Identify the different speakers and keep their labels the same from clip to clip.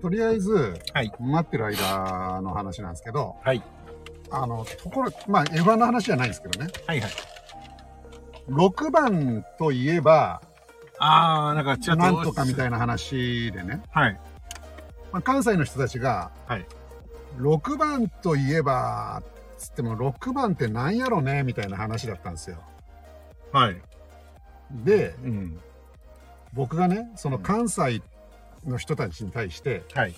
Speaker 1: とりあえず、
Speaker 2: はい
Speaker 1: 待ってる間の話なんですけど、
Speaker 2: はい
Speaker 1: あの、ところ、まあ、F1 の話じゃないんですけどね。
Speaker 2: はいはい。
Speaker 1: 6番といえば、
Speaker 2: ああ、なんかちょっと。
Speaker 1: なんとかみた
Speaker 2: い
Speaker 1: いな話でね、
Speaker 2: な。はい。
Speaker 1: まあ、関西の人たちが、
Speaker 2: はい
Speaker 1: 6番といえば、つっても6番ってなんやろねみたいな話だったんですよ。
Speaker 2: はい。
Speaker 1: で、
Speaker 2: うん。
Speaker 1: 僕がね、その関西の人たちに対して、
Speaker 2: はい。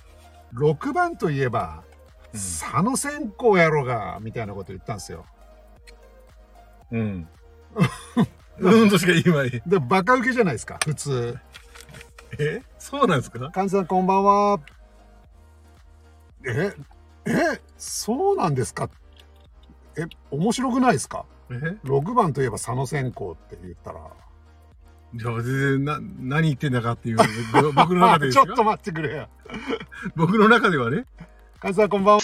Speaker 1: 6番といえば、
Speaker 2: うん
Speaker 1: 佐野線香やろが、みたいなこと言ったんですよ。
Speaker 2: うん。 うんとしか言わない。
Speaker 1: で、バカ受けじゃないですか、普通。
Speaker 2: えそうなんですか
Speaker 1: カンさんこんばんは。え、え、そうなんですかえ、面白くないですか
Speaker 2: え
Speaker 1: ?6 番といえば佐野線香って言ったら。
Speaker 2: じゃあ全然な、何言ってんだかっていう、ぼ僕の中でで
Speaker 1: あちょ
Speaker 2: す よ
Speaker 1: っと待ってくれよ。
Speaker 2: 僕の中ではね。
Speaker 1: カンさんこんばんは。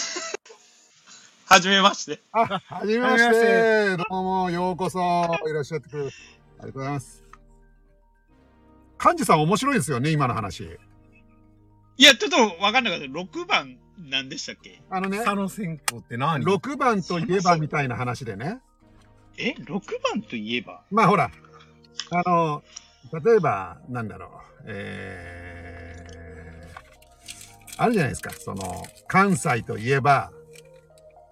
Speaker 3: はじめまして。
Speaker 1: あ、はじめま
Speaker 2: は
Speaker 1: し
Speaker 2: じ
Speaker 1: て。どうも、ようこそ。いらっしゃってくれ。ありがとうございます。幹事さん面白いですよね、今の話。
Speaker 3: いや、ちょっとわかんなかった。6番なんでしたっけ
Speaker 1: あのね、
Speaker 2: 佐野線香って何
Speaker 1: 6番といえばみたいな話でね。
Speaker 3: え ?6 番といえば
Speaker 1: まあほら、あの、例えば、なんだろう、えー、あるじゃないですか、その、関西といえば、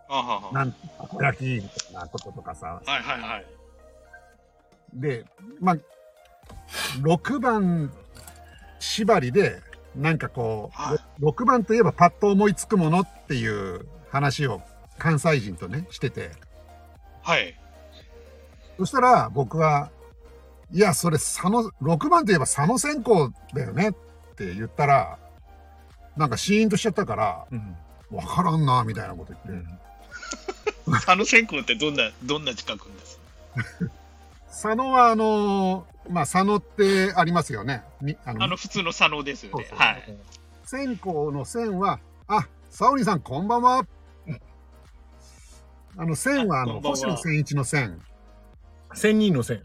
Speaker 3: あはは。
Speaker 1: なんラッキーみたいなこととかさ、
Speaker 3: はいはいはい。
Speaker 1: で、まあ、6番縛りで、なんかこ、
Speaker 3: はいう
Speaker 1: 6番といえばパッと思いつくものっていう話を関西人とね、してて、
Speaker 3: はい。
Speaker 1: そしたら僕は、いや、それ佐野、6番といえば佐野線香だよねって言ったら、なんかシーンとしちゃったから、
Speaker 2: うん。
Speaker 1: わからんな、みたいなこと
Speaker 2: う
Speaker 1: 言って、
Speaker 2: ん
Speaker 3: 佐野線香ってどんな、どんな近くです
Speaker 1: 佐野はあのーまあ、佐野ってありますよね。にあの、
Speaker 3: あの、普通の佐野ですよね。
Speaker 1: そうそう
Speaker 3: はい。
Speaker 1: 線香の線は、あ、サオリンさんこんばんは。あの、線はあ
Speaker 3: こ
Speaker 1: の、
Speaker 3: んばんは
Speaker 1: 星野千一の線。
Speaker 2: 千人の線。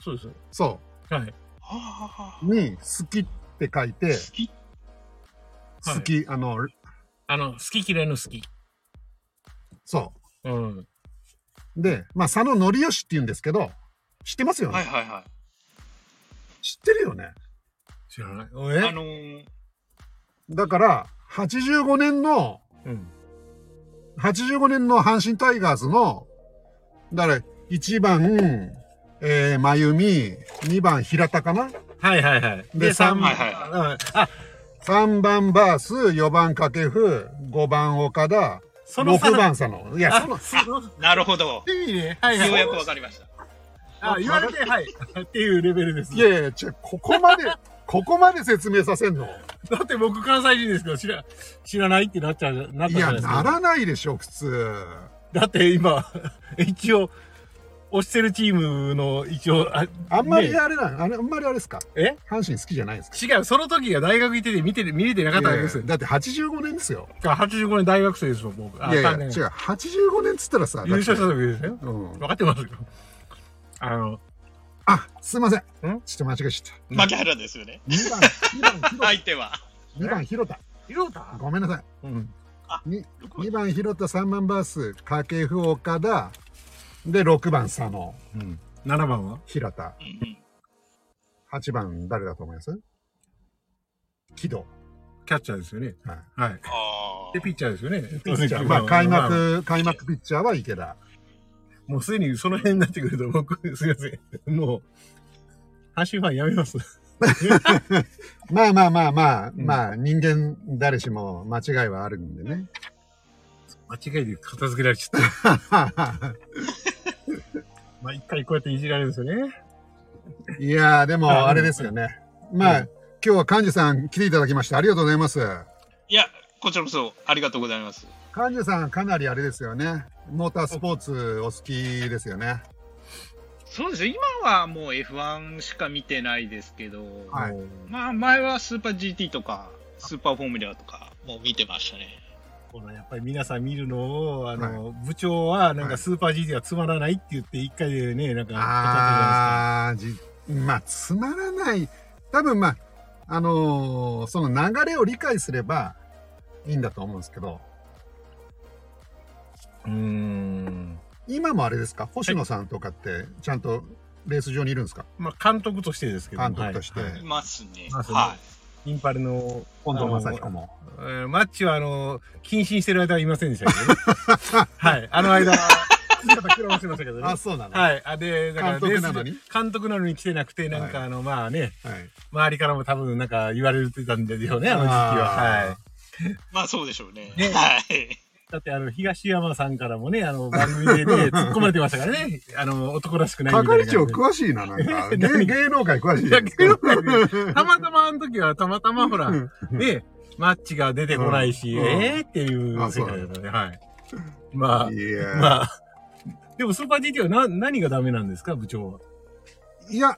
Speaker 2: そうです。
Speaker 1: そ
Speaker 2: はい。
Speaker 3: はあはあはあ
Speaker 1: う。に、好きって書いて、
Speaker 3: 好き
Speaker 2: はい
Speaker 1: 好き、あの、
Speaker 2: あの、好き嫌いの好き。
Speaker 1: そ
Speaker 2: うん。
Speaker 1: う。で、まあ、佐野則義って言うんですけど、知ってますよね。
Speaker 3: はいはいは
Speaker 1: 知ってるよね。
Speaker 2: 知らない。
Speaker 3: い。
Speaker 2: え
Speaker 3: あのー、
Speaker 1: だから、85年の、
Speaker 2: うん。
Speaker 1: 85年の阪神タイガースの、だから、1番、えー、まゆみ、2番、平田かな
Speaker 2: はいはいはい。
Speaker 1: で三
Speaker 3: はいはいはい
Speaker 2: うんあ、
Speaker 1: ?3 番、バース、4番、掛布、5番、岡田、
Speaker 2: その
Speaker 1: 6
Speaker 2: 差
Speaker 1: 番、佐野。いや、その、
Speaker 2: あ、そ
Speaker 3: なるほど。
Speaker 2: の、いいね。はい
Speaker 3: よう
Speaker 2: はい
Speaker 3: やく。わかりました。
Speaker 2: あ、言われて、はい。 っていうレベルです。
Speaker 1: いやいや、ちょ、ここまで、 ここまで説明させんの
Speaker 2: だって僕関西人ですけど、知ら、知らないってなっちゃう、なっ
Speaker 1: い
Speaker 2: たじゃな
Speaker 1: や、
Speaker 2: いです
Speaker 1: な
Speaker 2: か。
Speaker 1: らないでしょ、普通。
Speaker 2: だって今、 一応、推してるチームの一応、あ
Speaker 1: あんまり
Speaker 2: ね
Speaker 1: あれな、あれあんまりあれですか
Speaker 2: え
Speaker 1: 阪神好きじゃないですか
Speaker 2: 違う、その時が大学行ってて見てる、見れてなかったわけですよ
Speaker 1: いやいやだって85年ですよ。
Speaker 2: か85年大学生ですよ、僕。あ
Speaker 1: いやいや、
Speaker 2: 三
Speaker 1: 違う
Speaker 2: 年。
Speaker 1: 85年っつったらさ、だって
Speaker 2: 優勝した時ですね。
Speaker 1: うん
Speaker 2: 分かってますよ。あの、
Speaker 1: あ、すいません。ちょ
Speaker 2: ん
Speaker 1: っと間違えちゃっ
Speaker 3: 牧原ですよね。
Speaker 1: た。2番、2番、広田
Speaker 3: 相手は。
Speaker 1: 2番、広田。
Speaker 2: 広田
Speaker 1: ごめんなさ
Speaker 2: うん。
Speaker 1: い。に2番、広田、3番、バース、掛布、岡田。で、6番、佐野、
Speaker 2: うん。7番は
Speaker 1: 平田。
Speaker 3: うんうん
Speaker 1: 8番、誰だと思います木戸。
Speaker 2: キャッチャーですよね。
Speaker 1: はい。
Speaker 2: はい。
Speaker 3: あ
Speaker 2: で、ピッチャーですよね。
Speaker 1: ピッチャー。 まあ、開幕、開幕ピッチャーは池田。
Speaker 2: もうすでにその辺になってくると、僕、 すいません。もう、阪神ファンやめます。
Speaker 1: まあまあまあまあ、
Speaker 2: うん
Speaker 1: まあ、人間、誰しも間違いはあるんで ね。
Speaker 2: 間違いで片付けられちゃった。 まあ、一回こうやっていじられるんですよね。
Speaker 1: いやー、でも、
Speaker 2: あ
Speaker 1: あれですよね。まあ、
Speaker 2: うん
Speaker 1: 今日は幹事さん来ていただきまして、ありがとうございます。
Speaker 3: あ。いや、こちらこそありがとうございます。
Speaker 1: 幹事さん、かなりあれですよね。モータースポーツお好きですよね。
Speaker 3: そうですね今はもう F1 しか見てないですけど、
Speaker 1: はい
Speaker 2: もう
Speaker 3: まあ前はスーパー GT とか、スーパーフォーミュラーとか、もう見てましたね。
Speaker 2: このやっぱり皆さん見るのを、あの、部長は、なん
Speaker 1: は
Speaker 2: か
Speaker 1: い
Speaker 2: スーパー GT はつまらないって言って、一回でね、なんか、語ったじゃないですか。
Speaker 1: あー、じ、まあ、つまらない。多分まあ、あのーその流れを理解すればいいんだと思うんですけど、
Speaker 2: うーん。
Speaker 1: 今もあれですか、星野さんとかって、ちゃんとレース場にいるんですか、
Speaker 2: まあ、監督としてですけど。
Speaker 1: 監督として
Speaker 2: はい
Speaker 3: いますね。
Speaker 2: いますね
Speaker 3: はい。
Speaker 2: インパルの、
Speaker 1: 近藤正彦も。
Speaker 2: えーマッチは、あの、謹慎してる間はいませんでしたけど ね。はい。あの間、言い方苦労してましたけどね
Speaker 1: あ、。そうなの、はい
Speaker 2: はい。あで、だから
Speaker 1: 監督なのに
Speaker 2: レース監督なのに来てなくて、なんか
Speaker 1: は
Speaker 2: あの、まあね、周りからも多分なんか言われてたんですよね、あの時期
Speaker 1: あー
Speaker 2: は。はい。
Speaker 3: まあそうでしょうね。
Speaker 2: ね
Speaker 3: はい。
Speaker 2: だってあの、東山さんからもね、あの、番組 でね、突っ込まれてましたからね。あの、男らしくないみたいな
Speaker 1: 係長
Speaker 2: 感じ
Speaker 1: 詳
Speaker 2: で。
Speaker 1: しいな、なん か。
Speaker 2: え
Speaker 1: 芸
Speaker 2: 何
Speaker 1: 芸能界詳しいじゃないです
Speaker 2: いや
Speaker 1: か。
Speaker 2: 芸たまたまあの時は、たまたまほら、ね、マッチが出てこないし、
Speaker 1: うん
Speaker 2: えーっていう
Speaker 1: あ
Speaker 2: 世
Speaker 1: そう
Speaker 2: 界だったね。はい。ま
Speaker 1: い
Speaker 2: あ、
Speaker 1: や、
Speaker 2: まあ、でもスーパー GT はな、何がダメなんですか、部長
Speaker 1: いや、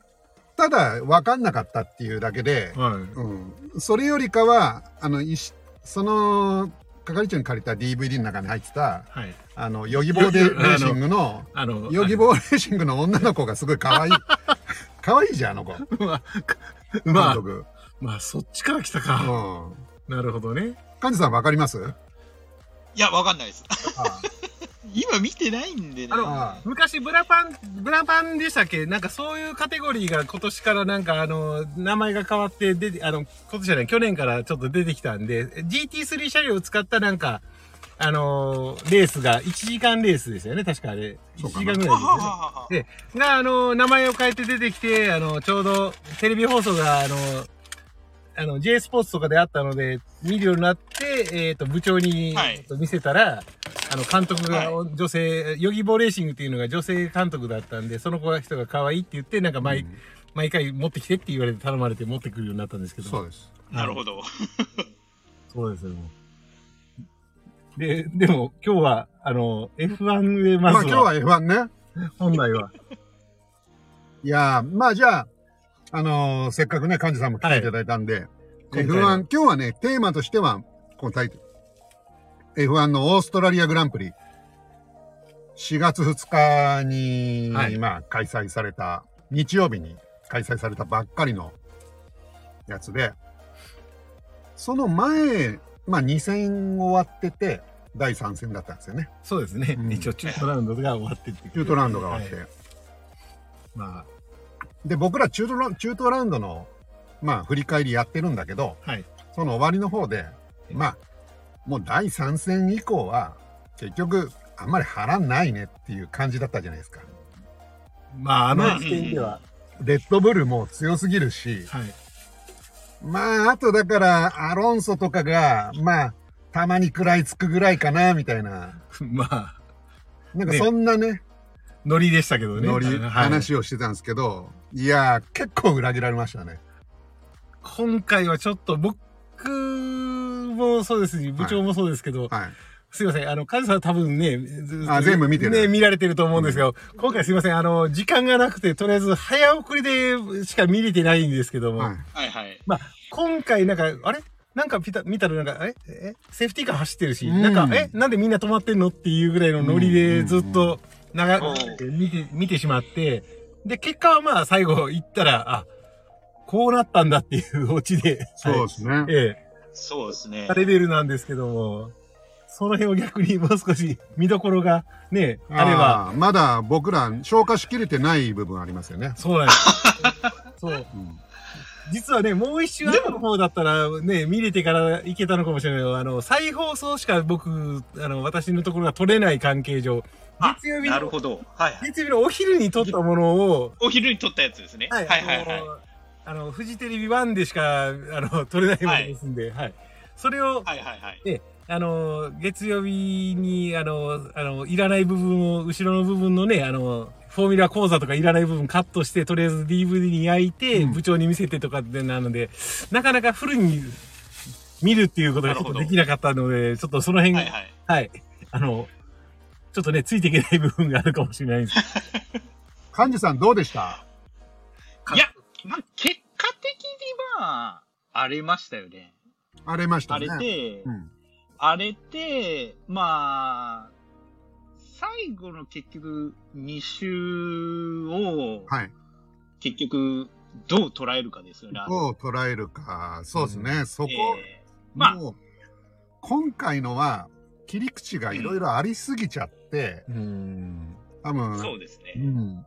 Speaker 1: ただ分かんなかったっていうだけで、
Speaker 2: は。はい。
Speaker 1: うん、それよりかは、あの、いしその、係長に借りた DVD の中に入ってた、
Speaker 2: はい。
Speaker 1: あの、ヨギボーでレーシングの、
Speaker 2: あの、
Speaker 1: ヨギボーレーシングの女の子がすごい可愛い。可愛いじゃん、あの子。監
Speaker 2: まあ、まあ、
Speaker 1: 督。
Speaker 2: まあ、そっちから来たか。
Speaker 1: うん。
Speaker 2: なるほどね。
Speaker 1: 幹事さんわかり ます
Speaker 3: いや、わかんないです。
Speaker 1: あ
Speaker 3: 今見てないんでね。
Speaker 2: あの
Speaker 1: あ
Speaker 2: 昔ブラパン、ブラパンでしたっけなんかそういうカテゴリーが今年からなんかあの、名前が変わって出て、あの、今年じゃない、去年からちょっと出てきたんで、GT3 車両を使ったなんか、あのーレースが、1時間レースですよね、確かあれ。1
Speaker 1: そう
Speaker 2: 時
Speaker 1: か
Speaker 2: 間ぐ
Speaker 1: な
Speaker 2: らいです
Speaker 3: は
Speaker 2: よ
Speaker 3: はは
Speaker 2: ね。
Speaker 3: はは
Speaker 2: で、が、あの、名前を変えて出てきて、あの、ちょうど、テレビ放送が、あの、あの、J スポーツとかであったので、見るようになって、えっ、と、部長に、
Speaker 3: はい
Speaker 2: えーと見せたら、あの、監督が、女性、ヨギボーレーシングっていうのが女性監督だったんで、その子が人が可愛いって言って、なんか毎、
Speaker 1: うん
Speaker 2: 毎回持ってきてって言われて頼まれて持ってくるようになったんですけど。
Speaker 1: そうです。
Speaker 3: なるほど。
Speaker 2: そうですよ。で、でも、今日は、あの、F1 でま
Speaker 1: まあ
Speaker 2: ず
Speaker 1: 今日
Speaker 2: は、
Speaker 1: は F1 ね。
Speaker 2: 本来は、
Speaker 1: いやーまあじゃあ、あのーせっかくね、幹事さんも来ていただいたんで、
Speaker 2: 今回
Speaker 1: F1、
Speaker 2: は
Speaker 1: 今日はね、テーマとしては、このタイトル。F1 のオーストラリアグランプリ。4月2日に、
Speaker 2: はい
Speaker 1: まあ開催された、日曜日に開催されたばっかりのやつで、その前、まあ2戦終わってて、第3戦だったんですよね。
Speaker 2: そうですね。
Speaker 1: うん
Speaker 2: 一応、チュートラウンドが終わってっていう
Speaker 1: 中途ラウンドが終わって。
Speaker 2: はいま
Speaker 1: で、僕ら中途ラ中途ラウンドの、まあ、振り返りやってるんだけど、
Speaker 2: あ、はい。
Speaker 1: その終わりの方で、まあ、もう第3戦以降は、結局、あんまり波乱ないねっていう感じだったじゃないですか。
Speaker 2: まあ、あ
Speaker 1: まあ
Speaker 2: の時点では、
Speaker 1: レッドブルも強すぎるし、
Speaker 2: はい。
Speaker 1: まあ、あとだから、アロンソとかが、まあ、たまに食らいつくぐらいかな、みたいな。
Speaker 2: まあ、
Speaker 1: なんか
Speaker 2: ね
Speaker 1: そんなね、
Speaker 2: ノリでしたけどね。
Speaker 1: ノリ、
Speaker 2: はい
Speaker 1: 話をしてたんですけど、いやー、結構裏切られましたね。
Speaker 2: 今回はちょっと僕もそうですし、部長もそうですけど、
Speaker 1: はい。
Speaker 2: すいません、あの、カズさんは多分ね、ず
Speaker 1: あ全部見てる
Speaker 2: ね、見られてると思うんですけど、今回すいません、あの、時間がなくて、とりあえず早送りでしか見れてないんですけども、
Speaker 1: はい。
Speaker 3: はいはい。
Speaker 2: 今回なんか、あれなんかピタ見たらなんか、ええセーフティーカー走ってるし、
Speaker 1: うん
Speaker 2: なんか、えなんでみんな止まってんのっていうぐらいのノリでずっと長
Speaker 3: うん
Speaker 2: く見て、見てしまって、で、結果はまあ最後行ったら、あ、こうなったんだっていう オチで、
Speaker 1: そう
Speaker 2: は
Speaker 1: で
Speaker 2: い
Speaker 1: すね。
Speaker 2: え
Speaker 3: そうですね
Speaker 2: え、。レベルなんですけども、その辺を逆にもう少し見どころがね、あれば、
Speaker 1: あーまだ僕ら消化しきれてない部分ありますよね。
Speaker 2: そうなん です。そう。
Speaker 1: うん
Speaker 2: 実はね、もう一周後の方だったらね、見れてから行けたのかもしれないけど、あの、再放送しか僕、あの、私のところが撮れない関係上、
Speaker 3: あ
Speaker 2: 月曜日
Speaker 3: なる
Speaker 2: の、
Speaker 3: ほど。はいはい。
Speaker 2: 月曜日のお昼に撮ったものを、
Speaker 3: お昼に撮ったやつですね。はいはいはい
Speaker 2: あ。のあの、フジテレビ1でしか、あの、撮れないものですんで、はい。それを、
Speaker 3: はいはいはい。
Speaker 2: あの、月曜日に、あの、あの、いらない部分を、後ろの部分のね、あの、フォーミュラ講座とかいらない部分カットして、とりあえず DVD に焼いて、
Speaker 1: うん
Speaker 2: 部長に見せてとかでなので、なかなかフルに見るっていうことがちょっとできなかったので、ちょっとその辺、
Speaker 3: は
Speaker 2: はいい、
Speaker 3: はい。
Speaker 2: あの、ちょっとね、ついていけない部分があるかもしれないんですけ
Speaker 1: 幹事さんどうでした
Speaker 2: ど。
Speaker 3: いやまあ、結果的には、荒れましたよね。
Speaker 1: 荒れました
Speaker 3: 荒
Speaker 1: ね。
Speaker 3: れて
Speaker 1: う、ん、
Speaker 3: 荒れて、まあ、最後の結局、2周を、
Speaker 1: はい。
Speaker 3: 結局、どう捉えるかですよね。あれ
Speaker 1: どう捉えるか、そうですね、そこ、
Speaker 3: えーまあ
Speaker 1: もう、今回のは、切り口がいろいろありすぎちゃって、
Speaker 2: うん。
Speaker 1: 多分、
Speaker 3: そうです
Speaker 1: う
Speaker 3: ね。
Speaker 1: ん。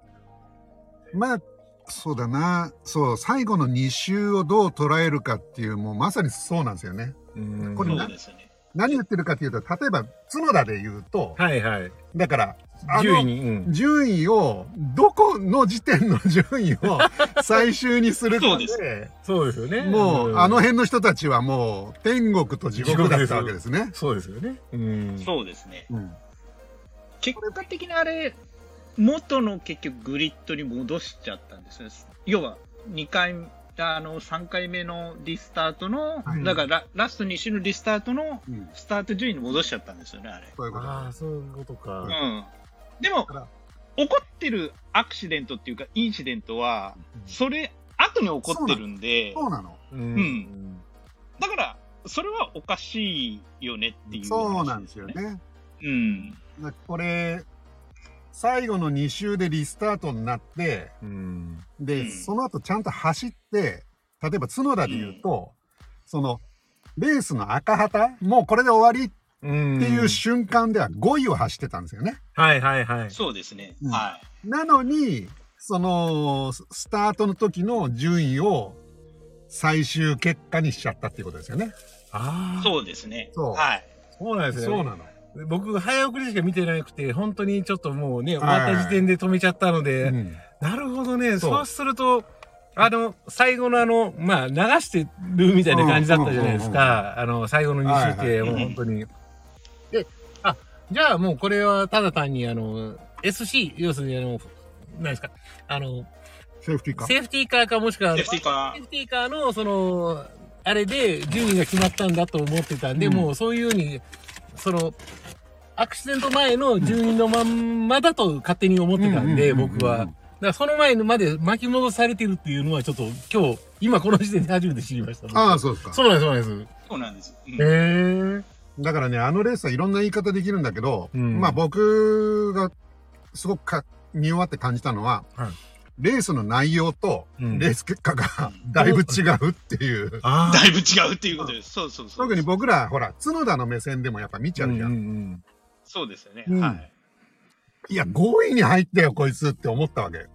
Speaker 1: まあ、そうだな、そう、最後の2周をどう捉えるかっていう、もうまさにそうなんですよね。
Speaker 2: うん
Speaker 1: これ
Speaker 3: そ
Speaker 1: な
Speaker 3: うですね。
Speaker 1: 何言ってるかっていうと、例えば、角田で言うと、
Speaker 2: はいはい。
Speaker 1: だから、あの
Speaker 2: 10位に。うん。
Speaker 1: 順位を、どこの時点の順位を最終にするか
Speaker 3: そうで
Speaker 1: で、
Speaker 2: そうですよね。
Speaker 1: もう、
Speaker 2: ん
Speaker 1: あの辺の人たちはもう、天国と地獄だったわけですね。
Speaker 2: そうですよね。うん。
Speaker 3: そうですね。
Speaker 1: うん。
Speaker 3: 結果的にあれ、元の結局グリッドに戻しちゃったんですよ。要は、2回、あの、3回目のリスタートの、
Speaker 1: はい
Speaker 3: だからララスト2周のリスタートの
Speaker 1: うん。
Speaker 3: スタート順位に戻しちゃったんですよね、あれ。
Speaker 1: そういうこと。
Speaker 2: ああ、そういうこと
Speaker 3: う
Speaker 2: か。
Speaker 3: ん。でも
Speaker 1: から、
Speaker 3: 起こってるアクシデントっていうか、インシデントは、それ、後に起こってるんで、
Speaker 1: そうなの。
Speaker 2: う
Speaker 3: う。だから、それはおかしいよねっていう、
Speaker 1: そうなんですよ。ね。
Speaker 3: うん。
Speaker 1: だこれ、最後の2周でリスタートになって、
Speaker 2: うん。
Speaker 1: で、
Speaker 3: うん
Speaker 1: その後ちゃんと走って、例えば角田で言うと、その、レースの赤旗、もうこれで終わりっ
Speaker 2: うん。
Speaker 1: ていう瞬間では5位を走ってたんですよね。
Speaker 2: はいはいはい。
Speaker 3: そうですね。
Speaker 1: うん
Speaker 3: は
Speaker 1: なのに、その、ススタートの時の順位を最終結果にしちゃったっていうことですよね。
Speaker 2: ああ。
Speaker 3: い。そうですね。
Speaker 1: そう
Speaker 3: はい。
Speaker 2: そうなんですよね。
Speaker 1: なの。
Speaker 2: 僕、早送りしか見てなくて、本当にちょっともうね、終わった時点で止めちゃったので、
Speaker 1: うん
Speaker 2: なるほどね。
Speaker 1: そう
Speaker 2: そうすると、あの、最後のあの、まあ、流してるみたいな感じだったじゃないですか。あの、最後の2周って、
Speaker 3: はい
Speaker 2: もう本当に。で、あ、じゃあもうこれはただ単にあの、SC、要するにあの、何ですか、あの、
Speaker 1: セーフティーか。
Speaker 2: セーフティーカーかもしくは、
Speaker 3: セーフティーカ
Speaker 2: セー
Speaker 3: ー。
Speaker 2: フティーカーの、その、あれで順位が決まったんだと思ってたんで、
Speaker 1: うん
Speaker 2: もうそういうふうに、その、アクシデント前の順位のまんまだと勝手に思ってたんで、
Speaker 1: うんうんうんうん
Speaker 2: 僕は。だからその前のまで巻き戻されてるっていうのはちょっと今日、今この時点で初めて知りました。
Speaker 1: ああ、そうですか。
Speaker 2: そうなんです、そうなんで
Speaker 3: そうなんです。うん
Speaker 2: す。へえ。
Speaker 1: だからね、あのレースはいろんな言い方できるんだけど、
Speaker 2: うん
Speaker 1: まあ僕がすごくか見終わって感じたのは、
Speaker 2: はい
Speaker 1: レースの内容と
Speaker 2: うん
Speaker 1: レース結果が
Speaker 3: うん
Speaker 1: だいぶ違うっていう。
Speaker 2: あ
Speaker 3: だいぶ違うっていうことです。そうそうそう。
Speaker 1: 特に僕ら、ほら、角田の目線でもやっぱ見ちゃうじゃん。
Speaker 2: ん。
Speaker 3: そうですよね。
Speaker 1: うん
Speaker 3: はい。
Speaker 1: いや、5位に入ったよ、こいつって思ったわけ。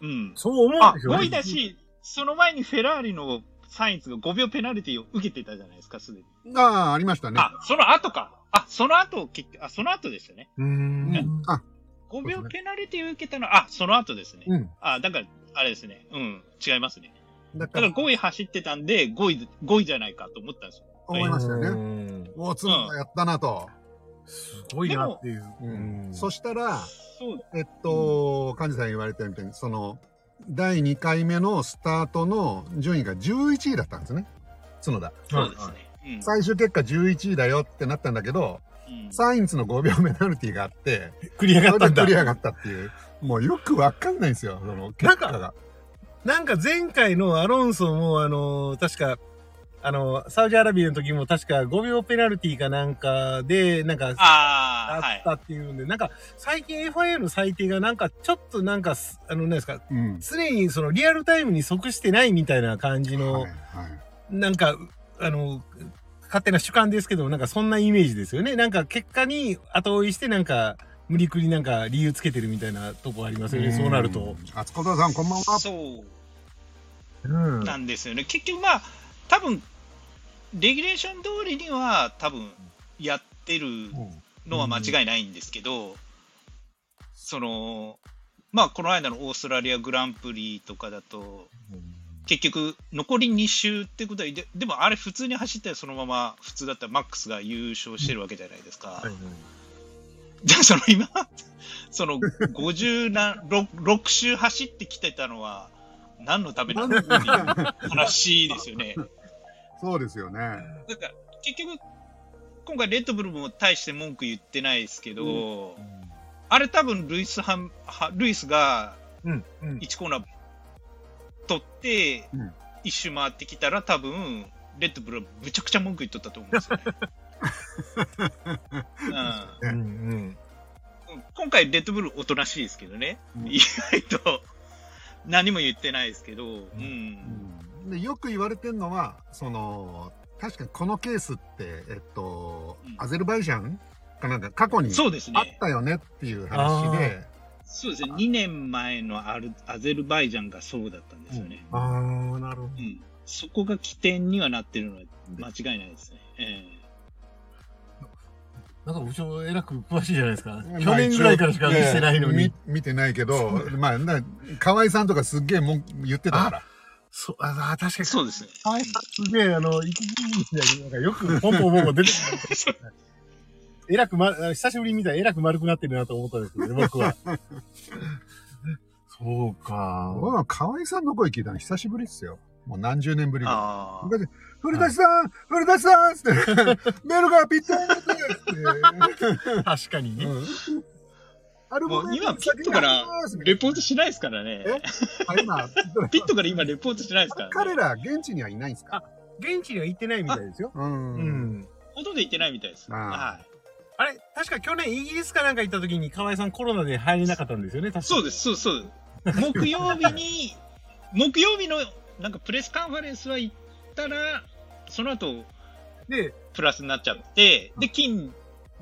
Speaker 3: うん。
Speaker 2: そう思うん
Speaker 3: あ
Speaker 2: で、すよ、ね。
Speaker 3: 5位だし、その前にフェラーリのサインズが5秒ペナルティを受けてたじゃないですか、すでに。
Speaker 1: ああ、ありましたね。
Speaker 3: あ、その後か。あ、その後、結局、あ、その後ですよね。
Speaker 2: う。
Speaker 1: うんん、あ、
Speaker 3: 5秒ペナルティを受けたのは、あ、その後ですね。
Speaker 1: うん。
Speaker 3: あ、だから、あれですね。うん、違いますね。
Speaker 1: だ
Speaker 3: だ
Speaker 1: か
Speaker 3: から
Speaker 1: ら、
Speaker 3: 5位走ってたんで、5位、5位じゃないかと思ったんですよ。
Speaker 1: 思いましたよね。
Speaker 2: ね。
Speaker 1: おお、角田やったなと。
Speaker 2: すごいなっていう。
Speaker 1: うん
Speaker 2: うん
Speaker 1: そしたら、
Speaker 3: そう
Speaker 1: えっと、幹事さん言われたみたいに、その、第2回目のスタートの順位が11位だったんですね。角田。
Speaker 3: そうですね。うん
Speaker 1: 最終結果11位だよってなったんだけど、
Speaker 3: うん
Speaker 1: サインツの5秒ペナルティがあって、
Speaker 2: クリアが
Speaker 1: そ
Speaker 2: った
Speaker 1: れ
Speaker 2: ん
Speaker 1: で
Speaker 2: だ
Speaker 1: 繰り。上がったっていう、もうよくわかんないんですよ、その結果が。
Speaker 2: なんか前回のアロンソも、あのー確か、あのーサウジアラビアの時も確か5秒ペナルティかなんかで、なんか、
Speaker 3: ああ、は
Speaker 2: あっ
Speaker 3: い。
Speaker 2: たっていうんで、なんか、最近 FIA の裁定がなんか、ちょっとなんかす、あの、なんですか、
Speaker 1: うん。
Speaker 2: 常にそのリアルタイムに即してないみたいな感じの、
Speaker 1: はいはい
Speaker 2: なんか、あの、勝手な主観ですけど、なんかそんなイメージですよね。なんか結果に後追いして、なんか、無理くりなんか理由つけてるみたいなとこありますよね、そうなると。。
Speaker 1: あつこさん、こんばんは。
Speaker 3: そう。
Speaker 2: うん
Speaker 3: なんですよね。結局まあ、多分、レギュレーション通りには多分やってるのは間違いないんですけど、その、まあこの間のオーストラリアグランプリとかだと、結局残り2周ってことはで、でもあれ普通に走ったらそのまま普通だったらマックスが優勝してるわけじゃないですか。
Speaker 2: はいはい
Speaker 3: じゃあその今、その56周走ってきてたのは何のためなのっていう話ですよね。
Speaker 1: そうですよね。
Speaker 3: なんか結局、今回レッドブルも大して文句言ってないですけど、あれ多分ルイスハンはルイスが
Speaker 2: うん、うん。
Speaker 3: 1コーナー取って
Speaker 1: うん、
Speaker 3: 一周回ってきたら多分、レッドブルはむちゃくちゃ文句言っとったと思うんですよね。うん
Speaker 2: うんうん
Speaker 3: 今回、レッドブルおとなしいですけどね、
Speaker 1: うん
Speaker 3: 意外と、何も言ってないですけど、うん。
Speaker 1: うんでよく言われてるのはその確かにこのケースって、えっと
Speaker 3: うん
Speaker 1: アゼルバイジャンかなんか過去に
Speaker 3: そうです
Speaker 1: あっ
Speaker 3: ね。
Speaker 1: たよねっていう話で
Speaker 3: そうですね。2年前のアルアゼルバイジャンがそうだったんですよね。
Speaker 2: ああ、なるほど。
Speaker 3: うん。そこが起点にはなってるのは間違いないですね。え
Speaker 2: なんか部長、えらく詳しいじゃないですか
Speaker 1: まあ。
Speaker 2: 去年ぐらいからしか見てないの
Speaker 1: 一応
Speaker 2: に
Speaker 1: ね。み見てないけどまあな河合さんとかすっげえもん言ってたから
Speaker 2: そう、ああ、確か
Speaker 3: え
Speaker 2: に。
Speaker 3: そう ですね。
Speaker 2: はい、すげえ、あの、一時期みたいになんかよくポンポンポンポン出てくる。えらくま、久しぶりに見たらえらく丸くなってるなと思ったんですけど ね、僕は。そうか。
Speaker 1: 僕は河合さんの声聞いたの久しぶりっすよもう何十年ぶりか
Speaker 3: ああ。
Speaker 1: 昔古舘さん、古舘さんっつ って、メールがぴったりですって、
Speaker 2: 確かにね。
Speaker 1: うんアルバ
Speaker 3: もう
Speaker 1: ム
Speaker 3: 今、ピットからレポートしないですからね。
Speaker 1: えあ 今、
Speaker 3: ピットから今、レポートしないですからね。
Speaker 1: 彼ら現地にはいないんですか
Speaker 2: 現地には行ってないみたいですよ。
Speaker 1: う。
Speaker 2: うんん。
Speaker 3: ほとんど行ってないみたいです。
Speaker 1: ああ
Speaker 3: はい。
Speaker 2: あれ、確か去年イギリスかなんか行った時に河合さんコロナで入れなかったんですよね、確か
Speaker 3: そうです、そうですそうです。木曜日に、木曜日のなんかプレスカンファレンスは行ったら、その後
Speaker 2: で、
Speaker 3: プラスになっちゃって、で、金、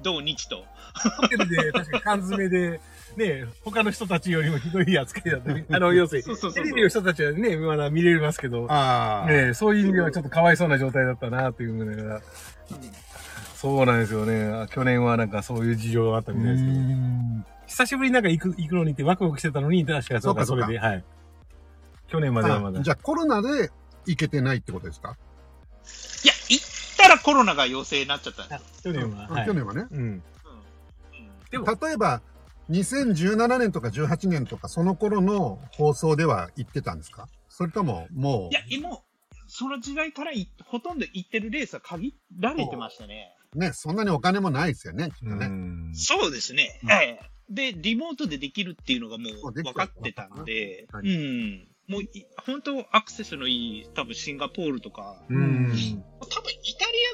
Speaker 3: 土、日と。
Speaker 2: ホテルで確か缶詰で、ね、他の人たちよりもひどい扱いだったり。あの、要するに、
Speaker 3: そうそうそ
Speaker 2: テ
Speaker 3: う
Speaker 2: レビの人たちはね、まだ見れますけど、
Speaker 1: ああ。
Speaker 2: ねえ、そういう意味ではちょっとかわいそうな状態だったなというのが、そうなんですよね。去年はなんかそういう事情があった
Speaker 1: う
Speaker 2: みたいですけど、
Speaker 1: ん
Speaker 2: 久しぶりになんか行く行くのにってワクワクしてたのに、確か
Speaker 1: そ
Speaker 2: そうう
Speaker 1: か
Speaker 2: か
Speaker 1: そ
Speaker 2: そう
Speaker 1: か
Speaker 2: れで、はい。去年まではまだ
Speaker 1: あ。じゃあコロナで行けてないってことですか
Speaker 3: いや、行ったらコロナが陽性になっちゃったんですよ。
Speaker 2: 去年は、
Speaker 1: うん
Speaker 2: はい
Speaker 1: 去。年はね。
Speaker 2: うん。
Speaker 3: うんうん
Speaker 2: でも
Speaker 1: 例えば、2017年とか18年とか、その頃の放送では行ってたんですかそれとも、も
Speaker 3: いや、もう、その時代からいほとんど行ってるレースは限られてましたね。
Speaker 1: う、ね、そんなにお金もないですよね、きっとね。
Speaker 2: ん
Speaker 3: そうですね。
Speaker 1: うん
Speaker 3: はい。で、リモートでできるっていうのがも
Speaker 1: そう
Speaker 3: う
Speaker 1: でき
Speaker 3: 分
Speaker 1: ちゃう
Speaker 3: かってたんで、
Speaker 1: は
Speaker 3: う
Speaker 1: い
Speaker 3: ん。もうい、本当アクセスのいい、多分シンガポールとか、
Speaker 2: う
Speaker 1: うんん。
Speaker 3: 多分イタリア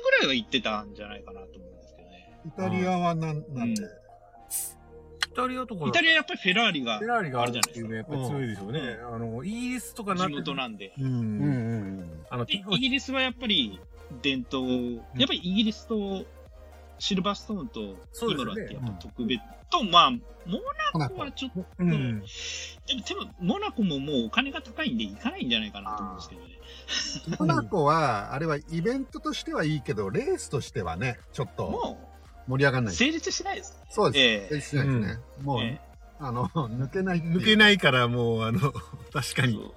Speaker 3: ぐらいは行ってたんじゃないかなと思うんですけどね。
Speaker 1: イタリアはなんなんで、
Speaker 2: イタリアとか
Speaker 3: イタリアやっぱりフェラーリが
Speaker 2: フェラーリがあるっていうね、やっぱり強いでしょうね。あの、イギリスとか
Speaker 3: 地
Speaker 2: んて
Speaker 3: 元なんで。
Speaker 2: う
Speaker 1: うんうん
Speaker 2: ん。
Speaker 1: うん。
Speaker 2: あの、
Speaker 3: でイギリスはやっぱり伝統、やっぱりイギリスとシルバーストーンと
Speaker 2: そう
Speaker 3: イ
Speaker 2: です
Speaker 3: ム
Speaker 2: ね
Speaker 3: ラってやっぱ特別、と、まあ、モ
Speaker 1: ほな
Speaker 3: ナコはちょっと、
Speaker 2: う
Speaker 3: うんん。でも、多分モナコももうお金が高いんで行かないんじゃないかなと思うんですけどね。
Speaker 1: モナコは、あれはイベントとしてはいいけど、レースとしてはね、ちょっと
Speaker 3: も
Speaker 1: 盛り上がん
Speaker 3: う、
Speaker 1: ない。
Speaker 3: 成立しないです。
Speaker 1: そうです。
Speaker 3: ええ
Speaker 1: しないですね。もう、
Speaker 3: え
Speaker 1: あの、 抜けないっていう
Speaker 2: 抜けないからもう、あの、 確か
Speaker 3: え
Speaker 2: に。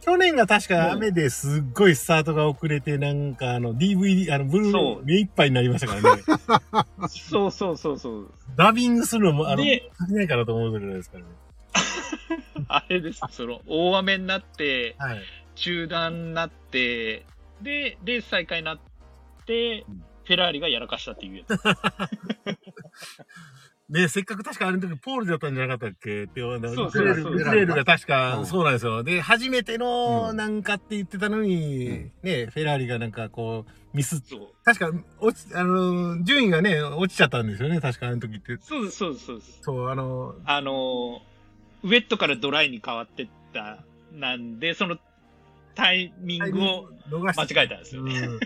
Speaker 2: 去年が確か
Speaker 3: うん
Speaker 2: 雨ですっごいスタートが遅れて、なんかあの DVD、あのブル
Speaker 3: そ
Speaker 2: ー
Speaker 3: う
Speaker 2: 目いっぱいになりましたからね。
Speaker 3: そうそうそうそう。
Speaker 2: ダビングするのも、あの、足
Speaker 3: で
Speaker 2: りないかなと思うぐらいですからね。
Speaker 3: あれです。その、大雨になって、
Speaker 2: はい。
Speaker 3: 中断になって、で、レース再開になって
Speaker 1: うん、
Speaker 3: フェラーリがやらかしたっていうやつ。
Speaker 2: で、せっかく確かあの時ポールだったんじゃなかったっけって、あの
Speaker 3: そう
Speaker 2: ウクレ
Speaker 1: そうそう
Speaker 2: ル、ウクレルが確
Speaker 1: う
Speaker 2: か
Speaker 1: ん、
Speaker 2: そうなんですよ。で、初めて
Speaker 1: う
Speaker 2: の
Speaker 1: ん
Speaker 2: なんかって言ってたのに、
Speaker 1: うん
Speaker 2: ね、フェラーリがなんかこう、ミス、
Speaker 3: そう。
Speaker 2: 確か、落ち、あの、順位がね、落ちちゃったんですよね、確かあの時って。
Speaker 3: そうです、そうです、そうです。
Speaker 2: そう、あの、
Speaker 3: あのー、ウェットからドライに変わってった、なんで、そのタイミングを、
Speaker 2: 逃して
Speaker 3: 間違えたんですよ
Speaker 2: うん でも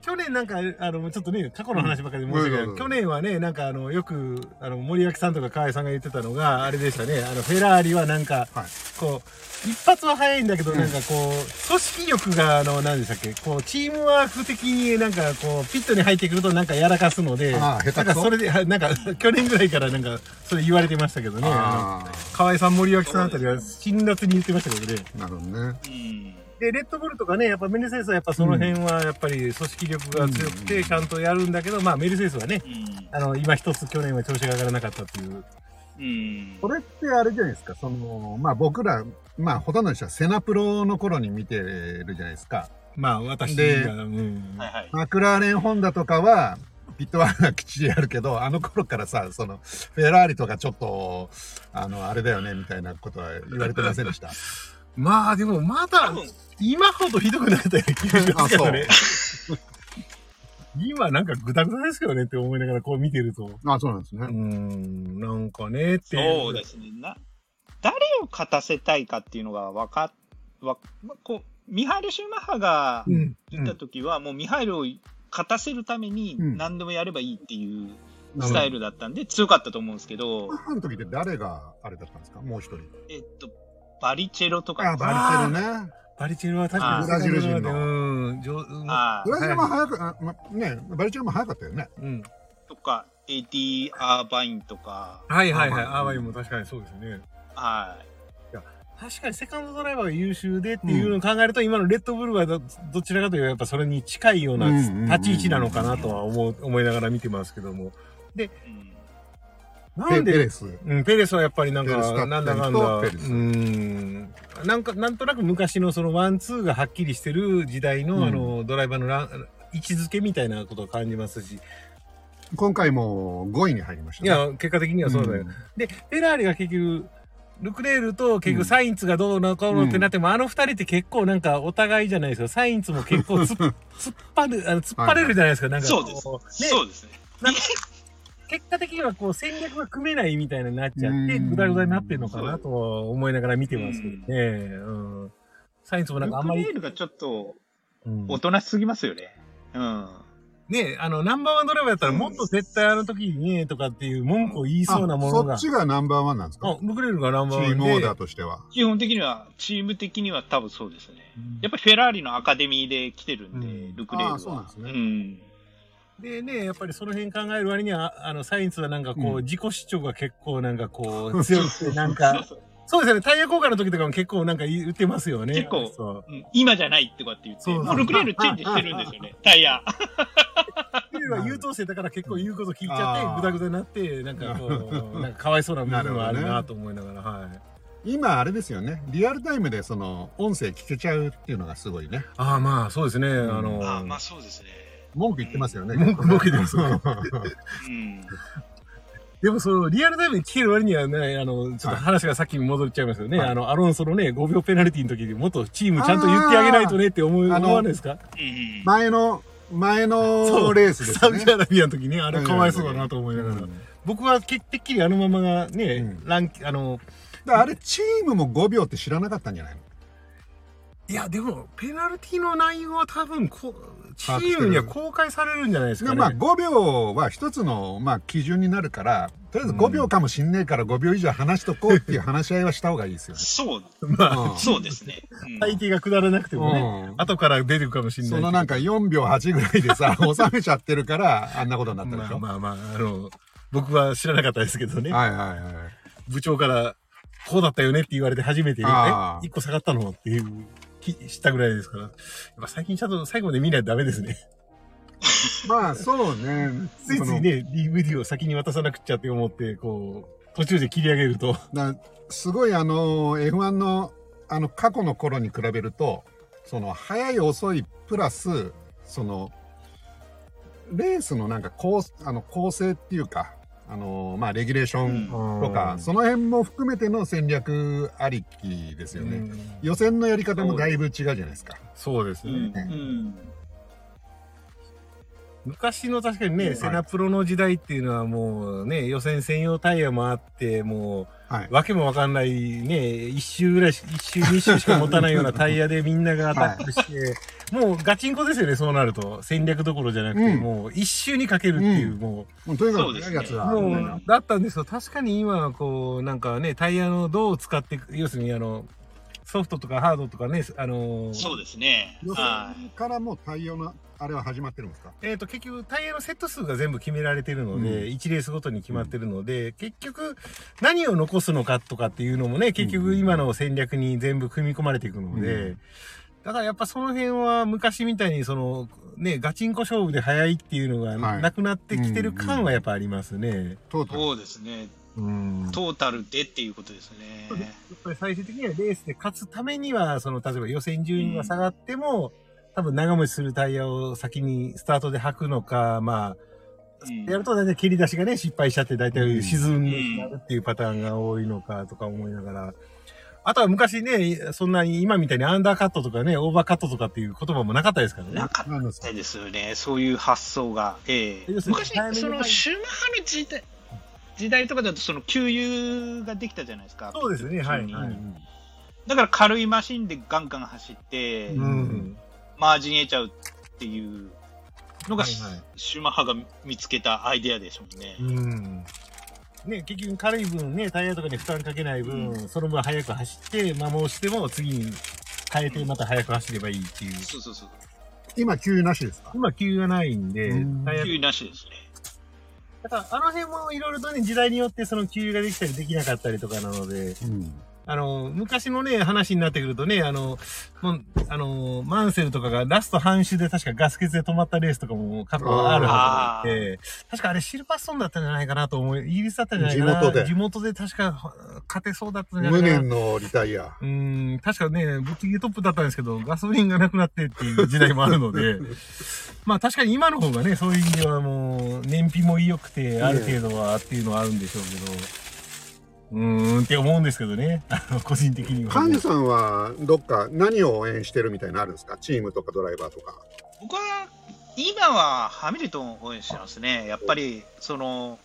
Speaker 2: 去年なんか、あの、ちょっとね、過去の話ばかりで申し訳ない、
Speaker 1: うん
Speaker 2: 去年はね、なんかあの、よく、あの、森脇さんとか河合さんが言ってたのが、あれでしたね、あの、フェラーリはなんか、
Speaker 1: はい
Speaker 2: こう、一発は早いんだけど、
Speaker 1: うん
Speaker 2: なんかこう、組織力が、あの、何でしたっけ、こう、チームワーク的になんかこう、ピットに入ってくるとなんかやらかすので、
Speaker 1: ああ、下
Speaker 2: な
Speaker 1: 手く
Speaker 2: んか
Speaker 1: そ。
Speaker 2: それで、はいなんか、去年ぐらいからなんか、それ言われてましたけどね、あ
Speaker 1: あ
Speaker 2: の河合さん、森脇さんあたりは辛辣に言ってましたけどね。
Speaker 1: あ、なるほどね。
Speaker 3: うん。
Speaker 2: で、レッドブルとかね、やっぱメルセデスはやっぱその辺はやっぱり組織力が強く
Speaker 1: うん
Speaker 2: て、ちゃんとやるんだけど、まあメルセデスはね、
Speaker 3: うん
Speaker 2: あの、今一つ去年は調子が上がらなかったっていう。
Speaker 3: うん。
Speaker 1: これってあれじゃないですか、その、まあ僕ら、まあほとんどの人はセナプロの頃に見てるじゃないですか。
Speaker 2: まあ私
Speaker 1: で
Speaker 2: が、うん。
Speaker 3: はいはい。
Speaker 1: マクラーレンホンダとかは、ピットワークがきっちりやるけど、あの頃からさ、その、フェラーリとかちょっと、あの、あれだよね、みたいなことは言われてませんで した。
Speaker 2: まあでもま
Speaker 3: 多
Speaker 2: だ、
Speaker 3: 分、
Speaker 2: 今ほどひどくなかったような気がしますけどね
Speaker 1: あ。
Speaker 2: 今なんかグダグダですけどねって思いながらこう見てると。
Speaker 1: あそうなんですね
Speaker 2: う。ん、なんかねっていう。
Speaker 3: そうですね。な、誰を勝たせたいかっていうのが分かっ、わまこうミハイル・シューマッハが
Speaker 2: うん。
Speaker 3: 出た時は、もうミハイルを勝たせるために
Speaker 1: うん
Speaker 3: 何でもやればいいっていうスタイルだったんで強かったと思うんですけど、
Speaker 1: 母の時って誰があれだったんですかもう一人。
Speaker 3: えっと、バリチェロとか
Speaker 1: あ、
Speaker 3: ですね
Speaker 1: バリチェルね。
Speaker 2: バリチェルは確かに
Speaker 1: ブラジル人の
Speaker 2: うん。上うん
Speaker 3: あ
Speaker 1: ブラジルも早く、あまね、バリチェルも早かったよね。
Speaker 2: うん。
Speaker 3: とか、エディ・アーバインとか、
Speaker 2: はいはいはい。
Speaker 1: アーバイン
Speaker 2: アーバインも確かにそうですね。
Speaker 3: はい。
Speaker 2: 確かにセカンドドライバーが優秀でっていうのを考えると、今のレッドブルはどどちらかというとやっぱそれに近いような
Speaker 1: うんうんうんうん
Speaker 2: 立ち位置なのかなとは思う思いながら見てますけども。
Speaker 3: うん
Speaker 2: なん
Speaker 1: ペペ
Speaker 2: で、
Speaker 1: レス。
Speaker 2: うん、ペレスはやっぱりなん
Speaker 1: ペレスだった
Speaker 2: か、
Speaker 1: り
Speaker 2: なんだかんだ、
Speaker 1: と
Speaker 2: う
Speaker 1: ペレス
Speaker 2: ーん、なんか、なんとなく昔のそのワンツーがはっきりしてる時代の、
Speaker 1: うん
Speaker 2: あの、ドライバーのラン位置づけみたいなことを感じますし、
Speaker 1: 今回も5位に入りました
Speaker 2: い
Speaker 1: ね。
Speaker 2: や、結果的にはそうだよ。
Speaker 1: ん
Speaker 2: で、フェラーリが結局、ルクレールと結
Speaker 1: う
Speaker 2: 局
Speaker 1: ん
Speaker 2: サインツがどうのこうのってなっても、あの二人って結構なんかお互いじゃないですか。サインツも結構 つ突っ張る、あの突っ張れるじゃないですか。なんか
Speaker 3: そうです
Speaker 2: こ。ね
Speaker 3: そうですね。
Speaker 2: 結果的にはこう戦略が組めないみたいになっちゃって、
Speaker 1: うん
Speaker 2: ぐだぐだになってるのかなとは思いながら見てますけどね。うん。サインツもなん
Speaker 3: ル
Speaker 2: かあん
Speaker 3: ク
Speaker 2: ま
Speaker 3: レ
Speaker 2: り
Speaker 3: ー、ルがちょっと
Speaker 2: うん
Speaker 3: 大人しすぎますよね。うん。
Speaker 2: ね、あの、ナンバーワンドライバーやったらもっと絶対あの時にね、とかっていう文句を言いそうなものが。
Speaker 1: あそっちがナンバーワンなんですか
Speaker 2: あ、ルクレールがナン
Speaker 1: チ
Speaker 2: バーワンで。
Speaker 1: ームオーダーとしては。
Speaker 3: 基本的には、チーム的には多分そうですね。
Speaker 2: うん
Speaker 3: やっぱりフェラーリのアカデミーで来てるんで、
Speaker 2: うん
Speaker 3: ルクレー
Speaker 1: あ
Speaker 3: ル
Speaker 1: あ
Speaker 3: は。
Speaker 1: そうなんですね
Speaker 3: ん
Speaker 2: でね、やっぱりその辺考える割には、ああの、サインツはなんかこう、
Speaker 1: うん
Speaker 2: 自己主張が結構なんかこう、強くて、なんか、
Speaker 3: そうそう
Speaker 2: そうですよね、タイヤ交換の時とかも結構なんか言ってますよね。
Speaker 3: 結構
Speaker 2: そう。
Speaker 3: うん今じゃないってこうやって言って、
Speaker 2: そうそう
Speaker 3: もうルクレールチェンジしてるんですよね、タイヤ。
Speaker 2: ルクレールは優等生だから結構言うこと聞いちゃ
Speaker 1: あ
Speaker 2: って、
Speaker 1: ー
Speaker 2: ぐだぐだになって、なんかこう、なんかかわいそうな部分はあるなと思いながら、はい。
Speaker 1: 今あれですよね。リアルタイムでその音声聞けちゃうっていうのがすごいね。
Speaker 2: ああ、まあ、そうですね、
Speaker 1: ん
Speaker 2: あの、
Speaker 3: そうですね。
Speaker 1: 文句言ってますよね。
Speaker 2: 文句文句言って
Speaker 1: ます。
Speaker 3: うん。
Speaker 2: でもその、リアルタイムに聞ける割にはね、あの、ちょっと話がさっきに戻っちゃいますよね。
Speaker 1: はい
Speaker 2: あの、アロンソのね、5秒ペナルティの時にもっとチームちゃんと言ってあげないとねって思う
Speaker 1: あーあの
Speaker 2: 思わないですか
Speaker 3: う ん
Speaker 1: 前の、前のレースです
Speaker 2: サウ
Speaker 1: ね
Speaker 2: ジ。アラビアの時ね、あれかわいそうだなと思いながら。
Speaker 1: うん
Speaker 2: 僕はててっきりあのままがね、
Speaker 1: うん
Speaker 2: ランキ、あの、
Speaker 1: だからあれ、チームも5秒って知らなかったんじゃないの
Speaker 2: いや、でも、ペナルティの内容は多分こう、チ
Speaker 1: 把握してる
Speaker 2: ームには公開されるんじゃないですか
Speaker 1: で
Speaker 2: ね。
Speaker 1: まあ5秒は一つの、まあ、基準になるから、とりあえず5秒かもしんねえから5秒以上話しとこうっていう話し合いはした方がいいですよね。
Speaker 3: そう、
Speaker 1: うん
Speaker 3: そうですね。うん
Speaker 2: 相手がくだらなくてもね、
Speaker 1: うん
Speaker 2: 後から出てくかもしれない
Speaker 1: そのなんか4秒8ぐらいで さ、収めちゃってるから、あんなことになったでし
Speaker 2: まあ
Speaker 1: ょ。
Speaker 2: まあまあ、あの、僕は知らなかったですけどね、
Speaker 1: はいはいはい。
Speaker 2: 部長から、こうだったよねって言われて初めて、え
Speaker 1: あー
Speaker 2: 一個下がったのっていう、き知ったぐらいですから。やっぱ最近ちゃんと最後まで見ないとダメですね。
Speaker 1: まあそうね。
Speaker 2: ついついね、DVD を先に渡さなくっちゃって思って、こう、途中で切り上げると。
Speaker 1: その。だすごいあの、F1 の、あの、過去の頃に比べると、その、早い遅いプラス、その、レースのなんか構、あの、構成っていうか、あの、まあ、レギュレーションと
Speaker 2: と
Speaker 1: か、その辺も含めての戦略ありきですよね。予選のやり方もだいぶ違うじゃないですか。
Speaker 2: そうです
Speaker 3: う
Speaker 2: ね。
Speaker 3: んうん
Speaker 2: 昔の確かにね、
Speaker 1: はい
Speaker 2: セナプロの時代っていうのはもうね、予選専用タイヤもあって、も、。
Speaker 1: はいう
Speaker 2: わけもわかんないね、一周ぐらいし、一周二周しか持たないようなタイヤでみんながアタックして、もうガチンコですよね、そうなると。戦略どころじゃなくて、
Speaker 1: うん
Speaker 2: もう一周にかけるっていう、
Speaker 1: うん
Speaker 2: も
Speaker 1: もうとにか
Speaker 3: そう
Speaker 1: く
Speaker 3: です
Speaker 1: 早
Speaker 3: ね
Speaker 1: いやつ
Speaker 2: う、
Speaker 1: は、みたい
Speaker 2: も
Speaker 1: な
Speaker 2: う、だったんですよ。確かに今はこう、なんかね、タイヤのどう使っていく、要するにあの、ソフトとかハードとかね、あのー
Speaker 3: そうですね。
Speaker 1: 予
Speaker 3: は
Speaker 1: 選からもう対応のあれは始まってるんですか
Speaker 2: えー、と結局タイヤのセット数が全部決められてるので、
Speaker 1: うん
Speaker 2: 1レースごとに決まってるので、結局何を残すのかとかっていうのもね結局今の戦略に全部組み込まれていくので、
Speaker 1: うん
Speaker 2: だからやっぱその辺は昔みたいにそのねガチンコ勝負で早いっていうのが
Speaker 1: はい
Speaker 2: なくなってきてる感はやっぱありますね。
Speaker 1: ト
Speaker 3: い。
Speaker 1: ータル。
Speaker 3: そうですね。
Speaker 2: うん
Speaker 3: トータルでっていうことですね。
Speaker 2: やっぱり最終的にはレースで勝つためには、その、例えば予選順位が下がっても、多分長持ちするタイヤを先にスタートで履くのか、まあ、
Speaker 3: うん
Speaker 2: やると大体蹴り出しがね、失敗しちゃって大体沈んでしまうっていうパターンが多いのかとか思いながら、あとは昔ね、そんなに今みたいにアンダーカットとかね、オーバーカットとかっていう言葉もなかったですからね
Speaker 3: な。かっ
Speaker 1: なんですか
Speaker 3: たですよね。そういう発想が。ええ
Speaker 2: 要するに
Speaker 3: 昔
Speaker 2: 早め、に
Speaker 3: そのシューマッハの時代、時代とかだとその給油ができたじゃないですか。
Speaker 2: そうですねはい
Speaker 3: 急に
Speaker 2: はい
Speaker 3: だから軽いマシンでガンガン走って、
Speaker 1: うん
Speaker 3: マージン得ちゃうっていうのが、
Speaker 2: はいはい
Speaker 3: シューマッハが見つけたアイデアでしょうね。
Speaker 2: うん。ね、結局軽い分ね、タイヤとかに負担かけない分、
Speaker 3: う
Speaker 2: その分速く走って、摩耗しても次に変えてまた速く走ればいいっていう。
Speaker 3: そうそうそう。
Speaker 1: 今、給油なしですか
Speaker 2: 今、給油がないんで、
Speaker 1: うん
Speaker 2: タイヤ
Speaker 3: 給油なしですね。
Speaker 2: だから、あの辺もいろいろとね、時代によってその給油ができたりできなかったりとかなので、
Speaker 1: うん。
Speaker 2: あの、昔のね、話になってくるとね、あの、もう、あの、マンセルとかがラスト半周で確かガス欠で止まったレースとかも過去あるはずで、確かあれシルバーストーンだったんじゃないかなと思う。イギリスだったんじゃないかな。
Speaker 1: 地元で
Speaker 2: 地元で確か勝てそうだったんじゃ
Speaker 1: 無
Speaker 2: ないかな。
Speaker 1: 念のリタイア。
Speaker 2: うーん、確かね、ぶっちぎりトップだったんですけど、ガソリンがなくなってっていう時代もある ので、まあ確かに今の方がね、そういう意味ではもう、燃費も良くて、ある程度はっていうのはあるんでしょうけど、うーんって思うんですけどね、あの、個人的には。
Speaker 1: カンジさんはどっか何を応援してるみたいなのあるんですかチームとかドライバーとか。
Speaker 3: 僕は、今はハミルトンを応援してますね。やっぱり、その、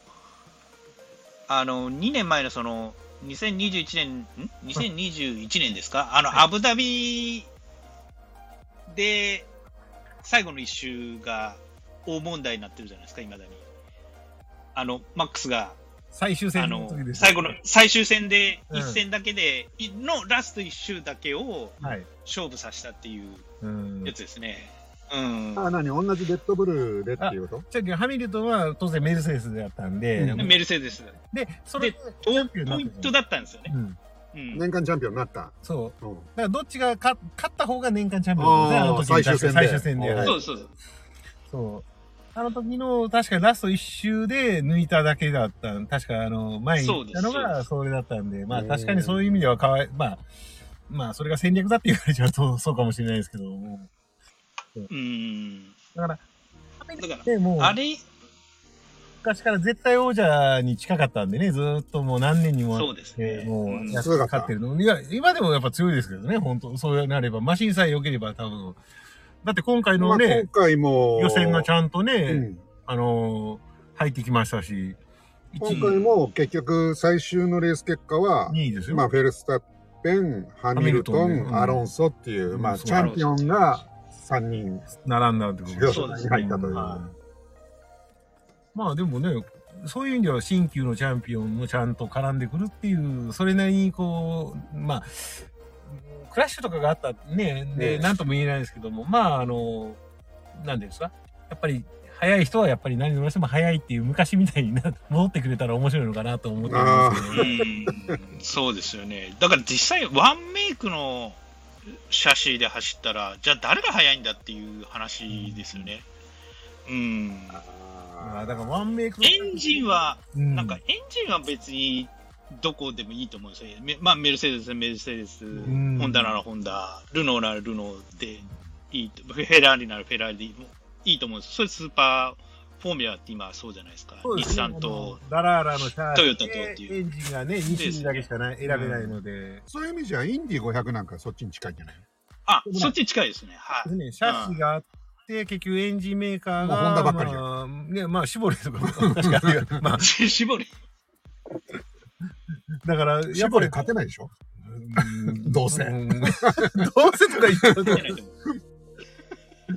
Speaker 3: あの、2年前のその、2021年、ん ?2021 年ですかあの、アブダビで、最後の一周が大問題になってるじゃないですか、いまだに。あの、マックスが
Speaker 2: 最終
Speaker 3: あ
Speaker 2: 戦の
Speaker 3: の
Speaker 2: 時です、
Speaker 3: 最後の最終戦で
Speaker 2: うん
Speaker 3: 一戦だけで、いのラスト1周だけを
Speaker 2: はい。
Speaker 3: 勝負させたっていう
Speaker 2: うん
Speaker 3: や。つですね。うん、
Speaker 1: あ、何同じレッドブルーでっていうこと
Speaker 2: じゃあハミルトンは当然メルセデスだったんで、
Speaker 1: うん
Speaker 3: メルセデス、
Speaker 2: で、それ
Speaker 3: でポイントだったんですよね。
Speaker 2: うん。
Speaker 3: うん
Speaker 1: 年間チャンピオンになった。
Speaker 2: そう。
Speaker 1: うん。
Speaker 2: だからどっちが勝勝った方が年間チャンピオンですね、あの時に確か
Speaker 1: あー最終戦で
Speaker 2: 最終戦で。
Speaker 1: おー
Speaker 2: はい
Speaker 3: そうそうそう
Speaker 2: そう。あの時の、確かラスト一周で抜いただけだった。確かあの、前に行ったの
Speaker 3: そうで
Speaker 2: が
Speaker 3: す
Speaker 2: それだったんで、まあ
Speaker 1: うん
Speaker 2: 確かにそういう意味ではかわい、まあ、まあそれが戦略だって言われちゃうとそうかもしれないですけど、も
Speaker 3: うん
Speaker 2: うだから、
Speaker 3: だから
Speaker 2: でもう
Speaker 3: あれ、
Speaker 2: 昔から絶対王者に近かったんでね、ずーっともう何年にも。
Speaker 3: そうですね
Speaker 2: えーも
Speaker 3: うん
Speaker 2: う、やっ勝ってるの。いや、今でもやっぱ強いですけどね、本当そうなれば。マシンさえ良ければ多分。だって今回
Speaker 1: ま
Speaker 2: の
Speaker 1: あ、今
Speaker 2: ね、
Speaker 1: 回も。
Speaker 2: 予選がちゃんとね、
Speaker 1: うん
Speaker 2: あのー入ってきましたし、
Speaker 1: 今回も結局最終のレース結果は、
Speaker 2: 2位ですよ。
Speaker 1: まあ、フェルスタッペン、ハミルト
Speaker 2: ハ
Speaker 1: ン、
Speaker 2: ミルトンねうん
Speaker 1: アロンソっていう、
Speaker 2: うん
Speaker 1: まあ、
Speaker 2: そう
Speaker 1: チャンピオンが3人。
Speaker 2: 並んだってことです
Speaker 3: そうですね
Speaker 1: 入ったという
Speaker 2: はいまあでもね、そういう意味では新旧のチャンピオンもちゃんと絡んでくるっていう、それなりにこう、まあ、クラッシュとかがあったね、で、
Speaker 1: うん
Speaker 2: なんとも言えないですけども、まああの、なんていうんですか、やっぱり、早い人はやっぱり何をしても早いっていう昔みたいにな戻ってくれたら面白いのかなと思ってますけど、
Speaker 3: うんそうですよね。だから実際、ワンメイクのシャシーで走ったら、じゃあ誰が速いんだっていう話ですよね。うん、
Speaker 2: まあだからワンメイク
Speaker 3: エンジンは
Speaker 2: ン
Speaker 3: なんかエンジンは別にどこでもいいと思うんですよ。めまあ、メルセデス、メルセデス、
Speaker 2: ん
Speaker 3: ホンダならホンダ、ルノーならルノーでいいと、フェラーリならフェラーリもいいと思うんです。それスーパーフォーミュラって今そうじゃないですか。
Speaker 2: そうで
Speaker 3: 日
Speaker 2: すね
Speaker 3: 産と、
Speaker 2: あのダラーラのシャー
Speaker 3: トヨタとってい
Speaker 2: エ
Speaker 3: う
Speaker 2: ンジンがね、2種類だけしかない選べないので、
Speaker 1: そういう意味じゃ、インディ500なんかそっちに近いんじゃない
Speaker 3: あ
Speaker 2: でも、ね
Speaker 3: そっち近いですね。はい。
Speaker 2: ね、シャシがあって、結局エンジンメーカー
Speaker 1: もうホン
Speaker 2: が、
Speaker 1: ダばっかりじゃん
Speaker 2: まあ、ね、まあ、絞れとかも、確か に、まあ、
Speaker 3: 絞り。
Speaker 2: だから、
Speaker 1: や
Speaker 2: や
Speaker 1: っぱ
Speaker 2: っぱ
Speaker 1: り
Speaker 2: り、
Speaker 1: 勝てないでしょ
Speaker 2: うん
Speaker 1: どうせ
Speaker 2: ん どうせとか言っちゃうと、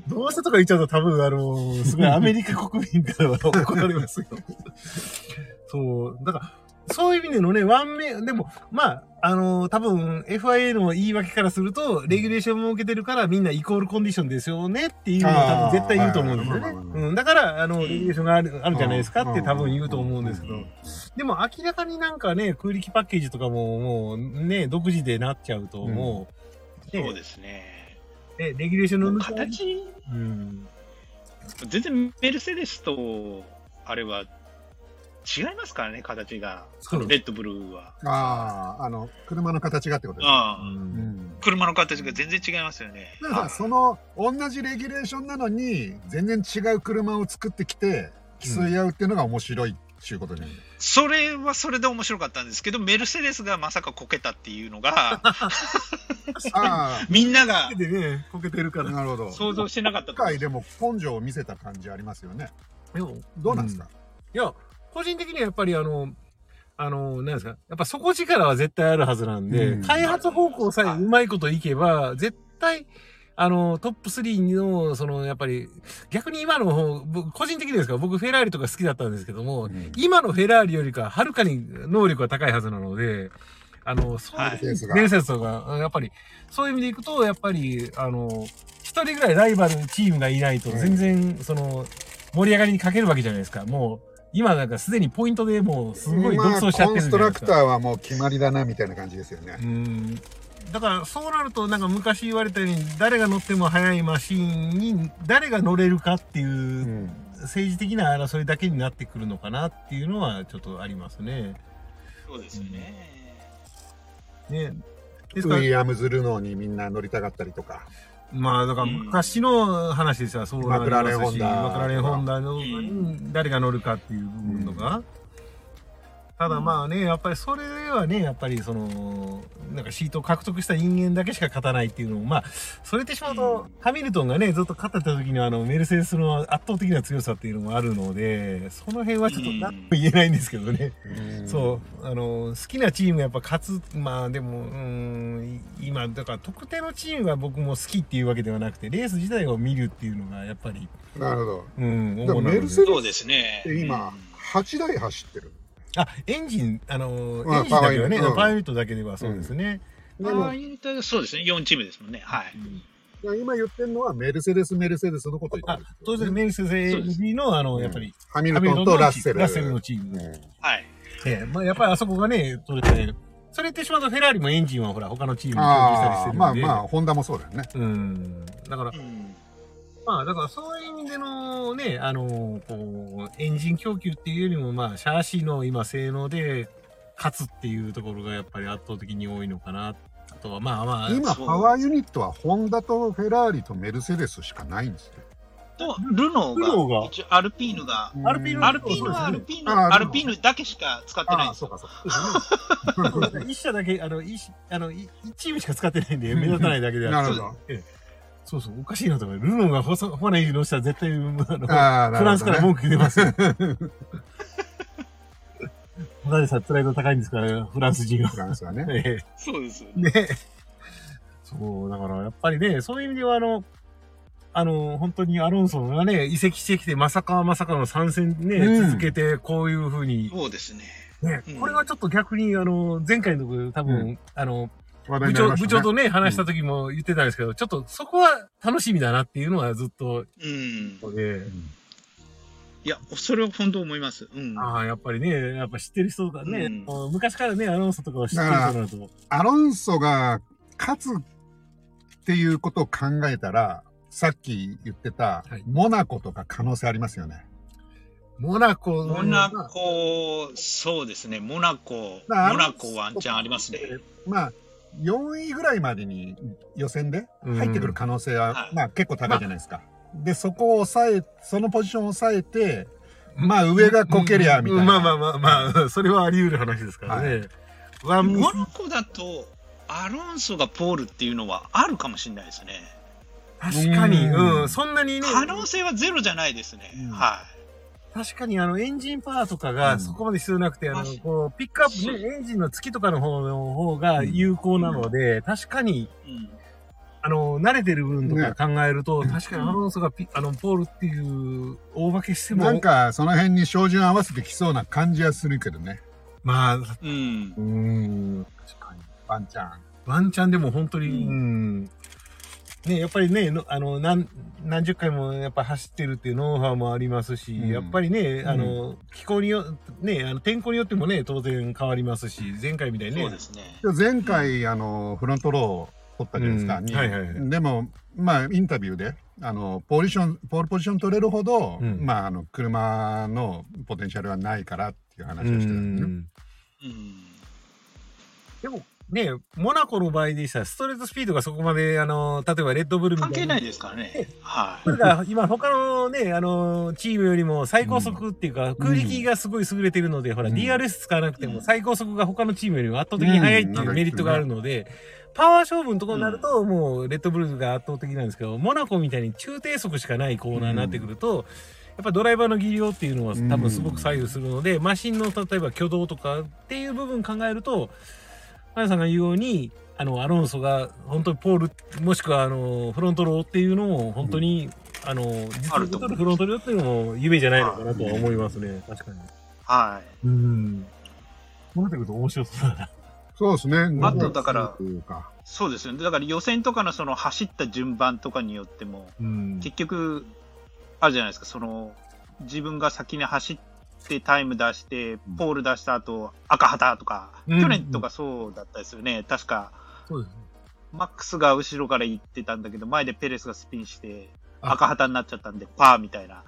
Speaker 2: どうせとか言っちゃうと多分、あの、すごいアメリカ国民からは怒られますよ。そう、だから、そういう意味でのね、ワンメイでも、まあ、あの多分 FIA の言い訳からすると、レギュレーションも受けてるから、みんなイコールコンディションですよねっていうのは多分絶対言うと思うんですよ
Speaker 1: あ
Speaker 2: ね。
Speaker 1: ーまあまあまあ
Speaker 2: うん、だから、あの、レギュレーションがあるあるじゃないですかって多分言うと思うんですけ
Speaker 1: う
Speaker 2: ど
Speaker 1: ん。
Speaker 2: でも明らかになんかね、空力パッケージとかももうね、独自でなっちゃうと、もう、
Speaker 3: そう
Speaker 2: ね
Speaker 3: ですね。
Speaker 2: えレギュレーションの向こうに
Speaker 3: 形、
Speaker 2: うん。
Speaker 3: 全然メルセデスと、あれは、違いますからね、形が。
Speaker 2: そう
Speaker 3: レッドブルーは。
Speaker 1: ああ、あの、車の形がってことですね。
Speaker 3: ああ
Speaker 1: うん
Speaker 3: 車の形が全然違いますよね。
Speaker 1: だからその同じレギュレーションなのに全然違う車を作ってきて競い合うっていうのが面白いっていうこと じゃない、
Speaker 3: それはそれで面白かったんですけど、メルセデスがまさかこけたっていうのが、
Speaker 1: あ
Speaker 3: みんなが
Speaker 2: でね、こけてるか
Speaker 1: あ
Speaker 2: ら。
Speaker 1: なるほど
Speaker 3: 想像してなかった
Speaker 1: 今回でも根性を見せた感じありますよね
Speaker 2: でも
Speaker 1: どうなんですか、
Speaker 2: いや、個人的にはやっぱりあの、あの、なんですか、やっぱ底力は絶対あるはずなんで、
Speaker 1: うん
Speaker 2: 開発方向さえうまいこといけば、絶対、あの、トップ3の、その、やっぱり、逆に今の方、僕個人的にですか、僕フェラーリとか好きだったんですけども、
Speaker 1: うん
Speaker 2: 今のフェラーリよりか、はるかに能力は高いはずなので、あの、そう
Speaker 3: はい
Speaker 1: センスが
Speaker 2: 伝説とか、やっぱり、そういう意味でいくと、やっぱり、あの、一人ぐらいライバルチームがいないと、
Speaker 1: うん
Speaker 2: 全然、その、盛り上がりに欠けるわけじゃないですか。もう、今なんかすでにポイントでもう、すごい独走しちゃ
Speaker 1: まあ
Speaker 2: って
Speaker 1: コ
Speaker 2: る
Speaker 1: ンス
Speaker 2: じゃ
Speaker 1: ト
Speaker 2: ない
Speaker 1: ラ
Speaker 2: です
Speaker 1: ク
Speaker 2: か。
Speaker 1: ターはもう決まりだなみたいな感じですよね
Speaker 2: う。ん。だから、そうなると、なんか昔言われたように、誰が乗っても速いマシンに、誰が乗れるかっていう、
Speaker 1: うん
Speaker 2: 政治的な争いだけになってくるのかなっていうのは、ちょっとありますね。
Speaker 3: そうですよね。
Speaker 2: ね。
Speaker 1: ウ
Speaker 2: ですから
Speaker 1: ィ、リアムズ・ルノーにみんな乗りたがったりとか。
Speaker 2: まあ、だから昔の話でしたらそうな
Speaker 1: マク
Speaker 2: りますし、
Speaker 1: ラーレンホンダ
Speaker 2: マクラーレンホンダの
Speaker 3: うん
Speaker 2: 誰が乗るかっていう部分とか。ただまあね、やっぱりそれはね、やっぱりその、なんかシートを獲得した人間だけしか勝たないっていうのも、まあ、それってしまうと、ハミルトンがね、ずっと勝ってた時のあの、メルセデスの圧倒的な強さっていうのもあるので、その辺はちょっと
Speaker 3: うん
Speaker 2: 何とも言えないんですけどね。
Speaker 1: うん
Speaker 2: そうあの好きなチームやっぱ勝つまあでもうーんい今だから特定のチームが僕も好きっていうわけではなくてレース自体を見るっていうのがやっぱり
Speaker 1: なるほど。
Speaker 2: うん
Speaker 1: でも
Speaker 2: 主なので
Speaker 1: メルセデ
Speaker 3: そうですね。
Speaker 1: で今8台走ってる。
Speaker 2: あエンジンあの
Speaker 1: うん
Speaker 2: エンジンだけは
Speaker 1: パワーユニ
Speaker 2: ね
Speaker 1: ットうん
Speaker 2: パワーユニットだけではそうですね、
Speaker 1: で
Speaker 3: あ
Speaker 1: も
Speaker 3: あいうとそうですね。4チームですもんね。はい。
Speaker 1: いや今言ってるのはメルセデス、メルセデスのこと言っ
Speaker 2: あ
Speaker 1: てるんですよ
Speaker 2: 当然メルセデ
Speaker 3: そうで
Speaker 2: ス AMG のあの
Speaker 1: うん
Speaker 2: やっぱり、
Speaker 1: ハミ
Speaker 2: ハ
Speaker 1: ル
Speaker 2: ミ
Speaker 1: ト
Speaker 2: ルト
Speaker 1: ンと
Speaker 2: ンの
Speaker 1: ラッセル。
Speaker 2: ラッセルのチーム、
Speaker 1: うん
Speaker 3: はい。
Speaker 2: ええまあ、やっぱりあそこがね取れてそれってしまうとフェラーリもエンジンはほら他のチームに供給したりし
Speaker 1: ああ、
Speaker 2: てるんで
Speaker 1: まあまあ、ホンダもそうだよね。
Speaker 2: うんだから
Speaker 3: うん
Speaker 2: まあ、だからそういう意味でのね、あのこう、エンジン供給っていうよりも、まあ、シャーシの今、性能で勝つっていうところがやっぱり圧倒的に多いのかな。あとは、まあまあ、
Speaker 1: 今、パワーユニットはホンダとフェラーリとメルセデスしかないんですよ。
Speaker 3: と、ルノーが、
Speaker 2: ルノーが
Speaker 3: 一応アルピーヌが、
Speaker 2: アルピー
Speaker 1: う
Speaker 2: ヌ
Speaker 1: ん
Speaker 3: アルピーヌ
Speaker 2: そ
Speaker 3: はア
Speaker 2: う
Speaker 3: ル
Speaker 2: です
Speaker 3: ピーヌ、
Speaker 1: あ
Speaker 3: アルピーヌだけしか使ってない
Speaker 1: あ
Speaker 3: ん
Speaker 1: あ、
Speaker 3: です
Speaker 1: そう
Speaker 3: よ。
Speaker 1: か、そうか。
Speaker 2: 一社だけ、あの、一、あの、い一チームしか使ってないんで、
Speaker 1: うん
Speaker 2: 目立たないだけで あ
Speaker 1: な
Speaker 2: って
Speaker 1: るほど。
Speaker 2: そうそう、おかしいなと思う。ルノーがホソホネイのしたら絶対、あの、
Speaker 1: ああ、なるほどね
Speaker 2: フランスから文句出ますよ。ホナレさん、プライド高いんですから、フランス人は。
Speaker 1: フランスはね。
Speaker 2: ええ
Speaker 3: そうですよね。
Speaker 2: ね。 そう、だからやっぱりね、そういう意味ではあの、あの、本当にアロンソがね、移籍してきて、まさかまさかの参戦ね、
Speaker 1: うん
Speaker 2: 続けて、こういうふうに、
Speaker 3: そうですね。
Speaker 2: ね
Speaker 3: うん、
Speaker 2: これはちょっと逆に、あの、前回のところ多分、
Speaker 1: う
Speaker 2: あの、
Speaker 1: 話題にな
Speaker 2: 部
Speaker 1: り
Speaker 2: 長、
Speaker 1: ました
Speaker 2: 部
Speaker 1: ね
Speaker 2: 長とね、話した時も言ってたんですけど、ちょっとそこは楽しみだなっていうのはずっと、
Speaker 3: うん。
Speaker 2: で
Speaker 1: うん
Speaker 3: いや、それは本当思います。うん。
Speaker 2: ああ、やっぱりね、やっぱ知ってる人がね、
Speaker 3: うん
Speaker 2: もう昔からね、アロンソとかを知ってる人なると、
Speaker 1: アロンソが勝つっていうことを考えたら、さっき言ってた
Speaker 2: はい、
Speaker 1: モナコとか可能性ありますよね。
Speaker 2: モナコの
Speaker 3: モナコ、そうですね。モナコ、モ
Speaker 1: だから
Speaker 3: ナコワンチャンありますね。
Speaker 1: まあ、4位ぐらいまでに予選で入ってくる可能性は、
Speaker 3: うん
Speaker 1: まあ結構高いじゃないですか。で、そこを抑え、そのポジションを抑えて、まあ上がこけりゃ、みたいな。
Speaker 2: まあまあまあまあ、それはあり得る話ですからね。ワンミ
Speaker 3: モ
Speaker 2: ス
Speaker 3: ナコだと、アロンソがポールっていうのはあるかもしれないですね。
Speaker 2: 確かに、
Speaker 1: うん
Speaker 2: うん、そんなにね、
Speaker 3: 可能性はゼロじゃないですね。
Speaker 1: うん
Speaker 3: は
Speaker 2: 確かにあの、エンジンパワーとか
Speaker 1: う
Speaker 2: が
Speaker 1: ん
Speaker 2: そこまで必要なくて、あ
Speaker 3: マ
Speaker 2: の、
Speaker 3: ジ
Speaker 2: こう、ピックアップね、エンジンの付きとかの方の方が有効なので、確かに、
Speaker 3: い。うん。
Speaker 2: あの、慣れてる分と
Speaker 1: ね
Speaker 2: か考えると、
Speaker 1: うん
Speaker 2: 確かにアロンソがピ、あの、ポールっていう大化けしても、
Speaker 1: なんか、その辺に照準合わせてきそうな感じはするけどね。
Speaker 2: まあ、
Speaker 3: うん。
Speaker 1: うん。確かに。ワンチャン。
Speaker 2: ワンチャンでも本当に、
Speaker 3: う
Speaker 2: うんね、やっぱりね、のあの、何、何十回もやっぱ走ってるっていうノウハウもありますし、
Speaker 1: うん
Speaker 2: やっぱりね、
Speaker 1: ん
Speaker 2: あの、気候によ、ね、あの、天候によってもね、当然変わりますし、前回みたいに
Speaker 3: そ
Speaker 2: ね
Speaker 3: うで。すね。
Speaker 1: で前回、あの、フロントロー取ったじゃないですか。
Speaker 2: うん
Speaker 1: に
Speaker 2: はいはいはい
Speaker 1: でも、まあ、インタビューで、あの、ポジション、ポールポジション取れるほど、
Speaker 2: うん
Speaker 1: まあ、あの、車のポテンシャルはないからっていう話をしてたんですね。
Speaker 3: うん。
Speaker 2: でも、ね、モナコの場合でしたら、ストレートスピードがそこまで、あの、例えばレッドブルみたい
Speaker 3: 関
Speaker 2: な。
Speaker 3: 係ないですからね。は
Speaker 2: ただ今、他のね、あの、チームよりも最高速っていうか、空力がすごい優れてるので、ほら、
Speaker 1: うん
Speaker 2: DRS 使わなくて
Speaker 3: う
Speaker 2: も
Speaker 3: ん
Speaker 2: 最高速が他のチームよりも圧倒的に速いっていうメリットがあるので、パワー勝負のところになると、もう、レッドブルが圧倒的なんですけど、モナコみたいに中低速しかないコーナーになってくると、っぱドライバーの技量っていうのは
Speaker 1: うん
Speaker 2: 多分すごく左右するので、マシンの例えば挙動とかっていう部分考えるとマヤさんが言うようにあのアロンソが本当にポールもしくはあのフロントローっていうのも本当に、あの実
Speaker 3: ある
Speaker 2: 力取
Speaker 3: と思
Speaker 2: る
Speaker 3: う
Speaker 2: フロントローっていうのも夢じゃないのかなとは思いますね確かに。
Speaker 3: は
Speaker 2: うん。こうなってくると面白そうだな。
Speaker 1: そうですね。
Speaker 3: あとだから
Speaker 1: というか
Speaker 3: い。そうですよね。だから予選とかのその走った順番とかによっても、
Speaker 2: うん
Speaker 3: 結局、あるじゃないですか、その、自分が先に走ってタイム出して
Speaker 1: ん、
Speaker 3: ポール出した後、赤旗とか、
Speaker 2: うん
Speaker 3: 去年とかそうだったですよね。確か、
Speaker 2: そうですね。
Speaker 3: マックスが後ろから行ってたんだけど、前でペレスがスピンして、
Speaker 2: あ
Speaker 3: 赤旗になっちゃったんで、パーみたいな。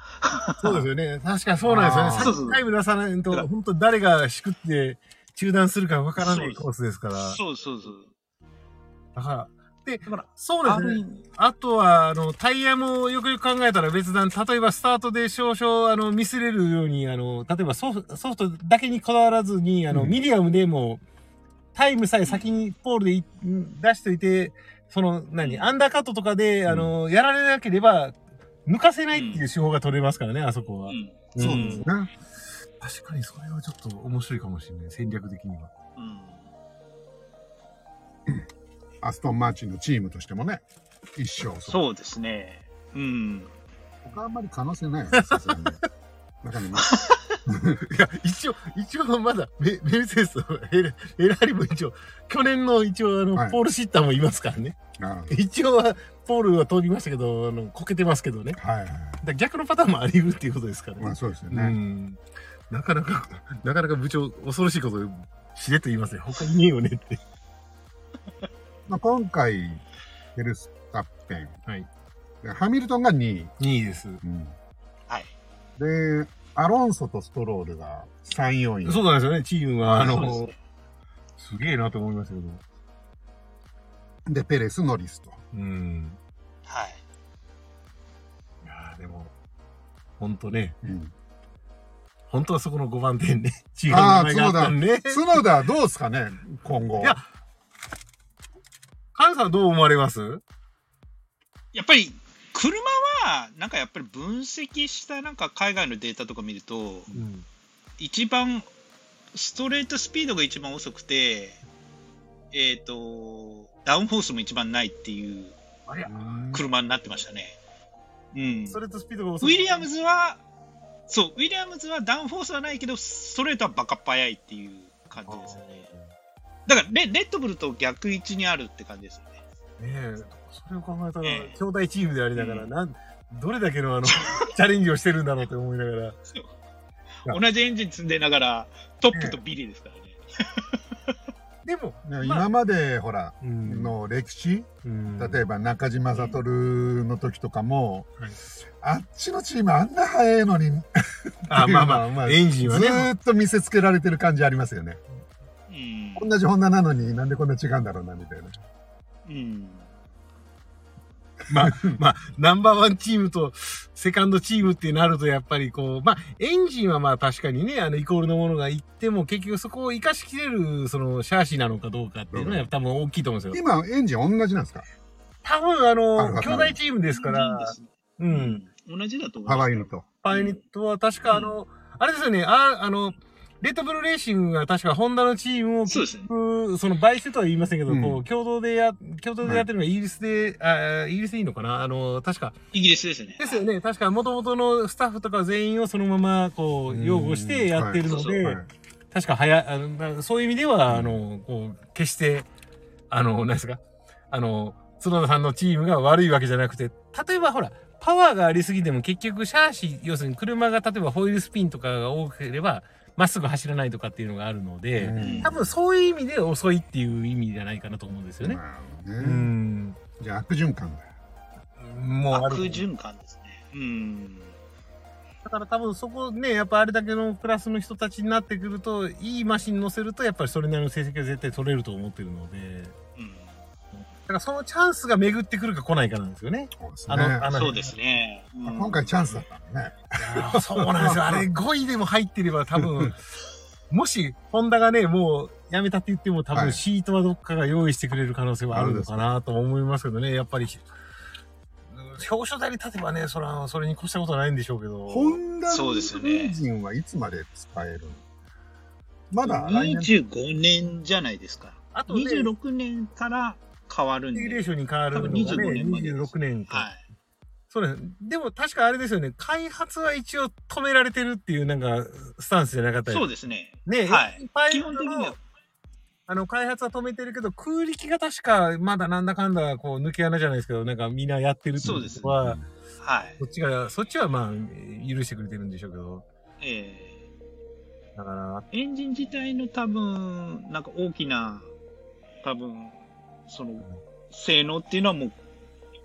Speaker 2: そうですよね。確かにそうなんですよね。
Speaker 1: あー
Speaker 2: さっきタイム出さない
Speaker 3: そうそ
Speaker 2: と、
Speaker 3: う
Speaker 2: 本当誰がしくって中断するかわからない
Speaker 3: そう
Speaker 2: コースですから。
Speaker 3: そうそうそう。
Speaker 2: だから。で
Speaker 3: だから、
Speaker 2: そう
Speaker 3: あ
Speaker 2: です
Speaker 3: る意
Speaker 2: ね。
Speaker 3: 味、
Speaker 2: あとは、あの、タイヤもよくよく考えたら別段、例えばスタートで少々、あの、ミスれるように、あの、例えばソフトソフトだけにこだわらずに、あの、
Speaker 1: うん
Speaker 2: ミディアムでも、タイムさえ先にポールでい出しといて、その、何、アンダーカットとかで、あの、やられなければ、抜かせないっていう手法が取れますからね、あそこは。
Speaker 3: うん。
Speaker 1: そうですね。
Speaker 2: 確かにそれはちょっと面白いかもしれない戦略的には
Speaker 3: うん。
Speaker 1: アストンマーチンのチームとしてもね、一勝。う。
Speaker 3: そうですね。うん。
Speaker 1: 他あんまり可能性ないよね、さすがにね。だからね
Speaker 2: いや一応一応まだメメルセデスとエラエラーリも一応去年の一応あの、
Speaker 1: はい
Speaker 2: ポールシッターもいますからね
Speaker 1: あ
Speaker 2: 一応はポールは通りましたけどあのこけてますけどねだか
Speaker 1: あはいはい。
Speaker 2: ら逆のパターンもあり得るっていうことですからね,、
Speaker 1: まあそうですよ
Speaker 2: う
Speaker 1: ね。
Speaker 2: んなかなかなかなか部長恐ろしいことをしれっと言いますね他にねえよねって
Speaker 1: まあ今回、ヘルスタッペン。
Speaker 2: はい
Speaker 1: でハミルトンが2位。
Speaker 2: 2位です
Speaker 1: うん
Speaker 3: はい。
Speaker 1: で、アロンソとストロールが3、4位。
Speaker 2: そうなんですよねチームはあ
Speaker 3: そうです
Speaker 2: の
Speaker 3: ね
Speaker 2: すげえなと思いましたけど
Speaker 1: で、ペレス、ノリスと。
Speaker 2: うん
Speaker 3: はい。
Speaker 2: いやーでも本当ね
Speaker 1: うん
Speaker 2: 本当はそこの5番点ね。違う名前があったんね。
Speaker 1: 角田はどうですかね、今後。
Speaker 2: いやカンさんどう思われます
Speaker 3: やっぱり車はなんかやっぱり分析したなんか海外のデータとか見ると
Speaker 2: うん。
Speaker 3: 一番ストレートスピードが一番遅くてえっ、とダウンフォースも一番ないっていう
Speaker 2: あれ
Speaker 1: うん
Speaker 3: 車になってましたね。うん、
Speaker 2: スト
Speaker 3: ウ
Speaker 2: レートスピードが遅い。
Speaker 3: ィリアムズはそうウィリアムズはダウンフォースはないけどストレートはバカっ早いっていう感じですよね。だからレレッドブルと逆位置にあるって感じですよね。
Speaker 2: ねえ、それを考えたら、
Speaker 3: ええ
Speaker 2: 兄弟チームでありながら、
Speaker 3: うん
Speaker 2: なん、どれだけのあの、チャレンジをしてるんだろうと思いながら。
Speaker 3: 同じエンジン積んでながらトップとビリですからね。
Speaker 2: でも、
Speaker 1: ね
Speaker 2: まあ
Speaker 1: 今まで、ほら、
Speaker 2: うん
Speaker 1: の歴史、
Speaker 2: うん
Speaker 1: 例えば中島悟の時とかも、
Speaker 2: はい
Speaker 1: あっちのチームあんな速いのに、
Speaker 2: あ、まあ ま
Speaker 1: まあまあ
Speaker 2: あ、エンジ
Speaker 1: ず
Speaker 2: ンはね。
Speaker 1: ーっと見せつけられてる感じありますよね。
Speaker 3: うん
Speaker 1: 同じホンダなのになんでこんな違うんだろうな、みたいな。
Speaker 3: うん
Speaker 2: まあ、ナンバーワンチームと、セカンドチームってなると、やっぱりこう、まあ、エンジンはまあ確かにね、あの、イコールのものがいっても、結局そこを活かしきれる、その、シャーシなのかどうかっていうのは、多分大きいと思うんですよ。
Speaker 1: 今、エンジン同じなんですか
Speaker 2: 多分、あ
Speaker 1: あ
Speaker 2: の、
Speaker 1: わ
Speaker 2: 兄
Speaker 1: かんない
Speaker 2: 弟チームですから、う。
Speaker 3: うんん、同じだと思い
Speaker 1: ハ
Speaker 3: ま
Speaker 1: ワ
Speaker 3: す
Speaker 1: イのと。
Speaker 2: パイニットは確かあの、あれですよね、あ、あの、レッドブルレーシングが確かホンダのチームを
Speaker 3: そうですね。
Speaker 2: その買収とは言いませんけど、
Speaker 1: うん
Speaker 2: こう共同でや共同でやってるのがイギリスで、あイギリスでいいのかなあの確か
Speaker 3: イギリスですね。
Speaker 2: ですよね確か元々のスタッフとか全員をそのままこ
Speaker 1: うん
Speaker 2: う擁護してやってるので、
Speaker 1: はい
Speaker 2: 確か早あのなそういう意味では、
Speaker 1: うん
Speaker 2: あのこう決してあの何ですかあの角田さんのチームが悪いわけじゃなくて例えばほらパワーがありすぎても結局シャーシ要するに車が例えばホイールスピンとかが多ければまっすぐ走らないとかっていうのがあるので、
Speaker 1: うん
Speaker 2: 多分そういう意味で遅いっていう意味じゃないかなと思うんですよね。
Speaker 1: まあ
Speaker 2: う
Speaker 1: ね
Speaker 2: ん、
Speaker 1: じゃあ悪循環だよ。
Speaker 2: もうある
Speaker 3: 悪循環ですね。うん。
Speaker 2: だから多分そこね、やっぱあれだけのクラスの人たちになってくると、いいマシン乗せると、やっぱりそれなりの成績は絶対取れると思ってるので、
Speaker 3: うん
Speaker 2: だからそのチャンスが巡ってくるか来ないかなんですよね。
Speaker 1: そうです
Speaker 2: あの、
Speaker 1: ね。
Speaker 2: あの、
Speaker 3: そうですね。うん
Speaker 1: 今回チャンスだったんだね。
Speaker 2: いやー そうなんですよ。あれ5位でも入ってれば多分、もし、ホンダがね、もう、やめたって言っても多
Speaker 1: は
Speaker 2: 分
Speaker 1: い
Speaker 2: シートはどっかが用意してくれる可能性はあるのかなとは思いますけどね、やっぱり。うん表彰台に立てばね、そら、それに越したことはないんでしょうけど。
Speaker 1: ホンダ
Speaker 3: そ
Speaker 1: の
Speaker 3: うですよね
Speaker 1: エンジンはいつまで使えるのまだ来年
Speaker 3: 25年じゃないですか。
Speaker 2: あとね、レ
Speaker 3: 26年から変わるん
Speaker 2: ギュレー
Speaker 3: で。
Speaker 2: ションに変わるのがね、
Speaker 3: 多分25年まで
Speaker 2: 26年か。
Speaker 3: はい。
Speaker 2: そうです。でも確かあれですよね、開発は一応止められてるっていうなんか、スタンスじゃなかった
Speaker 3: そう
Speaker 2: で
Speaker 3: ですね。
Speaker 2: す。ねえ、
Speaker 3: はい
Speaker 2: パイ
Speaker 3: 基
Speaker 2: ロッ
Speaker 3: 本
Speaker 2: ト
Speaker 3: 的に
Speaker 2: の
Speaker 3: は、
Speaker 2: あの、開発は止めてるけど、空力が確か、まだなんだかんだ、こう、抜け穴じゃないですけど、なんかみんなやってるってい
Speaker 3: そううで
Speaker 2: こ
Speaker 3: すね
Speaker 2: とは、
Speaker 3: はい。
Speaker 2: そっちが、そっちはまあ、許してくれてるんでしょうけど、
Speaker 3: え
Speaker 2: だから、
Speaker 3: ーエンジン自体の多分、なんか大きな、多分、その、性能っていうのはもう、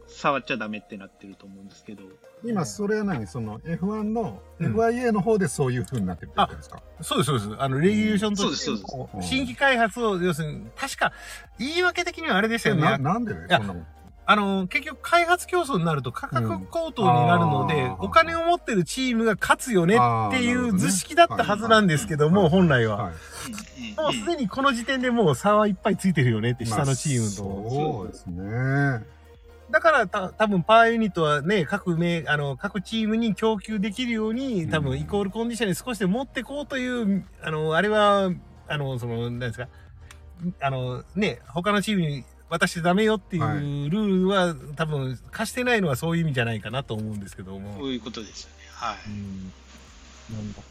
Speaker 3: 触っちゃダメってなってると思うんですけど。
Speaker 1: 今それは何その F1 の
Speaker 2: うん
Speaker 1: FIA の方でそういう風になってるってことですか、
Speaker 2: そうです、そうです。あの、レギュレーション
Speaker 3: そう
Speaker 2: と
Speaker 3: で
Speaker 2: して
Speaker 3: す、そうです。
Speaker 1: こう
Speaker 2: 新規開発を、要するに、確か、言い訳的にはあれでしたよ
Speaker 1: な
Speaker 2: ね。
Speaker 1: なんでね
Speaker 2: いや
Speaker 1: そんなもん
Speaker 2: あの、結局、開発競争になると価格高騰になるので、
Speaker 1: うんあー
Speaker 2: お金を持ってるチームが勝つよね
Speaker 1: あー
Speaker 2: ってい
Speaker 1: なるほ
Speaker 2: う
Speaker 1: どね
Speaker 2: 図式だったはずなんですけど
Speaker 1: は
Speaker 2: も、
Speaker 1: い
Speaker 2: 本来は。
Speaker 1: はい
Speaker 2: もう
Speaker 3: うん
Speaker 2: すでにこの時点でもう差はいっぱいついてるよねって、下のチーム
Speaker 1: まあ
Speaker 2: と。
Speaker 1: そうですね
Speaker 2: だからた多分パワーユニットはね、各名、あの、各チームに供給できるように、多
Speaker 1: う
Speaker 2: 分
Speaker 1: ん
Speaker 2: イコールコンディションに少しでも持ってこうという、あの、あれは、あの、その、なんですか、あの、ね、他のチームに渡してダメよってい
Speaker 1: はいう
Speaker 2: ルールは、多分貸してないのはそういう意味じゃないかなと思うんですけども。
Speaker 3: こういうことですよね。はい。
Speaker 2: うん。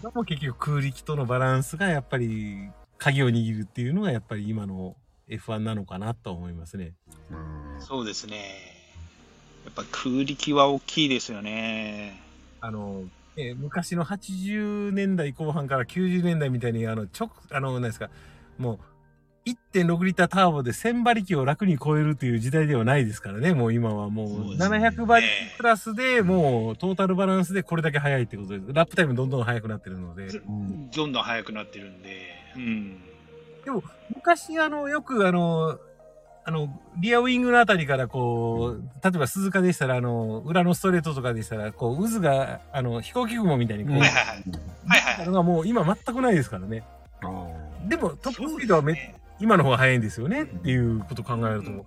Speaker 2: でも結局空力とのバランスがやっぱり鍵を握るっていうのがやっぱり今の F1 なのかなと思いますね。
Speaker 1: うん
Speaker 3: そうですね。やっぱ空力は大きいですよね。
Speaker 2: あの、ね昔の80年代後半から90年代みたいに、あの、直、あの、何ですか、もう、1.6リッターターボで1000馬力を楽に超えるという時代ではないですからね、もう今はもう
Speaker 3: そうですね
Speaker 2: 700馬力プラスで、もうトータルバランスでこれだけ速いってことです。ラップタイムどんどん速くなってるので。
Speaker 1: うん
Speaker 3: どんどん速くなってるんで。うん。
Speaker 2: 昔、あの、よくあの、あの、リアウィングのあたりからこう、例えば鈴鹿でしたら、あの、裏のストレートとかでしたら、こう、渦が、あの、飛行機雲みたいにこう、
Speaker 1: うん
Speaker 3: はいはいはい。はいはい
Speaker 2: あのがもう今全くないですからね。
Speaker 1: あー
Speaker 2: でもトップスピードはめ、今の方が速いんですよねっていうことを考えると、
Speaker 3: うん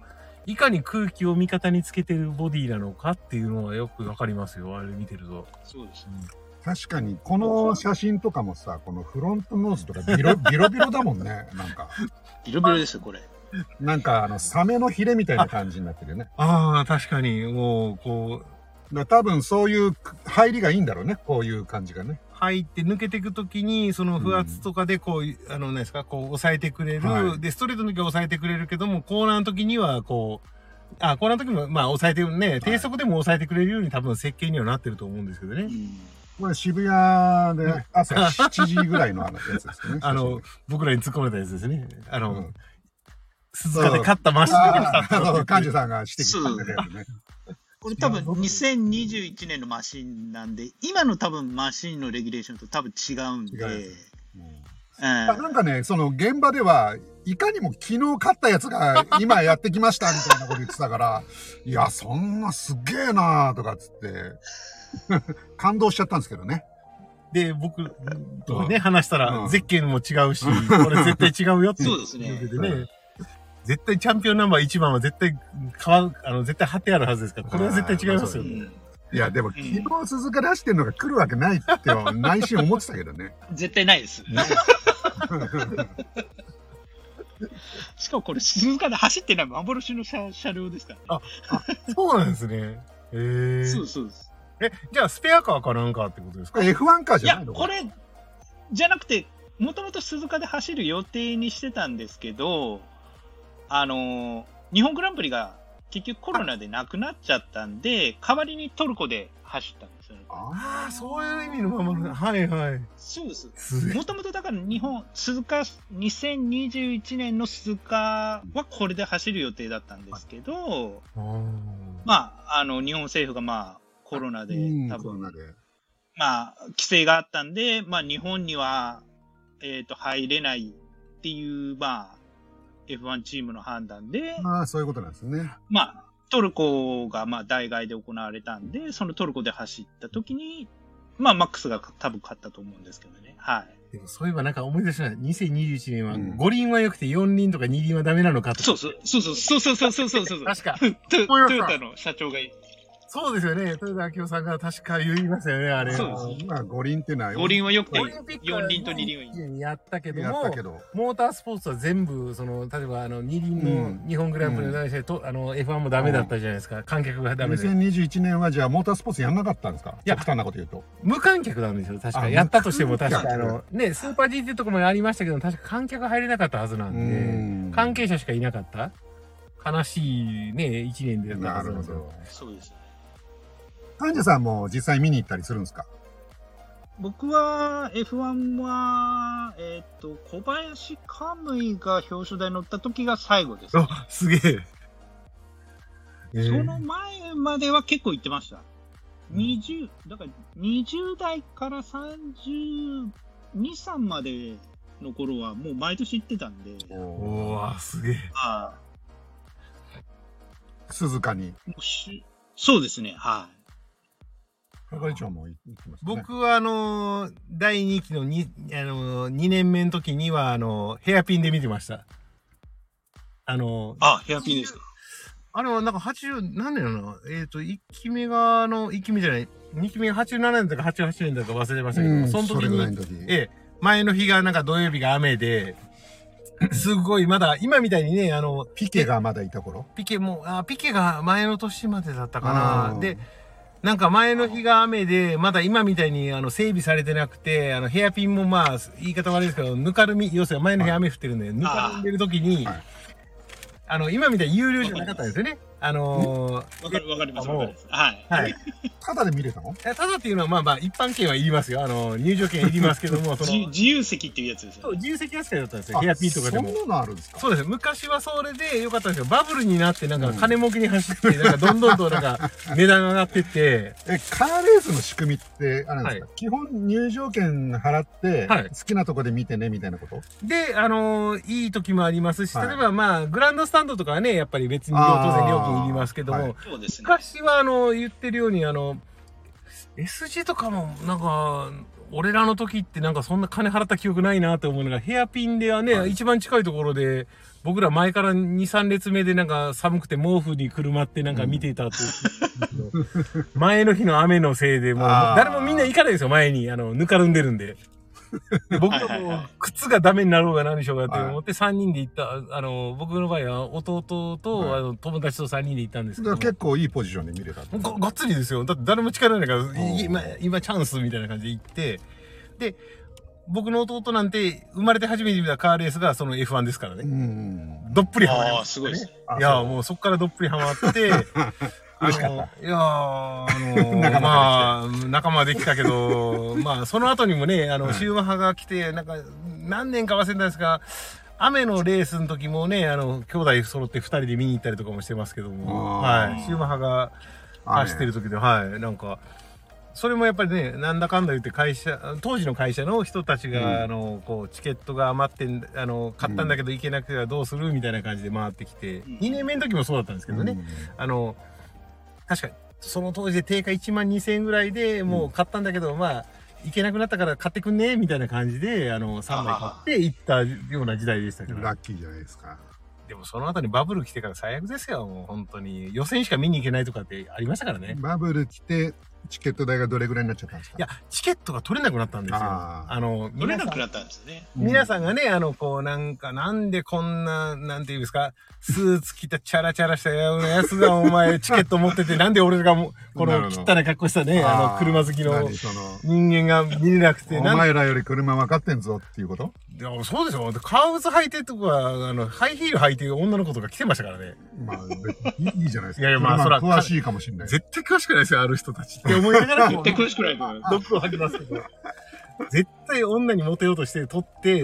Speaker 2: いかに空気を味方につけてるボディなのかっていうのはよくわかりますよ、あれ見てると。
Speaker 3: そうですね。
Speaker 1: 確かにこの写真とかもさこのフロントノーズとかビロ ビロビロだもんねなんか
Speaker 3: ビロビロですよ、これ。
Speaker 1: なんかあのサメのヒレみたいな感じになってるよね
Speaker 2: ああ、確かに、もう、こう、
Speaker 1: だから多分そういう入りがいいんだろうねこういう感じがね
Speaker 2: 入って抜けていくときに、その不圧とかでこう、あの、何ですか、こう、抑えてくれる。
Speaker 1: はい
Speaker 2: で、ストレートの時は抑えてくれるけども、コーナーの時には、こう、あ、コーナーの時も、まあ、抑えてるね、低速でも抑えてくれるように多分設計にはなってると思うんですけどね。
Speaker 3: うん。
Speaker 1: これ渋谷で朝7時ぐらい のあのやつですね
Speaker 2: あの
Speaker 1: 写真、
Speaker 2: 僕らに突っ込まれたやつですね。あの、
Speaker 1: うん
Speaker 2: 鈴鹿で勝ったマシンが来たって
Speaker 1: あ
Speaker 2: こ
Speaker 1: の
Speaker 2: と
Speaker 1: 幹事さんが指摘してくれたやつね
Speaker 3: これ多分2021年のマシンなんで、今の多分マシンのレギュレーションと多分違うんで、
Speaker 1: 違うん
Speaker 3: う
Speaker 1: あ
Speaker 3: ん
Speaker 1: なんかね、その現場では、いかにも昨日勝ったやつが今やってきましたみたいなこと言ってたから、 いや、そんなすげえなーとかっつって、 感動しちゃったんですけどね。
Speaker 2: で、僕とかね、話したら、
Speaker 1: うん
Speaker 2: ゼッケンも違うし、これ絶対違うよって。
Speaker 3: そうですね
Speaker 2: 言ってて
Speaker 1: う
Speaker 2: ね。絶対チャンピオンナンバー1番は絶対、かわ、あの、絶対貼ってあるはずですから、これは絶対違います
Speaker 3: う
Speaker 2: よ
Speaker 3: ん
Speaker 2: ね。
Speaker 1: いや、でも昨日鈴鹿出してるのが来るわけないっては内心思ってたけどね。
Speaker 3: 絶対ないです。
Speaker 1: ね
Speaker 3: しかもこれ静かで走ってない幻の車車両ですからね。
Speaker 2: あそうなんですね。え
Speaker 3: そ
Speaker 2: ー
Speaker 3: うです、そうです。
Speaker 2: え、じゃあスペアカーかなんかってことです
Speaker 1: こ
Speaker 2: か
Speaker 1: れ F1 カー
Speaker 3: い
Speaker 1: じゃな
Speaker 3: や
Speaker 1: い、の
Speaker 3: これ、じゃなくて、もともと鈴鹿で走る予定にしてたんですけど、あのー日本グランプリが結局コロナでなくなっちゃったんで、代わりにトルコで走ったんですよね。
Speaker 1: あ
Speaker 2: ああ、そういう意味のまま、はいはい。
Speaker 3: そうです。
Speaker 2: す
Speaker 3: もともとだから日本、鈴鹿、2021年の鈴鹿はこれで走る予定だったんですけど、
Speaker 2: あー
Speaker 3: まあ、あの、日本政府がまあ、コロナで
Speaker 1: うん
Speaker 3: 多
Speaker 1: コロ
Speaker 3: 分
Speaker 1: ナで。
Speaker 3: まあ、規制があったんで、まあ、日本には、えっ、と、入れないっていう、まあ、F1 チームの判断で、
Speaker 1: まあ、そういうことなんですね。
Speaker 3: まあ、トルコが、まあ、代替で行われたんで、そのトルコで走った時に、まあ、マックスが多分勝ったと思うんですけどね。はい。
Speaker 2: でもそういえばなんか思い出した2021年は
Speaker 1: うん
Speaker 2: 5輪は良くて4輪とか2輪はダメなのかとか。
Speaker 3: そうそう、そうそう、そうそう、そうそう、そうそう。
Speaker 2: 確か。こう
Speaker 3: ト
Speaker 2: いう
Speaker 3: ト
Speaker 2: さ
Speaker 3: ヨタの社長がい
Speaker 2: そうですよね。豊田明夫さんが確か言いましたよね、あれ。
Speaker 3: そうです
Speaker 1: まあ、五輪っていうのは、
Speaker 3: 五輪はよくて
Speaker 2: オリンピックは
Speaker 3: 4輪と2輪を
Speaker 2: 一気にやったけど
Speaker 1: やっ
Speaker 2: も
Speaker 1: たけど、
Speaker 2: モータースポーツは全部その例えばあの二輪
Speaker 1: う
Speaker 2: の
Speaker 1: ん
Speaker 2: 日本グランプリの男子と、あの F1 もダメだったじゃないですか、観客がダメで
Speaker 1: 2021年はじゃあモータースポーツやんなかったんですか
Speaker 2: いや
Speaker 1: 極端なこと言うと。
Speaker 2: 無観客なんですよ確か
Speaker 1: あ
Speaker 2: やったとしても
Speaker 1: 無観
Speaker 2: 確
Speaker 1: 客
Speaker 2: かあのねスーパー GT とかもありましたけど確か観客入れなかったはずな
Speaker 1: うん
Speaker 2: で
Speaker 1: ん
Speaker 2: 関係者しかいなかった悲しいね一年でやった
Speaker 1: な
Speaker 2: はず
Speaker 1: る
Speaker 2: なん
Speaker 1: ほ
Speaker 2: ですよ
Speaker 1: ど。
Speaker 3: そうですね
Speaker 1: 患者さんも実際見に行ったりするんですか
Speaker 3: 僕は F1 は、えっと小林カムイが表彰台に乗った時が最後です、
Speaker 2: あすげえ
Speaker 1: え
Speaker 3: そ
Speaker 1: ー
Speaker 3: の前までは結構行ってました20だから20代から32、3までの頃はもう毎年行ってたんで、
Speaker 1: お
Speaker 2: おわすげえ
Speaker 3: は
Speaker 1: 鈴鹿に
Speaker 3: いもうしそうですね、はい。
Speaker 1: 係長も行ってましたね。
Speaker 2: 僕はあのー第2期の 2, あのー2年目の時にはあのーヘアピンで見てましたあのー
Speaker 3: あ、ヘアピンですか。
Speaker 2: あれはなんか80何年なのえっ、と1期目があの1期目じゃない2期目が87年だか88年だか忘れましたけど、
Speaker 1: うん
Speaker 2: その
Speaker 1: そ
Speaker 2: 時
Speaker 1: れぐらい
Speaker 2: に
Speaker 1: の時に。
Speaker 2: ええ前の日がなんか土曜日が雨ですごいまだ今みたいにねあの
Speaker 1: ピケがまだいた頃
Speaker 2: ピケもあピケが前の年までだったか
Speaker 1: う
Speaker 2: なんでなんか前の日が雨で、まだ今みたいにあの整備されてなくて、あのヘアピンもまあ、言い方悪いですけど、ぬかるみ、要するに前の日雨降ってるんで、ぬかるんでる時に、
Speaker 1: はい
Speaker 2: あの、今みたいに有料じゃなかったんですよね。あのー
Speaker 3: わかるわかります。
Speaker 2: もう
Speaker 3: わかります。はい。
Speaker 2: はい。
Speaker 1: ただで見れたの
Speaker 2: ただっていうのはまあまあ、一般券はいりますよ。あの、入場券いりますけども、そ
Speaker 3: 自
Speaker 2: の、
Speaker 3: 自由席っていうやつです
Speaker 2: そう
Speaker 3: よ、ね。
Speaker 2: 自由席扱いだったんですよ。ヘアピンとかでも
Speaker 1: あ。そんなのあるんですか
Speaker 2: そうです昔はそれで良かったんですけどバブルになってなんか金儲けに 走って、なんかどんどんとなんか値段が上がってって
Speaker 1: え、カーレースの仕組みってあれなんですか、
Speaker 2: は
Speaker 1: 基本入場券払って、
Speaker 2: はい
Speaker 1: 好きなとこで見てねみたいなこと
Speaker 2: であのーいい時もありますし、
Speaker 1: はい
Speaker 2: 例えばまあグランドスタンドとかはねやっぱり別に料当然料金いりますけども、
Speaker 1: あーはい
Speaker 3: そうですね。
Speaker 2: 昔はあの言ってるようにあの SG とかもなんか俺らの時ってなんかそんな金払った記憶ないなと思うのがヘアピンではね、
Speaker 1: はい
Speaker 2: 一番近いところで僕ら前から23列目でなんか寒くて毛布にくるまってなんか見 てたっていう、前の日の雨のせいでもう
Speaker 1: あー
Speaker 2: 誰もみんな行かないですよ前にあのぬかるんでるんで。で僕は
Speaker 3: はいはい
Speaker 2: も
Speaker 3: は
Speaker 2: う
Speaker 3: い
Speaker 2: 靴がダメになろうが何でしょうがって
Speaker 1: はい
Speaker 2: 思って3人で行ったあの僕の場合は弟と、
Speaker 1: はい
Speaker 2: あの友達と3人で行ったんです
Speaker 1: だか
Speaker 2: けど
Speaker 1: ら
Speaker 2: も
Speaker 1: 結構いいポジションで見れたって
Speaker 2: ががっつりですよだって誰も力ないから
Speaker 1: ん
Speaker 2: い今今チャンスみたいな感じで行ってで僕の弟なんて生まれて初めて見たカーレースがその F1 ですから
Speaker 1: う
Speaker 2: ね、
Speaker 1: ん。
Speaker 2: どっぷりハマり
Speaker 3: ああ
Speaker 2: ま
Speaker 3: ー、
Speaker 2: し
Speaker 3: すごいですね。
Speaker 2: た
Speaker 1: あ
Speaker 2: いや
Speaker 1: そう
Speaker 2: もうそっからどっぷりハマって
Speaker 1: 嬉しかった。
Speaker 2: あのいやーあ の
Speaker 1: 仲間ができて
Speaker 2: まあ仲間できた けどまあその後にもねあの、シューマッハが来てなんか何年か忘れたんですが雨のレースの時もねあの兄弟揃って2人で見に行ったりとかもしてますけども、
Speaker 1: あー
Speaker 2: はい、シューマッハが
Speaker 1: あ
Speaker 2: 走ってる時で、はい、なんか、それもやっぱりね、なんだかんだ言って会社、当時の会社の人たちが、
Speaker 1: うん
Speaker 2: あの、こう、チケットが余ってんだ、あの、買ったんだけど行けなくてはどうするみたいな感じで回ってきて、
Speaker 3: うん
Speaker 2: 2年目の時もそうだったんですけどね、あの、確かに、その当時で定価1万2000円ぐらいでもう買ったんだけど、まあ、行けなくなったから買ってくんねみたいな感じで、あの、3枚買って行ったような時代でしたけ
Speaker 1: う
Speaker 2: ど
Speaker 1: ん。ラッキーじゃないですか。
Speaker 2: でもその後にバブル来てから最悪ですよ、もう本当に。予選しか見に行けないとかってありましたからね。
Speaker 1: バブル来て、チケット代がどれぐらいになっちゃったんですか
Speaker 2: いや、チケットが取れなくなったんですよ。あ
Speaker 1: あー
Speaker 2: の、
Speaker 3: 乗れ
Speaker 2: 皆さ
Speaker 3: なんくなったんですね。
Speaker 2: 皆さんがね、あの、こう、なんか、なんでこんな、なんていうんですか、スーツ着たチャラチャラしたようなやつが、お前、チケット持ってて、なんで俺がもう、こ
Speaker 1: な
Speaker 2: の
Speaker 1: るほ
Speaker 2: 汚
Speaker 1: ど
Speaker 2: い格好したね、あの、車好きの
Speaker 1: 何その
Speaker 2: 人間が見れなくて、
Speaker 1: お
Speaker 2: なん
Speaker 1: 前らより車分かってんぞっていうこと
Speaker 2: いやそうですよ。革靴履いてるとこは、あの、ハイヒール履いてる女の子とか来てましたからね。
Speaker 1: まあ、別 にいいじゃないですか。
Speaker 2: いやいやまあ
Speaker 1: 車
Speaker 2: そら
Speaker 1: 詳しいかもしれない。
Speaker 2: 絶対詳しくないですよ、ある人たちって思いながらも
Speaker 3: 絶対詳しくないと思います。
Speaker 2: 毒を吐きますけど。絶対女にモテようとして取 って、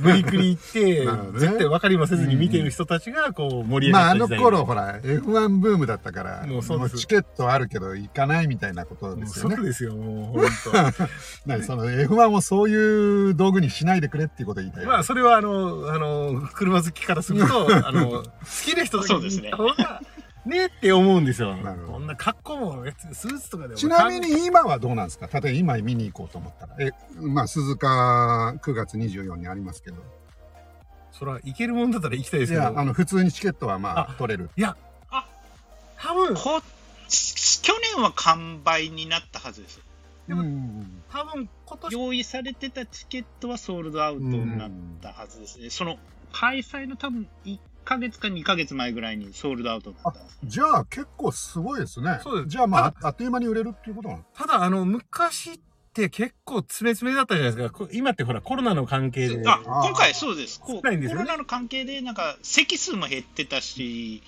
Speaker 2: 無理くり行って
Speaker 1: なるほ、どね
Speaker 2: 絶対分かりもせずに見てる人たちが、こう、盛り上
Speaker 1: まあ、あ
Speaker 2: がった
Speaker 1: の
Speaker 2: 時代。
Speaker 1: 頃、ほら、F1 ブームだったから、
Speaker 2: も
Speaker 1: も
Speaker 2: うそう
Speaker 1: う
Speaker 2: です
Speaker 1: チケットあるけど行かないみたいなこと
Speaker 2: も
Speaker 1: で
Speaker 2: う
Speaker 1: す
Speaker 2: そ
Speaker 1: よね
Speaker 2: う。ですよ、もう、本
Speaker 1: 何その F1 をそういう道具にしないでくれっていうこと言いたい。
Speaker 2: 当。ま あ、それは、あの、あの、車好きからす ると、あの、好きな人だけ見に行った方が、ねって思うんですよ
Speaker 1: なるほ。ど
Speaker 2: こんな格好も、別にスーツとかでも。
Speaker 1: ちなみ。に今はどうなんですか例えば今見に行こうと思ったら。え、まあ、鈴鹿9月24にありますけど。
Speaker 2: そら、行けるもんだったら行きたいで
Speaker 1: い
Speaker 2: すけど
Speaker 1: や、あ。の、普通にチケットはまあ、取れる。
Speaker 2: 多分、
Speaker 3: こ、し去年は完売になったはずです。
Speaker 2: でも
Speaker 1: うん
Speaker 2: 多分今年
Speaker 3: 用意されてたチケットはソールドアウトになったはずですね。その開催の多分1ヶ月か2ヶ月前ぐらいにソールドアウトになったんです。
Speaker 1: じゃあ結構すごいですね。
Speaker 2: そうです
Speaker 1: じゃあまあ、ああっという間に売れるっていうことなの
Speaker 2: ただあの昔って結構詰め詰めだったじゃないですかこ今ってほらコロナの関係で
Speaker 3: あ
Speaker 1: あー
Speaker 3: 今回そうです。こう
Speaker 2: 少ないんですよね
Speaker 3: コロナの関係でなんか席数も減ってたし、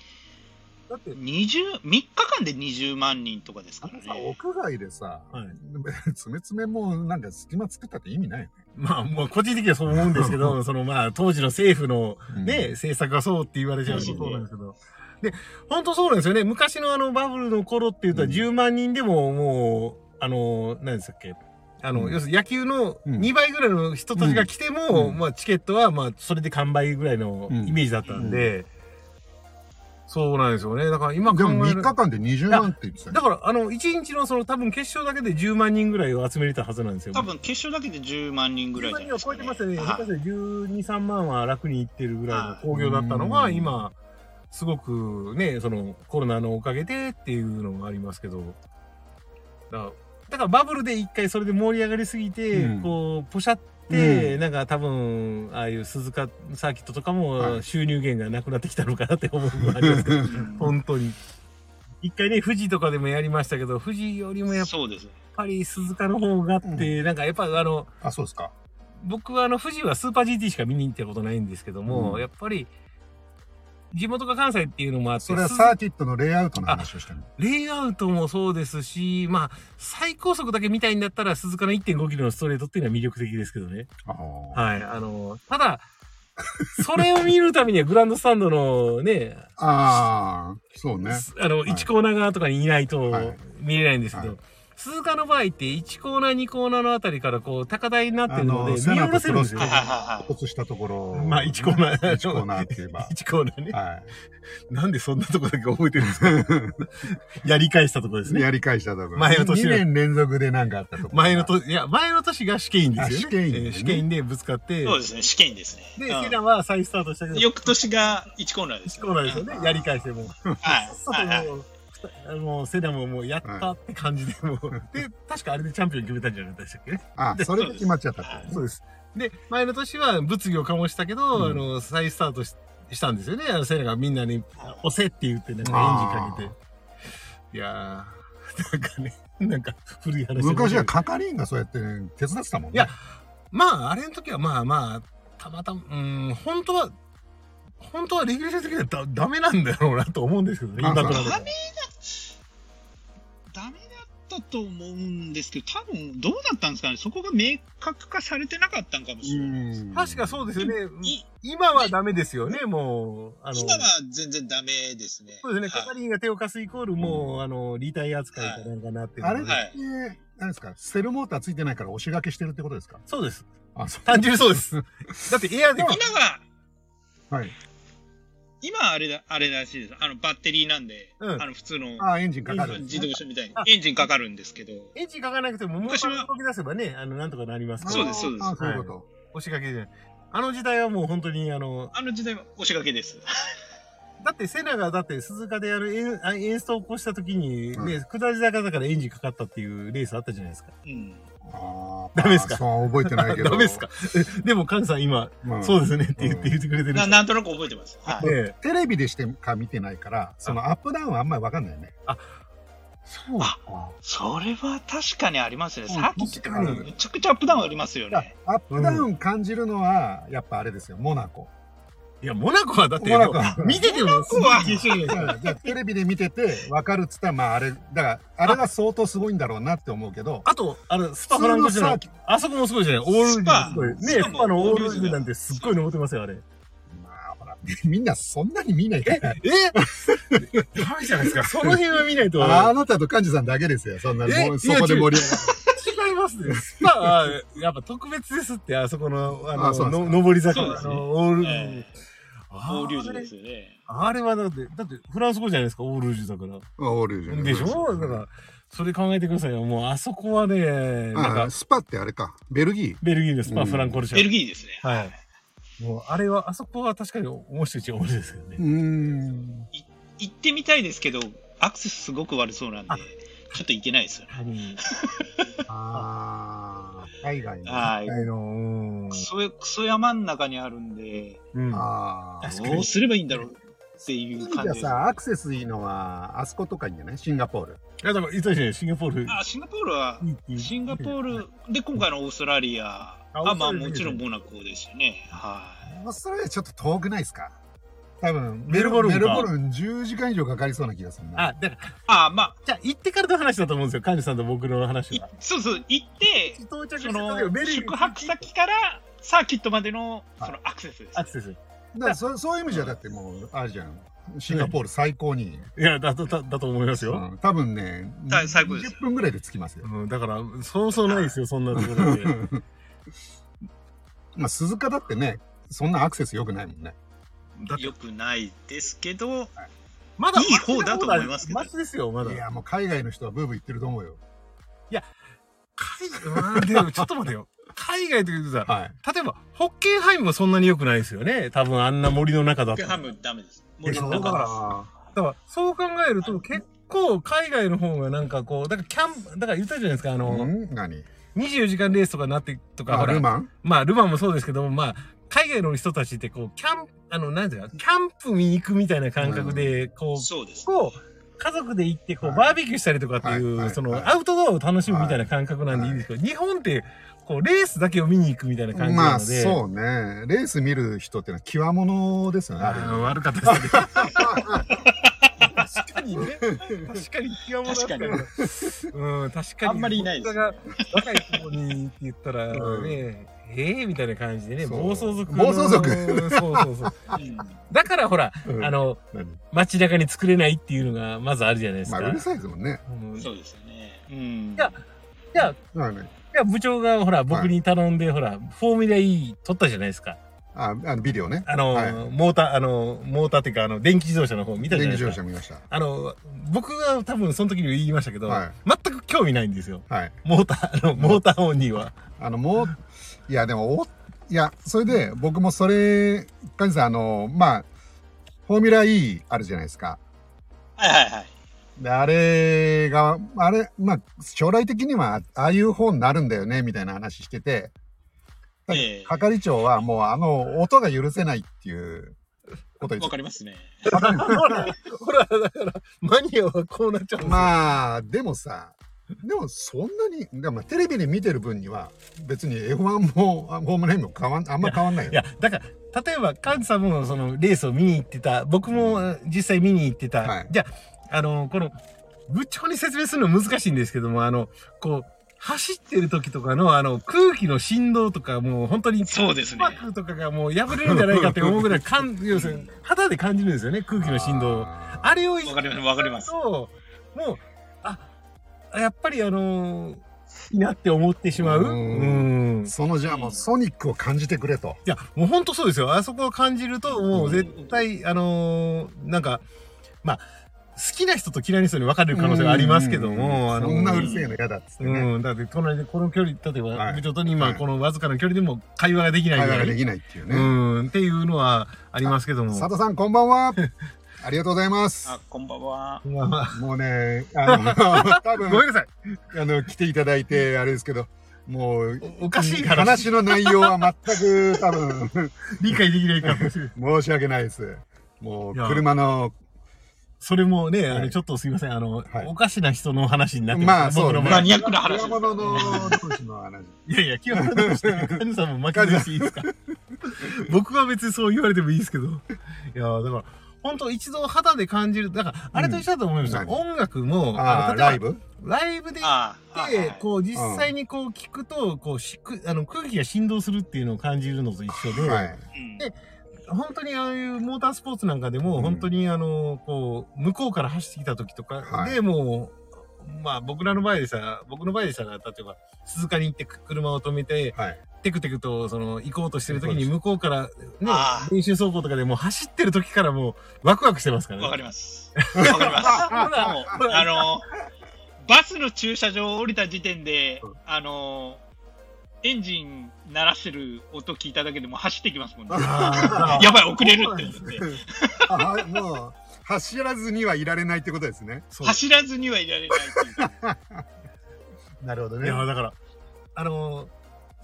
Speaker 1: だって、
Speaker 3: 20 3日間で20万人とかです
Speaker 1: あ
Speaker 3: から
Speaker 1: のさ、
Speaker 3: ね。
Speaker 1: 屋外でさ、
Speaker 2: は い
Speaker 1: つめつめもうなんか隙間作ったって意味ないよ
Speaker 2: まあもう個人的にはそう思うんです けどそのまあ当時の政府の
Speaker 1: ね。
Speaker 2: ね、政策がそうって言われちゃうし、
Speaker 3: そうそう
Speaker 2: そうなんですけど。で、本当そうなんですよね。昔のあのバブルの頃って言うと
Speaker 1: うん
Speaker 2: 10万人でももう、あの、何でしたっけあの、
Speaker 1: うん
Speaker 2: 要するに野球の
Speaker 1: うん
Speaker 2: 2倍ぐらいの人たちが来ても、
Speaker 1: うん
Speaker 2: まあチケットはまあそれで完売ぐらいの
Speaker 1: うん
Speaker 2: イメージだったんで、そうなんですよね。だから今
Speaker 1: で
Speaker 2: 考
Speaker 1: も
Speaker 2: え
Speaker 1: 3
Speaker 2: る
Speaker 1: 日間で20万って言ってた
Speaker 2: だ
Speaker 1: よ。
Speaker 2: からあの1日のその多分決勝だけで10万人ぐらいを集めれたはずなんですよ。
Speaker 3: 多分決勝だけで10万人ぐら
Speaker 2: 10
Speaker 3: いじゃ
Speaker 2: 万
Speaker 3: ない
Speaker 2: 人
Speaker 3: で
Speaker 2: は
Speaker 3: す
Speaker 2: 超
Speaker 3: か、
Speaker 2: えてますよね。下手
Speaker 3: ね。はい
Speaker 2: したら12、3万は楽にいってるぐらいの興行だったの
Speaker 1: う
Speaker 2: が、
Speaker 1: ん
Speaker 2: 今、すごくね、そのコロナのおかげでっていうのもありますけど、だからだからバブルで一回それで盛り上がりすぎて、
Speaker 1: うん
Speaker 2: こう、ポシャって、
Speaker 1: う
Speaker 2: なんか多分、ああいう鈴鹿サーキットとか
Speaker 1: は
Speaker 2: も
Speaker 1: い
Speaker 2: 収入源がなくなってきたのかなって思うのもありますけど、 本当に。一回ね、富士とかでもやりましたけど、富士よりもやっ
Speaker 3: そ うです。
Speaker 2: ぱり鈴鹿の方があって、なんかやっぱあの、
Speaker 1: あ、そうですか。
Speaker 2: 僕はあの富士はスーパー GT しか見に行ったことないんですけども、
Speaker 1: うん
Speaker 2: やっぱり地元が関西っていうのもあって
Speaker 1: それは
Speaker 2: す
Speaker 1: サーキットのレイアウトの話をしてるの。
Speaker 2: レイアウトもそうですしまあ最高速だけ見たいんだったら鈴鹿の1 5キロのストレートっていうのは魅力的ですけどね
Speaker 1: あー
Speaker 2: はいあのただそれを見るためにはグランドスタンドのね
Speaker 1: あー、そうね。
Speaker 2: すあの、
Speaker 1: はい
Speaker 2: 1コーナー側とかにいないと
Speaker 1: はい
Speaker 2: 見れないんですけど、
Speaker 1: はい
Speaker 2: 鈴鹿の場合って1コーナー2コーナーのあたりからこう高台になってるので
Speaker 1: あの
Speaker 2: 見下ろせるんですよ
Speaker 1: セナとクロスカントリー
Speaker 3: はいはいはいはい。
Speaker 1: 突したところ。
Speaker 2: まあ1コーナー
Speaker 1: 1コーナーって言え ば。
Speaker 2: 1コーナーね
Speaker 1: は
Speaker 2: なんでそんなとこだけ覚えてるんですか やり返したとこです
Speaker 1: い。
Speaker 2: ね。
Speaker 1: やり返したところ。
Speaker 2: 前の
Speaker 1: 2
Speaker 2: 年の
Speaker 1: 年連続でなんかあったところ。
Speaker 2: 前の年、いや、前の年が試験員ですよね。
Speaker 1: あ試験員ね
Speaker 2: えー試験員でぶつかって、
Speaker 3: そうですね、試験ですね。
Speaker 2: で、
Speaker 3: うん
Speaker 2: セダンは再スタートしたけど、
Speaker 3: 翌年が1コーナーです、
Speaker 2: 1コーナーですよ
Speaker 3: ね。
Speaker 2: ね。やり返してもう。
Speaker 3: はいはいはい。
Speaker 2: もうふたあの、セダンももうやったって感じで、もう。で、確かあれでチャンピオン決めたんじゃなかったでしたっけね。
Speaker 1: あ、それで決まっちゃったってことね
Speaker 2: そうです。で、前の年は物議を醸したけど、
Speaker 1: うん
Speaker 2: あの、再スタートししたんですよね。あの、セダンがみんなに押せって言って、なんかエンジンかけて。いやー、なん かね、なんか古い話で
Speaker 1: 昔は係員がそうやって手伝ってたもんね。
Speaker 2: いやまあ、あれの時はまあまあ、たまたま、うん、本当は、本当はレギュレーション的にはだダメなんだろうなと思うんですけどね、
Speaker 1: あ
Speaker 2: 今となれ
Speaker 1: そう
Speaker 2: ば
Speaker 3: ダメダメだったと思うんですけど、多分どうだったんですかね、そこが明確化されてなかったんかもしれない。
Speaker 2: 確かそう
Speaker 1: う
Speaker 2: ですよね。
Speaker 3: い
Speaker 2: 今はダメですよね、もう。あの
Speaker 3: 今は全然ダメですね。
Speaker 2: そうですね、
Speaker 3: はい
Speaker 2: 係員が手を貸すイコール、もう、あの、リタイア扱いかなんかなってる
Speaker 1: あれ
Speaker 2: の
Speaker 1: って、
Speaker 2: で
Speaker 3: はい
Speaker 1: 何ですか、セルモーターついてないから押し掛けしてるってことですか
Speaker 2: そうです。
Speaker 1: あ、そう。
Speaker 2: 単純にそうです。だってエアで、
Speaker 1: でも
Speaker 3: 今は、
Speaker 1: はい。
Speaker 3: 今はあれだ、あれらしいです。あの、バッテリーなんで、
Speaker 2: うん
Speaker 3: あの、普通の
Speaker 1: あ、エンジンかかる、
Speaker 3: 自動車みたいに
Speaker 2: あ
Speaker 3: エンジンかかるんですけど、
Speaker 2: エンジンかかなくても、もう
Speaker 3: 昔は
Speaker 2: 動き出せばね、あの、なんとかなります
Speaker 1: あー
Speaker 2: から。
Speaker 3: そうですそうです
Speaker 1: あそういうこと。
Speaker 2: 押し掛けじゃない。あの時代はもう本当に、あの、
Speaker 3: あの時代は押し掛けです。
Speaker 2: だってセナがだって鈴鹿でやるエンあエンストを起こした時に、
Speaker 1: うん
Speaker 2: ね、下り坂だからエンジンかかったっていうレースあったじゃないですか。
Speaker 3: うん。
Speaker 1: あー
Speaker 2: ダメですか
Speaker 1: あそう覚えてないけど。
Speaker 2: ダメですかでも、カンさん今、
Speaker 1: うん
Speaker 2: そうですねって言っ
Speaker 1: う
Speaker 2: て
Speaker 1: ん
Speaker 2: 言ってくれてる。
Speaker 3: ななんとなく覚えてます。はい。
Speaker 2: ね
Speaker 1: テレビでしてか見てないから、そのアップダウンはあんまりわかんないよね。
Speaker 2: あ、
Speaker 1: そうか。
Speaker 3: それは確かにありますね。
Speaker 1: うん
Speaker 3: サーキット
Speaker 1: 確かに
Speaker 3: めちゃくちゃアップダウンありますよ
Speaker 1: いや
Speaker 3: ね。
Speaker 1: アップダウン感じるのは、やっぱあれですよ、モナコ。
Speaker 2: いや、モナコはだって、
Speaker 1: モナコ
Speaker 2: もう見ててもすごい一緒じゃないですか。
Speaker 1: うんじゃあテレビで見てて 分かるっつったら、まああれ、だから、あれが相当すごいんだろうなって思うけど、
Speaker 2: あと、あの、スパフランコじゃない
Speaker 1: 普通のサーキット。
Speaker 2: あそこもすごいじゃないオールイングすごい。
Speaker 3: スパ
Speaker 2: ねスパのオールイングなんてすっごい登ってますよ、あれ。
Speaker 1: まあほら、みんなそんなに見ないから。
Speaker 2: えダメじゃないですか。その辺は見ないと。
Speaker 1: あなたと幹事さんだけですよ、そんな
Speaker 2: え
Speaker 1: もうそこで盛り上がる。
Speaker 2: 違います ね。スパは、やっぱ特別ですって、あそこの、あの、
Speaker 1: あそうですか
Speaker 2: の上り坂
Speaker 3: そう
Speaker 2: の、
Speaker 3: ですね
Speaker 2: オール、
Speaker 3: ええ
Speaker 2: あれ
Speaker 3: オーリューズですよね。
Speaker 2: あれはだって、だってフランス語じゃないですか、オールージュだから。
Speaker 1: あオールジュ
Speaker 2: でしょだから、それ考えてくださいよ。もう、あそこはね、なん
Speaker 1: あ
Speaker 2: か、
Speaker 1: スパってあれか、ベルギ
Speaker 2: ベルギーです。まあ、
Speaker 1: うん
Speaker 2: フランコルシャ。
Speaker 3: ベルギーですね。
Speaker 2: はい。もう、あれは、あそこは確かに面白いっちゃ面白いですよ
Speaker 1: ー。
Speaker 2: ね。
Speaker 1: うーん。
Speaker 3: 行ってみたいですけど、アクセスすごく悪そうなんで
Speaker 2: あ、
Speaker 3: ちょっといけないですよね。
Speaker 1: あー海外の。
Speaker 3: は
Speaker 2: あ
Speaker 3: い。
Speaker 2: の
Speaker 3: クソ、クソ山の中にあるんで、
Speaker 2: うん。
Speaker 1: ああ。
Speaker 2: 確かに
Speaker 3: どうすればいいんだろうっていう
Speaker 1: じゃ
Speaker 3: 感
Speaker 1: あ
Speaker 3: じです。
Speaker 1: さ、アクセスいいのは、あそことかいいんじゃないシンガポール。
Speaker 2: いや、でも、いつですね、シンガポール。
Speaker 3: あ、シンガポールは、シンガポールで今回のオーストラリア、
Speaker 2: オー
Speaker 3: あ
Speaker 2: スト
Speaker 3: ま
Speaker 2: ラ
Speaker 3: あ
Speaker 2: リア
Speaker 3: もちろんモナコですよね。はい。
Speaker 1: まあ、それちょっと遠くないですか多分、
Speaker 2: メルボルンか
Speaker 1: メルボルン10時間以上かかりそうな気がするな。
Speaker 2: あ、だから、
Speaker 3: あまあ
Speaker 2: じゃあ、行ってからの話だと思うんですよ、神主さんと僕の話
Speaker 3: い
Speaker 2: は。
Speaker 3: そうそう、行って、
Speaker 2: 到着
Speaker 3: その宿泊先からサーキットまでのそのアクセスです
Speaker 2: ア。クセス。い
Speaker 1: だからそそういう意味じゃ、だってもう、あるじゃん。シンガポール最高に。
Speaker 2: や、だと、だだと思いますよ。
Speaker 1: うん多分ね、
Speaker 3: さ最高ですよ
Speaker 1: 10分ぐらいで着きますよ。
Speaker 2: うん、だから、そうそうないですよ、そんなとこ ろで。
Speaker 1: まあ、鈴鹿だってね、そんなアクセス良くないもんね。
Speaker 2: だって
Speaker 3: よくないですけど、
Speaker 2: まだ、
Speaker 3: いい方だと思いますけど
Speaker 2: マシですよ、まだ。
Speaker 1: い
Speaker 2: いや、
Speaker 1: や、もう海外の人はブーブー言ってると思うよ。
Speaker 2: 海外、うんでもちょっと待てよ。海外というとさ、
Speaker 1: はい。
Speaker 2: 例えば、ホッケンハイムもそんなに良くないですよね。多分あんな森の中だっ
Speaker 3: ホッケ
Speaker 2: た
Speaker 3: ン
Speaker 2: ら。
Speaker 3: ハ
Speaker 2: だ
Speaker 3: ムダメです。
Speaker 2: いや
Speaker 3: 森の
Speaker 1: そうだ
Speaker 3: 中です
Speaker 1: か
Speaker 2: から、そう考えると、結構海外の方がなんかこう、だからキャンプ、だから言ったじゃないですか、あ
Speaker 1: ら、う
Speaker 2: の、
Speaker 1: ん何
Speaker 2: 24時間レースとかなって、とか、
Speaker 1: あ
Speaker 2: ほら
Speaker 1: ル、マン
Speaker 2: まあ、ルマンもそうですけど、まあ、海外の人たちってこう、キャンプ、あの、なんていうの、キャンプに行くみたいな感覚で、こう、
Speaker 3: そうです。
Speaker 2: こう、家族で行って、こう、
Speaker 1: はい
Speaker 2: バーベキューしたりとかっていう、
Speaker 1: はいはい
Speaker 2: その、
Speaker 1: はい
Speaker 2: アウトドアを楽しむみたいな感覚なんでいいんですけど、日本って、こう、レースだけを見に行くみたいな感じ
Speaker 1: ま
Speaker 2: な
Speaker 1: あ、
Speaker 2: ので、
Speaker 1: そうね。レース見る人ってのは、極物ですよね、ある意味
Speaker 2: あー悪かったですね。 確かにね。確かに気がも
Speaker 3: 確かに
Speaker 2: なったうん、確かに。
Speaker 3: あんまりいないですね
Speaker 2: 僕が若い子にって言ったら、ね、
Speaker 1: うん
Speaker 2: ええー、みたいな感じでね、
Speaker 1: そう
Speaker 2: 暴走族の。
Speaker 1: 暴走族
Speaker 2: うんそうそうそう。
Speaker 3: うん
Speaker 2: だからほら、
Speaker 1: うん
Speaker 2: あの、
Speaker 1: 何
Speaker 2: 街中に作れないっていうのが、まずあるじゃないです
Speaker 1: まあ、
Speaker 2: か。
Speaker 1: うるさいですもんね。
Speaker 2: うんじ
Speaker 3: そうですよね。うん。
Speaker 2: いやゃあ、
Speaker 1: まあね。
Speaker 2: じゃあ部長がほら、僕に頼んで、ほら、フォーミュラ E 取ったじゃないですか。
Speaker 1: あ、あのビデオね。
Speaker 2: あの、
Speaker 1: はい
Speaker 2: モーター、あの、モーターっていうか、あの、電気自動車の方見たじ
Speaker 1: 電
Speaker 2: ゃな
Speaker 1: 気自
Speaker 2: いで
Speaker 1: 動
Speaker 2: す
Speaker 1: 車
Speaker 2: か。
Speaker 1: 見ました。
Speaker 2: あの、僕が多分その時に言いましたけど、
Speaker 1: はい
Speaker 2: 全く興味ないんですよ。
Speaker 1: はい。
Speaker 2: モーター、あの、モーターオンに は。
Speaker 1: あの、もう、いや、でも、お、いや、それで、僕もそれ、かじさん、あの、まあ、フォーミュラ E あるじゃないですか。
Speaker 3: はいはいはい。
Speaker 1: で、あれが、あれ、まあ、将来的には、ああいう方になるんだよね、みたいな話してて、
Speaker 3: ええ
Speaker 1: 係長はもう、あの、音が許せないっていうこと言
Speaker 3: わ
Speaker 1: って
Speaker 3: かりますね。
Speaker 2: ほら、だから、マニアはこうなっちゃうんですよ。
Speaker 1: まあ、でもさ、でもそんなに、でもテレビで見てる分には、別に F1 もあホームラインも変わん、あんま変わんないよ。
Speaker 2: いや、だから、例えば、カンさんもそのレースを見に行ってた、僕も実際見に行ってた。
Speaker 1: はい
Speaker 2: じゃあ、あの、この、部長に説明するの難しいんですけども、あの、こう、走ってる時とかの、あの、空気の振動とか、もう本当に、
Speaker 3: そうですね
Speaker 2: パックとかがもう破れるんじゃないかって思うぐらい、かん要するに、肌で感じるんですよね、空気の振動を。
Speaker 1: あ
Speaker 2: あれを
Speaker 3: わかります。わかります。
Speaker 2: そうもう、あ、やっぱりあのーいいなって思ってしまう。
Speaker 1: う
Speaker 2: うんん。
Speaker 1: ー
Speaker 2: い
Speaker 1: そのじゃあもうソニックを感じてくれと。
Speaker 2: や、もうほんとそうですよ。あそこを感じると、もう絶対、あのーなんか、まあ、好きな人と嫌いな人に分かれる可能性はありますけども、あの
Speaker 1: そんなうるせえの嫌だっつってね。
Speaker 2: うん、だって隣でこの距離、例え
Speaker 1: は
Speaker 2: ば、
Speaker 1: い
Speaker 2: 部長と
Speaker 1: は
Speaker 2: 今
Speaker 1: い
Speaker 2: このわずかな距離でも会話ができない
Speaker 1: 会
Speaker 2: ぐ
Speaker 1: 話が
Speaker 2: らい。
Speaker 1: できないっていうね。
Speaker 2: うん、っていうのはありますけども。
Speaker 1: 佐藤さん、こんばんは。ありがとうございます。
Speaker 3: あ、こんばんは。
Speaker 2: まあまあ
Speaker 1: もうね、あの、多
Speaker 2: ごめん
Speaker 1: 分、
Speaker 2: なさい。
Speaker 1: あの、来ていただいて、あれですけど、もう、
Speaker 2: おおかしい話
Speaker 1: 話の内容は全く多分、
Speaker 2: 理解できないかもしれな
Speaker 1: 申
Speaker 2: い。
Speaker 1: し訳ないです。もう、
Speaker 2: いや
Speaker 1: 車の、
Speaker 2: それもね、あ
Speaker 1: は
Speaker 2: の、
Speaker 1: い
Speaker 2: ちょっとすいません、あの、
Speaker 1: はい
Speaker 2: おかしな人の話になって
Speaker 1: まあ、そう、
Speaker 2: 僕の
Speaker 3: マ
Speaker 2: 場合。
Speaker 3: ニアックな話です
Speaker 1: 車物の同士の話。
Speaker 2: いやいや、清原として、カズさんも巻き戻していいですか 僕は別にそう言われてもいいですけど。いや、だから、本当一度肌で感じる。だから、あれと一緒だと思いますよ。
Speaker 1: うん
Speaker 2: 音楽も、
Speaker 1: あ
Speaker 2: の
Speaker 1: あ、
Speaker 2: 例
Speaker 1: ラ
Speaker 2: えば
Speaker 1: イブ
Speaker 2: ライブで行
Speaker 3: ああ、
Speaker 2: っ
Speaker 3: はいはい
Speaker 2: て
Speaker 3: はい、
Speaker 2: こう、実際にこう聞くと、こう、しく、あの、空気が振動するっていうのを感じるのと一緒で、
Speaker 1: はい。
Speaker 3: うん
Speaker 2: 本当にああいうモータースポーツなんかでも、
Speaker 1: うん
Speaker 2: 本当にあの、こう、向こうから走ってきた時とか
Speaker 1: はい
Speaker 2: で、もう、まあ僕らの場合でしたら、僕の場合でしたら、例えば、鈴鹿に行ってく車を止めて、
Speaker 1: はい。
Speaker 2: テクテクとその行こうとしてる時
Speaker 1: そう
Speaker 2: に
Speaker 1: です
Speaker 2: 向こうからね
Speaker 3: あ、ー
Speaker 2: 練習走行とかでもう走ってる時からもうワクワクしてますからね。
Speaker 3: わかります。わか ります。もうあの、バスの駐車場を降りた時点で
Speaker 1: うん、
Speaker 3: あの、エンジン鳴らしてる音聞いただけでもう走ってきますもんね。
Speaker 2: あー
Speaker 3: やばい、遅れるって思って。
Speaker 1: ああ、もう、走らずにはいられないってことですね。
Speaker 2: そう
Speaker 3: 走らずにはいられないっていうか
Speaker 1: なるほど
Speaker 2: いや、だから、あのー、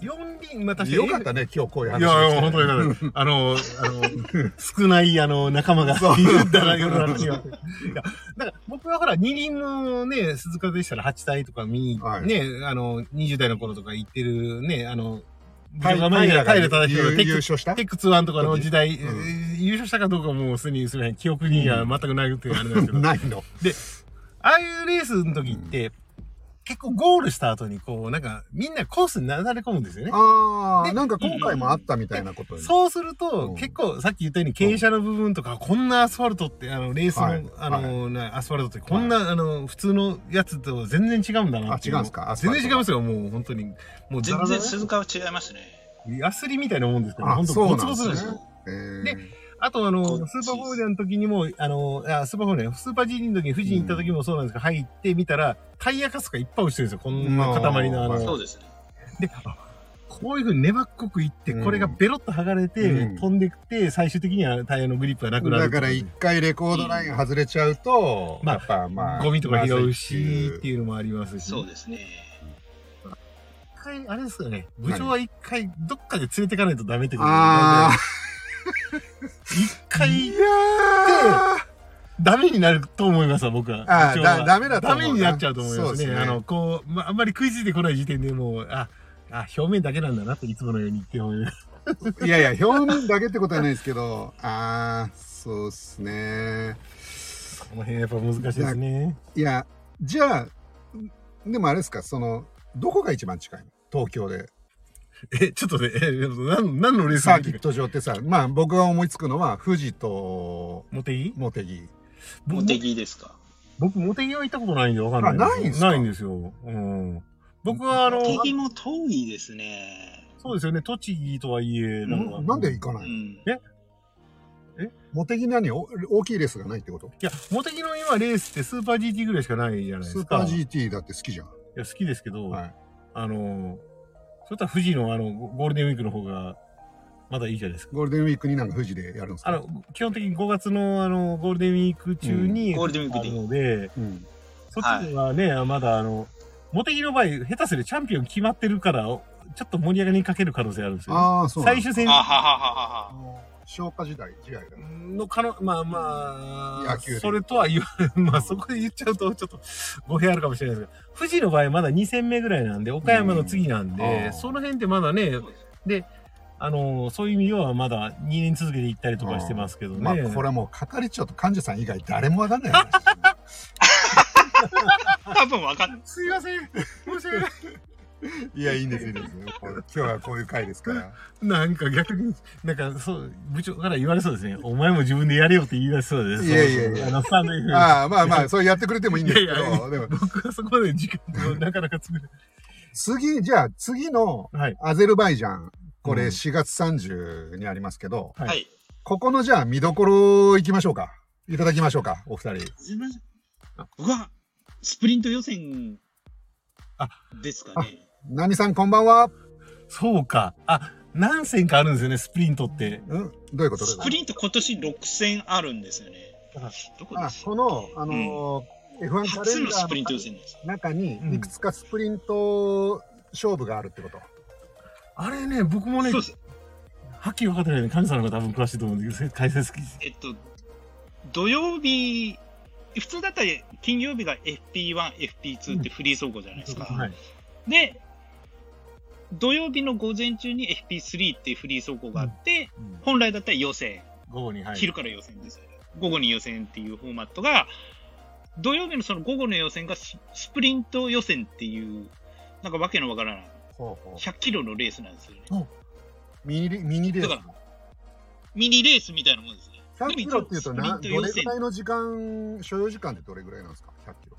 Speaker 2: 四輪、まあ、確かに。
Speaker 1: よかったね、今日こういう
Speaker 2: いや、
Speaker 1: 話
Speaker 2: いや、本当に
Speaker 1: に。
Speaker 2: よかった。あの、あの、少ない、あの、仲間が
Speaker 1: そう
Speaker 2: いるんだな、世 の中には。いや、だから、僕はほら、二輪のね、鈴鹿でしたら8体とか見に、
Speaker 1: はい
Speaker 2: ね、あの、20代の頃とか行ってるね、あの、
Speaker 1: タイ
Speaker 2: が前に
Speaker 1: タ
Speaker 2: タイ
Speaker 1: イ
Speaker 2: ル
Speaker 1: ラが
Speaker 2: 正しいの
Speaker 1: 優
Speaker 2: テッ
Speaker 1: 優
Speaker 2: ク
Speaker 1: 勝した
Speaker 2: テックツワンとかの時代、
Speaker 1: うん
Speaker 2: えー優勝したかどうかもうすでにすみません、記憶には全くないというあれなんですけど、あ
Speaker 1: ないの。
Speaker 2: あいうレースの時って、結構ゴールした後にこう、なんか、みんなコースになだれ込むんですよね。
Speaker 1: あ
Speaker 2: で
Speaker 1: あ、なんか今回もあったみたいなことに。
Speaker 2: そうすると、
Speaker 1: うん
Speaker 2: 結構さっき言ったように傾斜の部分とか、こんなアスファルトってあのレースの、
Speaker 1: はい
Speaker 2: あの、なアスファルトってこんな、あの普通のやつと全然違うんだなってい
Speaker 1: あ違うんすかアスファ
Speaker 2: 全
Speaker 1: ルト
Speaker 2: 然違いますよもう本当にもう
Speaker 3: 全
Speaker 2: ザラザラ
Speaker 3: 然鈴鹿は違いますね
Speaker 2: ヤスリみたいなもんですけど
Speaker 1: あ
Speaker 2: 本当
Speaker 1: そうな
Speaker 2: ゴ
Speaker 1: ん
Speaker 2: ツゴツ
Speaker 1: そ
Speaker 2: な
Speaker 1: うんで
Speaker 2: で
Speaker 1: ね
Speaker 2: すすよ
Speaker 1: えー
Speaker 2: であとあ
Speaker 3: こっ
Speaker 2: の
Speaker 3: ち
Speaker 2: スーパーフォーリアの時にもあのあスーパーフォーリアスーパー GD の時に富士に行った時もそうなんですけど、入ってみたらタイヤカスがいっぱい落ちてるんですよこんな塊のあ
Speaker 1: うん
Speaker 2: の
Speaker 3: そうですね
Speaker 2: で、あこういうふうに粘っこくいって、
Speaker 1: うん
Speaker 2: これがベロッと剥がれて、
Speaker 1: うん
Speaker 2: 飛んでくって、最終的にはタイヤのグリップがなくなる
Speaker 1: だ
Speaker 2: ってい
Speaker 1: か
Speaker 2: う。
Speaker 1: ら一回レコードライン外れちゃうと、
Speaker 2: まあ
Speaker 1: やっぱまあ、
Speaker 2: ゴミとか拾う
Speaker 1: まずい
Speaker 2: し、っていうのもありますし。
Speaker 3: そう
Speaker 2: す。
Speaker 3: ですね
Speaker 2: 一回、あれですよね。部長は一回、どっかで連れてかないとダメってこと
Speaker 1: ああ、
Speaker 2: 一回
Speaker 1: い、や
Speaker 2: ダメになると思いますわ、僕は。
Speaker 1: あー
Speaker 2: 部長は
Speaker 1: だダメだと思うな
Speaker 2: ダメになっちゃうと思います
Speaker 1: そうで
Speaker 2: ね。
Speaker 1: すね
Speaker 2: あの、こう、ま、あんまり食いついてこない時点でもう、あ、あ、表面だけなんだなっていつものように言っても
Speaker 1: ーいやいや、表面だけってことはないですけど、ああ、そうっすね。
Speaker 2: この辺やっぱ難しいですね。
Speaker 1: いや、じゃあ、でもあれですか、その、どこが一番近いの東京で。
Speaker 2: え、ちょっとね、え、なん何のレース
Speaker 1: サーキット場ってさ、まあ僕が思いつくのは、富士と
Speaker 2: モテギ
Speaker 1: 茂木。
Speaker 3: モテギですか
Speaker 2: 僕、モテギは行ったことないんでわかんない
Speaker 1: あないんすか
Speaker 2: ないんですよ。うん。僕は、あの、
Speaker 3: モテギも遠いですね
Speaker 2: そうですよね、栃木とはいえ、か
Speaker 1: んなんで行か
Speaker 3: う
Speaker 1: ないの
Speaker 3: ん
Speaker 1: 茂木何お大きいレースがないってこと
Speaker 2: いや、モテギの今レースってスーパー GT ぐらいしかないじゃないで
Speaker 1: スー
Speaker 2: す
Speaker 1: パ
Speaker 2: か。
Speaker 1: ー GT だって好きじゃん。
Speaker 2: いや、好きですけど、
Speaker 1: はい。
Speaker 2: あの、それとは富士のあの、ゴゴールデンウィークの方が、まだいいじゃないですか。
Speaker 1: ゴールデンウィークになんか富士でやるんですか
Speaker 2: あの、基本的に5月のあの、ゴールデンウィーク中に、
Speaker 3: うんゴールデンウィーク
Speaker 2: あ
Speaker 3: で
Speaker 2: るので、
Speaker 1: うん。
Speaker 2: そっちはね、まだあの、モテギの場合、下手するチャンピオン決まってるから、ちょっと盛り上がりにかける可能性あるんですよね、
Speaker 1: ああ、そうなん
Speaker 2: 最
Speaker 1: だ。
Speaker 2: 終戦
Speaker 3: あははははは
Speaker 1: 消化時代、時代だね。
Speaker 2: の可能、まあまあ、
Speaker 1: 野球で
Speaker 2: それとは言わ、まあそこで言っちゃうとちょっと語弊あるかもしれないですけど、富士の場合まだ2戦目ぐらいなんで、岡山の次なん
Speaker 1: うん
Speaker 2: で
Speaker 1: あ、ー
Speaker 2: その辺ってまだね、あのー、そういう意味ではまだ2年続けて行ったりとかしてますけどね。
Speaker 1: まあ、これはもう係長と患者さん以外誰もわかんない話。
Speaker 3: 多分わかんない
Speaker 2: すいません。申し訳ない。
Speaker 1: いや、いいんですよ、いいんですよ。これ今日はこういう回です から。
Speaker 2: なんか逆に、なんかそう、部長から言われそうですね。お前も自分でやれよって言い出しそうです。
Speaker 1: いやいやいや
Speaker 2: あの、スタンド F
Speaker 1: ああ、まあまあ、それやってくれてもいいんですけど、
Speaker 2: いやいや
Speaker 1: でも、
Speaker 2: 僕はそこまで時間をなかなか作れ
Speaker 1: 次、じゃあ次の
Speaker 2: ない。はい。
Speaker 1: アゼルバイジャン、こ
Speaker 2: う
Speaker 1: れ
Speaker 2: ん
Speaker 1: 4月30にありますけど、
Speaker 2: はい
Speaker 3: はい
Speaker 1: ここのじゃあ見どころ行きましょうか。いただきましょうか、お二人。
Speaker 3: すいません僕はスプリント予選
Speaker 2: あ
Speaker 3: ですかね
Speaker 1: ナミさんこんばんは。
Speaker 2: そうか。あ、何戦かあるんですよね、スプリントって。
Speaker 1: うんどういうことです
Speaker 3: ス
Speaker 1: か
Speaker 3: プリント今年6戦あるんですよね
Speaker 2: あ。
Speaker 3: どこで
Speaker 1: あ
Speaker 3: す
Speaker 1: この、あのー F1 カレ
Speaker 3: 初
Speaker 1: ン
Speaker 3: の
Speaker 1: ダ
Speaker 3: スプリント予
Speaker 1: ー
Speaker 3: 選です。
Speaker 1: の中に
Speaker 2: うん
Speaker 1: いくつかスプリント勝負があるってこと。
Speaker 2: あれね、僕もね
Speaker 3: そう、です。
Speaker 2: はっきり分かってないね。神さんの方が多分詳しいと思うんですけど、解説好きです。
Speaker 3: えっと、土曜日、普通だったら金曜日が FP1、FP2 ってフリー走行じゃないですか。
Speaker 2: はい。
Speaker 3: で、土曜日の午前中に FP3 っていうフリー走行があって、本来だったら予選、
Speaker 2: 午後に、はい。
Speaker 3: 昼から予選ですよね。午後に予選っていうフォーマットが、土曜日のその午後の予選がススプリント予選っていう、なんかわけのわからない、
Speaker 1: ほうほ
Speaker 3: 100キロのレースなんですよね。
Speaker 1: うミニリミニレー
Speaker 3: だ
Speaker 1: ス
Speaker 3: か。ミニレースみたいなもんですね。
Speaker 1: 100キロっていうとな
Speaker 3: ス
Speaker 1: ど
Speaker 3: プリント
Speaker 1: れ
Speaker 3: 予
Speaker 1: ぐ
Speaker 3: 選
Speaker 1: らいの時間、所要時間ってどれぐらいなんですか ?100 キロ。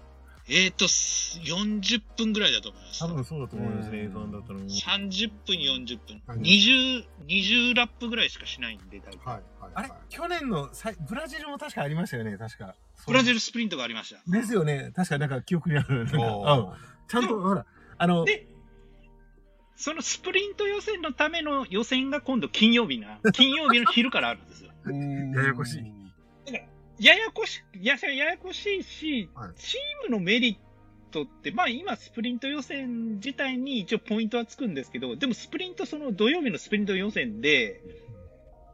Speaker 3: えっ、ー、と、す40分ぐらいだと思います。
Speaker 2: 多分そうだと思いますね、
Speaker 1: うん
Speaker 2: F1 だったらもう。
Speaker 3: 30分、40分。
Speaker 1: はい
Speaker 3: 20、20ラップぐらいしかしないんで、大体。
Speaker 1: はいはい、
Speaker 2: あ
Speaker 1: はい
Speaker 2: れ。去年のさいブラジルも確かありましたよね、確か。
Speaker 3: ブラジ
Speaker 2: ル
Speaker 3: ルスプリントがありました。
Speaker 2: ですよね。確かなんか記憶にある。なんか
Speaker 1: お
Speaker 2: うん
Speaker 1: ー
Speaker 2: ちゃんと、ほら、あの、
Speaker 3: で、そのスプリント予選のための 予選が今度金曜日な、金曜日の昼からあるんですよ。
Speaker 1: うーん
Speaker 2: ややこしい。
Speaker 3: だからややこし、いや、それややこしいし、
Speaker 1: はい
Speaker 3: チームのメリットって、まあ今、スプリント予選自体に一応ポイントはつくんですけど、でもスプリント、その土曜日のスプリント予選で、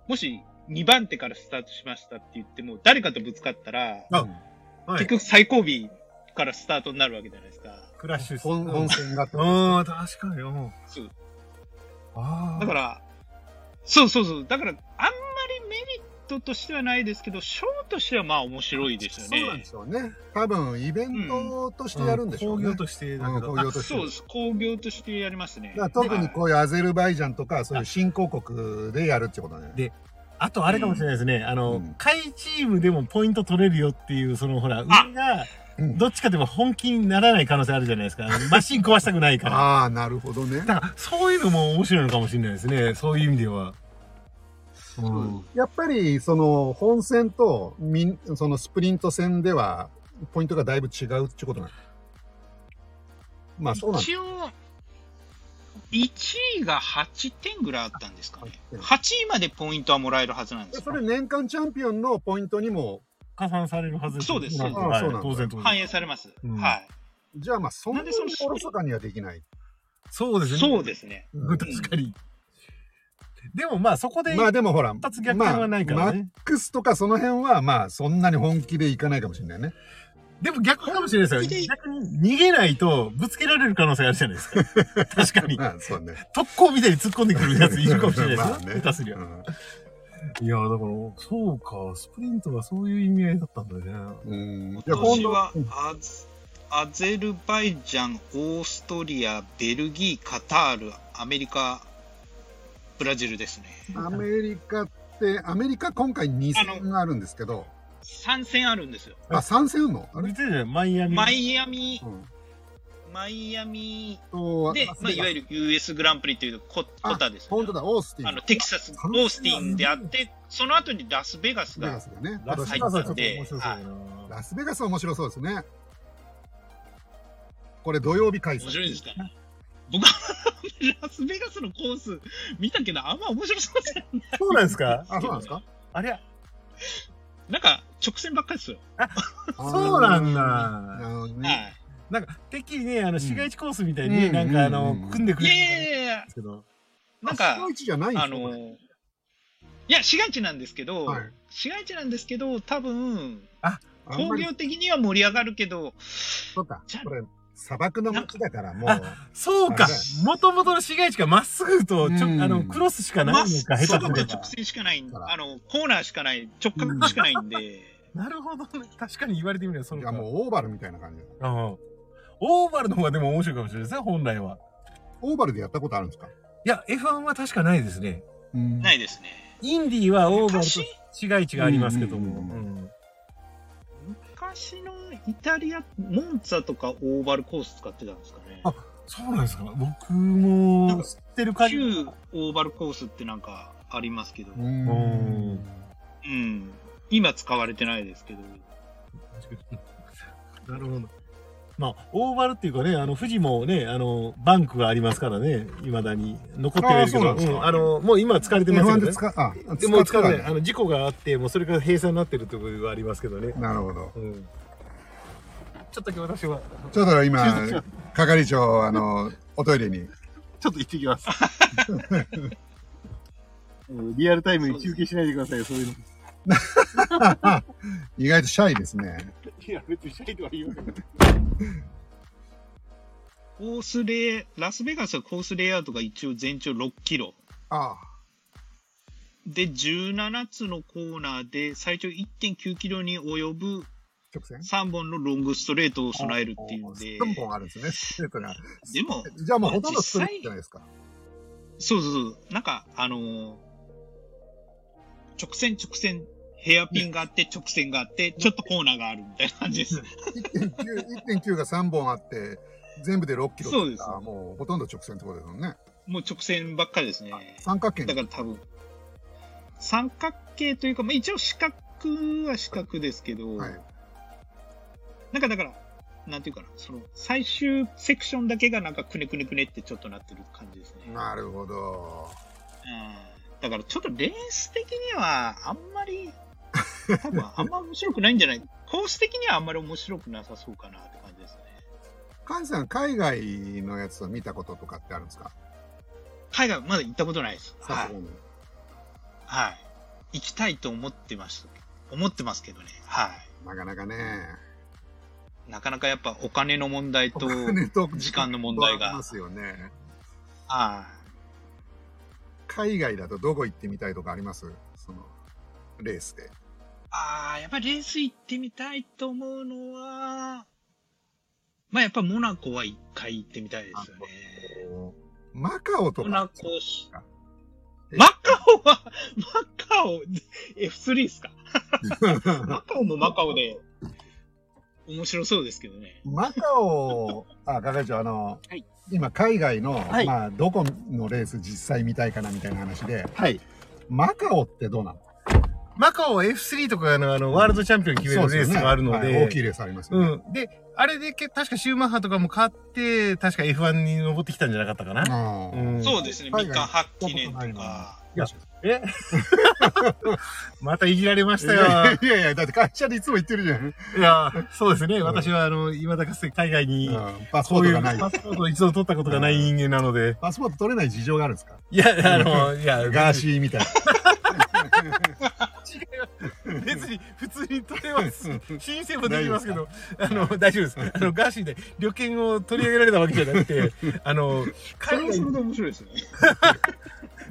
Speaker 3: もし2番手からスタートしましたって言っても、誰かとぶつかったら、
Speaker 2: あ
Speaker 1: うん
Speaker 2: はい
Speaker 3: 結。局最後尾からスタートになるわけじゃないですか。
Speaker 2: クラッシュ
Speaker 1: 本本戦があって
Speaker 2: う
Speaker 1: こ
Speaker 2: ん、確かに。うん
Speaker 3: そう
Speaker 2: ああ。、
Speaker 3: だからら、そうそうそう、だから、あんまりメリットとしてはないですけど、ショーとしてはまあ面白いです
Speaker 1: と
Speaker 3: よ
Speaker 1: そうなんで。
Speaker 3: ね
Speaker 1: しょうね。多分、イベントとしてやるんでしょうね。
Speaker 2: 工業として、だけど
Speaker 1: うん工業として
Speaker 3: そうです、興行としてやりますね。
Speaker 1: だから特にこ
Speaker 3: は
Speaker 1: ういうアゼルバイジャンとか、そういう新興国でやるってことね。
Speaker 2: であとあれかもしれないですね。あ
Speaker 1: う
Speaker 2: の
Speaker 1: ん、
Speaker 2: 下位チームでもポイント取れるよっていう、そのほら、
Speaker 3: あ
Speaker 2: 上が、
Speaker 1: うん
Speaker 2: どっちかでも本気にならない可能性あるじゃないです か。あのマシン壊したくないから。
Speaker 1: ああ、なるほどね。
Speaker 2: だから、そういうのも面白いのかもしれないですね。そういう意味では。うん。
Speaker 1: やっぱり、その、本戦とみん、そのスプリント戦では、ポイントがだいぶ違うってことなの。まあ、そうなんだ。
Speaker 3: 一応、1位が8点ぐらいあったんですかね
Speaker 1: あ。8
Speaker 3: 8位までポイントはもらえるはずなんです
Speaker 1: そ
Speaker 3: よ
Speaker 1: れ、年間チャンピオンのポイントにも、
Speaker 2: 加算されるはず
Speaker 3: そうです
Speaker 2: はい
Speaker 1: そうですあそうなんだ
Speaker 2: 当然、当然。
Speaker 3: 反映されます。
Speaker 2: うん
Speaker 3: は
Speaker 1: じゃあまあ、そんな
Speaker 3: なん
Speaker 1: に
Speaker 3: でその
Speaker 1: おろそかにはできない。
Speaker 2: そうで
Speaker 3: い。
Speaker 2: すね。
Speaker 3: そうですね。
Speaker 2: うん。確かに。でもまあ、そこで
Speaker 1: まあでもほら、
Speaker 2: 一発逆転はないか
Speaker 1: ま
Speaker 2: ら
Speaker 1: あマッ
Speaker 2: ね。
Speaker 1: クスとかその辺は、まあ、そんなに本気でいかないかもしれないね。
Speaker 2: でも逆かもしれないですよ。逆に逃げないとぶつけられる可能性あるじゃないです か。確かに。
Speaker 1: まあ、そうね。
Speaker 2: 特攻みたいに突っ込んでくるやついるかもしれない
Speaker 1: まあ
Speaker 2: です
Speaker 1: ね
Speaker 2: よ。下手すりゃ。
Speaker 1: うん
Speaker 2: いや、だから、そうか、スプリントがそういう意味合いだったんだね。
Speaker 1: うん。じゃあ
Speaker 3: 今
Speaker 1: 今
Speaker 3: 年
Speaker 1: 度
Speaker 3: はアズアゼルバイジャン、オーストリア、ベルギー、カタール、アメリカ、ブラジルですね。
Speaker 1: アメリカって、アメリカ今回2戦あるんですけど、
Speaker 3: 3戦あるんですよ。
Speaker 1: あ、3戦あるのあ
Speaker 2: あれ
Speaker 1: れ、
Speaker 2: じゃマイアミ。
Speaker 3: マイアミ
Speaker 1: う、ん、
Speaker 3: マイアミ
Speaker 1: と
Speaker 3: で、まあ、いわゆる US グランプリというココタです、ね。
Speaker 1: 本当だ、オースティン。
Speaker 3: あのテキサス、オースティンであって、その後にラスベガス
Speaker 1: ベガ
Speaker 3: が、
Speaker 1: スがね。
Speaker 2: ラスベガスはちょっと面白そうだな。
Speaker 1: ラスベガス面白そうですね。これ土曜日開催。
Speaker 3: 面白いですか僕 はラスベガスのコース見たけど、あんま面白そうじゃない。
Speaker 2: そうなんですか
Speaker 1: あ、そうなんですか
Speaker 2: あれ
Speaker 3: なんか直線ばっかりですよ。
Speaker 2: そうなんだ
Speaker 1: なるほど
Speaker 3: は
Speaker 1: ね。
Speaker 3: い
Speaker 2: なんか、てっきりね、あの、市街地コースみたい
Speaker 1: うん
Speaker 2: に、なんか、あ
Speaker 1: う
Speaker 2: の
Speaker 1: んうん、
Speaker 2: 組んでく
Speaker 3: い
Speaker 2: れ
Speaker 3: や
Speaker 2: る
Speaker 3: いや
Speaker 2: んで
Speaker 3: いやいや
Speaker 2: すけど。
Speaker 3: なん
Speaker 1: あ
Speaker 3: か
Speaker 1: 市、街地じゃないんです
Speaker 3: あ
Speaker 1: かこ
Speaker 3: の
Speaker 1: れ
Speaker 3: ー、いや、市街地なんですけど、
Speaker 1: はい
Speaker 3: 市街地なんですけど、多分、
Speaker 1: あん
Speaker 3: 工
Speaker 1: まり
Speaker 3: 業的には盛り上がるけど、
Speaker 1: そうか
Speaker 3: じゃ。あ
Speaker 1: これ、砂漠の街だから、もう。
Speaker 2: あそう
Speaker 1: あ
Speaker 2: か
Speaker 1: れだ。
Speaker 2: もともとの市街地がまっすぐと、ちょ
Speaker 1: うん
Speaker 2: あの、クロスしかな
Speaker 3: ま
Speaker 2: いのか、
Speaker 3: あ、
Speaker 2: 下手す
Speaker 3: 外まで
Speaker 2: れば
Speaker 3: 直。線しかないん
Speaker 1: だから
Speaker 3: あの、コーナーしかない、直角しかないんで、
Speaker 2: なるほどね。確かに言われてみればそう
Speaker 1: い
Speaker 2: か。
Speaker 1: や、もうオーバルみたいな感じ。
Speaker 2: うん。オーバルの方がでも面白いかもしれないですね、本来は。
Speaker 1: オーバルでやったことあるんですか
Speaker 2: いや、F1 は確かないですね。
Speaker 1: うん
Speaker 3: ないですね。
Speaker 2: インディはオーバルと
Speaker 3: 昔
Speaker 2: 市街地がありますけども。
Speaker 1: うんうん
Speaker 2: うん
Speaker 3: 昔のイタリア、モンツァとかオーバルコース使ってたんですかね。
Speaker 2: あそうなんですか僕も知ってる感じ。
Speaker 3: 旧オーバルコースってなんかありますけど、
Speaker 1: うん
Speaker 2: うん
Speaker 3: うん。今使われてないですけど、
Speaker 2: なるほど。まあ、オーバルっていうかね、あの、富士もね、あの、バンクがありますからね、いまだに残ってはいるけ
Speaker 1: あーそうな
Speaker 2: ど、
Speaker 1: んですか
Speaker 2: うんあの、もう今は疲れてますけ
Speaker 1: F1
Speaker 2: ど
Speaker 1: で
Speaker 2: ね。
Speaker 1: 使う、あ、
Speaker 2: でも
Speaker 1: 使っ
Speaker 2: う疲れ
Speaker 1: て
Speaker 2: て
Speaker 1: た
Speaker 2: ない、あの、事故があって、もうそれから閉鎖になってるところはありますけどね。
Speaker 1: なるほど。
Speaker 2: うん。ちょっとだけ私は、
Speaker 1: ちょっと今、 係長、あの、おトイレに。
Speaker 2: ちょっと行ってきます。うんリアルタイムに休憩しないでくださいよ、そういうの。
Speaker 1: 意外とシャイですね。
Speaker 2: いや、別にシャイとは言わない。
Speaker 3: コースレイ、ラスベガスはコースレイアウトが一応全長6キロ。
Speaker 1: あ
Speaker 3: で、17つのコーナーで最長1.9キロに及ぶ
Speaker 1: 直線
Speaker 3: 3本のロングストレートを備えるっていうんで、
Speaker 1: 3本あるんですね、ストレートが。
Speaker 3: でも、
Speaker 1: じゃあもうほとんどストレートじゃないですか。
Speaker 3: そうそうそう、なんか、あのー直線直線、ヘアピンがあって、直線があって、ちょっとコーナーがあるみたいな感じ です。
Speaker 1: 1.9 1.9が3本あって、全部で6キロ
Speaker 3: そうです
Speaker 1: あもうほとんど直線ってことですもんね。
Speaker 3: もう直線ばっかりですね。
Speaker 1: 三角形
Speaker 3: だ
Speaker 1: に
Speaker 3: から多分、三角形というか、まあ、一応四角は四角ですけど、
Speaker 1: はい
Speaker 3: なんかだから、なんていうかな、その最終セクションだけがなんかくねくねくねってちょっとなってる感じですね。
Speaker 1: なるほど。
Speaker 3: うんだからちょっとレース的にはあんまり多分あんま面白くないんじゃないコース的にはあんまり面白くなさそうかなって感じですね。
Speaker 1: カイさん、海外のやつを見たこととかってあるんですか
Speaker 3: 海外まだ行ったことないです。は
Speaker 1: さ
Speaker 3: い
Speaker 1: す。がに
Speaker 3: はい。行きたいと思ってました。思ってますけどね。は
Speaker 1: なかなかね。
Speaker 3: い。なかなかやっぱお金の問題と、
Speaker 1: と
Speaker 3: 時間の問題が
Speaker 1: ありますよね。
Speaker 3: はい。
Speaker 1: 海外だとどこ行ってみたいとかありますその、レースで。
Speaker 3: ああ、やっぱりレース行ってみたいと思うのは、まあやっぱモナコは一回行ってみたいですよね。
Speaker 1: こうマカオと
Speaker 3: モナ
Speaker 1: か。
Speaker 3: コし
Speaker 1: か。
Speaker 3: マカオは、マカオ、F3 で すかマカオもマカオで、面白そうですけどね。
Speaker 1: マカオ、あ、係長、あの、
Speaker 3: はい
Speaker 1: 今、海外の、
Speaker 4: はい
Speaker 1: まあ、どこのレース実際見たいかなみたいな話で、
Speaker 4: はい。
Speaker 1: マカオってどうなの
Speaker 2: マカオ F3 とかのあの、ワールドチャンピオン決めるレースがあるの
Speaker 1: そうすよ
Speaker 2: で、
Speaker 1: ねはい大きいレースありますよ
Speaker 2: う
Speaker 1: ね。
Speaker 2: ん。で、あれでけ、確かシューマッハとかも勝って、確か F1 に登ってきたんじゃなかったかな。
Speaker 1: あー
Speaker 2: ん
Speaker 3: そうですね、
Speaker 1: 海
Speaker 3: 日
Speaker 1: 外
Speaker 3: 韓発記念とか。
Speaker 2: いやまたいじられましたよ。
Speaker 1: いやいや、だって会社でいつも行ってるじゃん。うん
Speaker 2: いや、そうですね。
Speaker 1: ん
Speaker 2: 私は、あの、未だかつて海外に、
Speaker 1: パスポ
Speaker 2: こう
Speaker 1: ー
Speaker 2: い
Speaker 1: ト
Speaker 2: う
Speaker 1: がない。
Speaker 2: パスポートを一度取ったことがない人間なので。
Speaker 1: パスポート取れない事情があるんですか
Speaker 2: いや、あの、いや、
Speaker 1: ガーシーみたい
Speaker 2: ー。 別に、普通に取れます。申請もできますけど、あの、大丈夫です。あの、ガーシーで旅券を取り上げられたわけじゃなく て、あの、
Speaker 3: それ
Speaker 2: 海外
Speaker 3: もそ
Speaker 2: に
Speaker 3: れで面白いですね。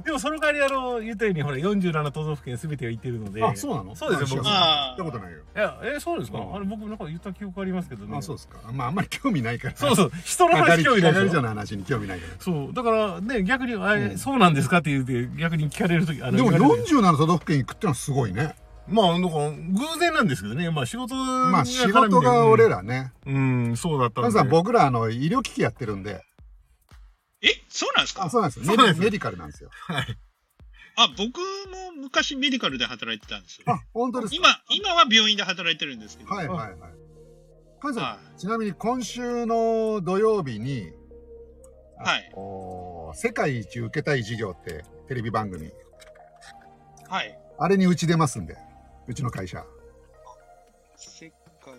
Speaker 2: でもその代わり、あの、言ったように、ほら、47都道府県すべてを行ってるので。
Speaker 1: な。あ、そうなの
Speaker 2: そうですよ僕
Speaker 1: あ知らない行
Speaker 3: ああ
Speaker 1: ったことないよ。
Speaker 2: いや、え、そうですか、
Speaker 1: うん
Speaker 2: あれ僕なんか言った記憶ありますけどね。
Speaker 1: あ、そう
Speaker 2: う
Speaker 1: ですか。まあ、あんまり興味ないから。
Speaker 2: そうそう。人の
Speaker 1: 上が
Speaker 2: 話
Speaker 1: り、
Speaker 2: 興味
Speaker 1: 上
Speaker 2: な
Speaker 1: が
Speaker 2: いで
Speaker 1: り
Speaker 2: す
Speaker 1: じゃ
Speaker 2: よ。
Speaker 1: の話に興味ないから。
Speaker 2: そう。だからね、逆に、あれ、
Speaker 1: うん
Speaker 2: そうなんですかって言って、逆に聞かれるとき、あの
Speaker 1: でも
Speaker 2: 言われる
Speaker 1: 47都道府県行くってのはすごいね。
Speaker 2: まあ、なんか、偶然なんですけどね。まあ、仕事が
Speaker 1: まあ仕事が俺。らね。
Speaker 2: うん、うんそうだったん
Speaker 1: 皆
Speaker 2: で。
Speaker 1: さん僕らあの医療機器やってるんで。
Speaker 3: え、そうなんです
Speaker 1: あ、
Speaker 3: か
Speaker 1: そうなんですよ。
Speaker 2: そ
Speaker 1: メ
Speaker 2: うなんで
Speaker 1: デ
Speaker 2: す
Speaker 1: ィメディカルなんですよ。
Speaker 3: あ、僕も昔メディカルで働いてたんですよ。
Speaker 1: あ、本当ですか。
Speaker 3: 今、今は病院で働いてるんですけど。
Speaker 1: はいはいはい。カズさ
Speaker 3: は
Speaker 1: ん、ちなみに今週の土曜日に、
Speaker 3: はい
Speaker 1: おー世界一受けたい授業ってテレビ番組。
Speaker 3: い。はい。
Speaker 1: あれにうち出ますんで。うちの会社。
Speaker 3: 世界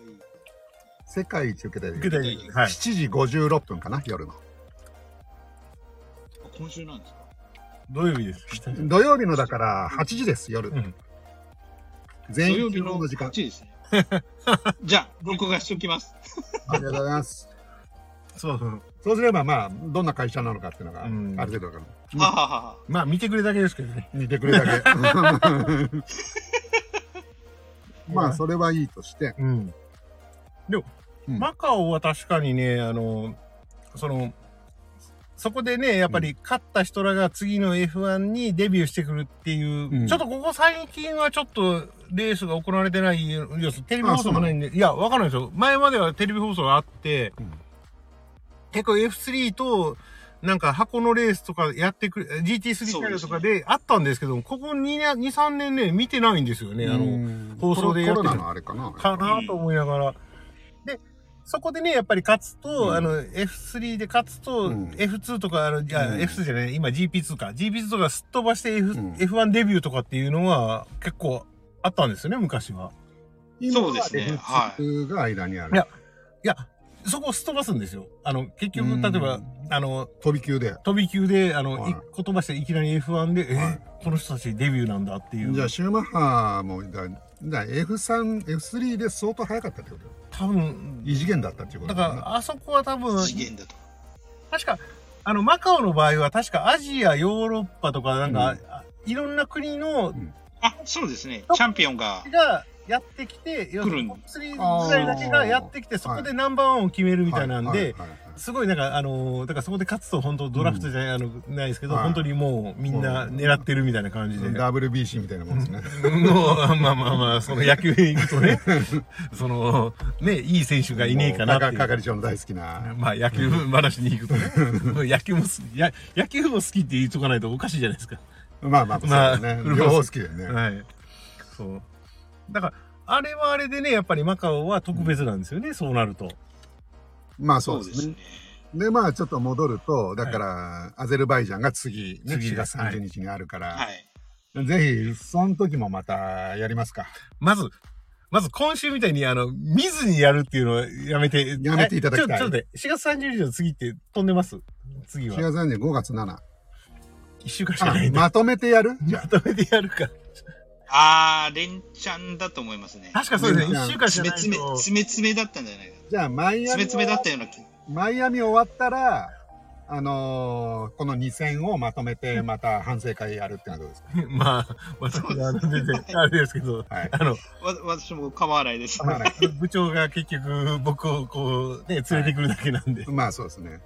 Speaker 1: 世界一受けたい授
Speaker 2: 具
Speaker 1: 業。
Speaker 2: 体的にはい。
Speaker 1: 7時56分かな、夜の。
Speaker 3: あ今週なんですか
Speaker 2: 土曜日です。
Speaker 1: 土曜日のだから8時です、夜。
Speaker 2: うん
Speaker 1: 全員集合の時間
Speaker 3: 8。時ですね じゃあ録画しておきます
Speaker 1: ありがとうございます。
Speaker 2: そうそう。
Speaker 1: そうすればまあ、どんな会社なのかっていうのが、あ
Speaker 2: う
Speaker 1: る
Speaker 2: ん
Speaker 1: 程度わかる。
Speaker 3: はははは
Speaker 2: まあ、見てくれだけですけどね。
Speaker 1: 似てくれだけ。まあ、それはいいとして。
Speaker 2: うん。でも、
Speaker 1: うん
Speaker 2: マカオは確かにね、あの、その、そこでね、やっぱり勝った人らが次の F1 にデビューしてくるっていう、
Speaker 1: うん
Speaker 2: ちょっとここ最近はちょっとレースが行われてない、要するにテレビ
Speaker 1: あ
Speaker 2: 放送もないんで、いや、わかんないですよ。前まではテレビ放送があって、
Speaker 1: うん
Speaker 2: 結構 F3 と、なんか箱のレースとかやってくれ、GT3 キャリアとかであったんですけども、ここ2年、2、3年ね、見てないんですよね、あの、
Speaker 1: うん
Speaker 2: 放送でやっ
Speaker 1: コ
Speaker 2: てる
Speaker 1: ロナのあれかな。
Speaker 2: かなと思いながら。で、そこでね、やっぱり勝つと、
Speaker 1: うん
Speaker 2: あの、F3 で勝つと、
Speaker 1: うん
Speaker 2: F2 とか、あの、いや、
Speaker 1: うん
Speaker 2: F2 じゃない、今 GP2 か。GP2 とかすっ飛ばして F、
Speaker 1: ん。
Speaker 2: F1 デビューとかっていうのは結構あったんですよね、昔は。
Speaker 3: そうですねはい
Speaker 1: が間にあ
Speaker 2: い
Speaker 1: る
Speaker 2: や。いや、そこをすっ飛ばすんですよ。あの、結
Speaker 1: う
Speaker 2: 局、
Speaker 1: ん
Speaker 2: 例えば、あの、
Speaker 1: 飛び級で。
Speaker 2: 飛び級で、あの、
Speaker 1: はい
Speaker 2: い言葉していきなり F1 で、
Speaker 1: はい
Speaker 2: えーこの人たちデビューなんだっていう。
Speaker 1: じゃあ、シューマッハも、だだ F3、F3 で相当早かったってこと
Speaker 2: 多分、
Speaker 1: 異次元だったっていうこと
Speaker 2: だか
Speaker 1: な
Speaker 2: ら、あそこは多分、
Speaker 3: 次元だと
Speaker 2: 確か、あの、マカオの場合は、確かアジア、ヨーロッパとか、なんか、
Speaker 1: うん
Speaker 2: あいろんな国の、
Speaker 3: あそうですねチャンピオンが
Speaker 2: がやってきて、要するに
Speaker 3: 来
Speaker 2: ト
Speaker 3: る
Speaker 2: ップ3ぐらいだけがやってきて、そこでナンバーワンを決めるみたいなんで、
Speaker 1: はははいはい
Speaker 2: すごいなんか、あのーだからそこで勝つと、本当ドラフトじゃない,、あのないですけど、
Speaker 1: はい
Speaker 2: 本当にもうみんな狙ってるみたいな感じで。
Speaker 1: WBC みたいなもんですね。
Speaker 2: もう、まあまあまあ、その野球へ行く とね、その、ね、いい選手がいねえかなっていう
Speaker 1: もう係長の大好きな。
Speaker 2: まあ野球話に行くとね、もう野球も好き、や野球も好きって言っとかないとおかしいじゃないですか。
Speaker 1: まあまあ、そうだね
Speaker 2: ま。あ
Speaker 1: 両方好きだよね。
Speaker 2: はい。そう。だから、あれはあれでね、やっぱりマカオは特別なんですよね、そうなると。
Speaker 1: まあ
Speaker 3: そ
Speaker 1: そうう
Speaker 3: で
Speaker 1: ですす
Speaker 3: ね
Speaker 1: ね。で、まあちょっと戻ると、だから、アゼルバイジャンが次、ね、
Speaker 2: 次
Speaker 1: 4
Speaker 2: で
Speaker 1: 月
Speaker 2: すはい
Speaker 1: 30日にあるから、
Speaker 3: はい
Speaker 1: ぜひ、その時もまたやりますか。
Speaker 2: まず、まず今週みたいに、あの、見ずにやるっていうのはやめて。
Speaker 1: やめていただきたい
Speaker 2: えちょっとちょっと待って、4月30日の次って飛んでます次
Speaker 1: 4
Speaker 2: は。
Speaker 1: 月30 5月7。
Speaker 2: 1週間しかない
Speaker 1: あ
Speaker 2: んだ。
Speaker 1: まとめてやるじゃ
Speaker 2: まとめてやるか。
Speaker 3: あー、連チャンだと思いますね。
Speaker 2: 確かそうですね。
Speaker 1: いや
Speaker 2: 1週間しか
Speaker 3: 詰め
Speaker 2: ない
Speaker 3: 詰め、
Speaker 2: と。
Speaker 3: 詰め詰めだったんじゃないかな
Speaker 1: あ、じゃあマイア
Speaker 3: 詰め
Speaker 1: ミ、
Speaker 3: 詰めだったような気。
Speaker 1: マイアミ終わったら、あのーこの2戦をまとめて、また反省会やるってのはどうですか
Speaker 2: まあ、また、あの全然、あれですけど、
Speaker 1: はい。
Speaker 2: あの、
Speaker 3: わ私も構わないです。
Speaker 1: まあね
Speaker 2: 部長が結局僕をこうね、連れてくるだけなんで。
Speaker 1: まあそうですね。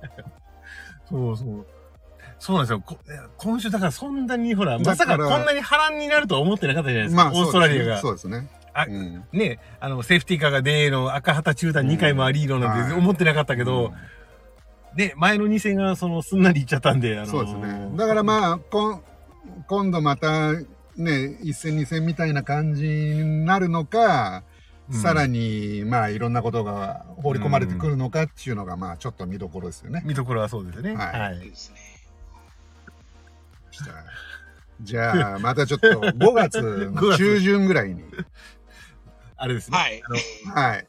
Speaker 2: そうそう。そうなんですよ。こいや今週だからそんなにほら、
Speaker 1: だ
Speaker 2: まさ
Speaker 1: か
Speaker 2: からこんなに波乱になるとは思ってなかったじゃないです
Speaker 1: ま
Speaker 2: か。
Speaker 1: あ、
Speaker 2: オーストラリアが。
Speaker 1: そうですね。
Speaker 2: あ
Speaker 1: そうですね
Speaker 2: ね、あの、セーフティーカーがデーの赤旗中断2回もアリードなんて
Speaker 1: はい
Speaker 2: 思ってなかった
Speaker 1: だ
Speaker 2: けど、、ね、前の2戦がそのすんなりいっちゃったんで、あのー
Speaker 1: そうですね。だからまあ、こん今度また、ね、一戦二戦みたいな感じになるのか、
Speaker 2: うん
Speaker 1: さらに、まあ、いろんなことが放り込まれてくるのかっていうのが、まあ、ちょっと見どころですよね。
Speaker 2: 見どころはそうですね。
Speaker 1: はい
Speaker 2: は
Speaker 3: そう
Speaker 2: い。
Speaker 3: ですね。
Speaker 1: じゃあ、またちょっと、5月 の中旬ぐらいに。
Speaker 2: あれですね。
Speaker 3: はい。
Speaker 1: はい。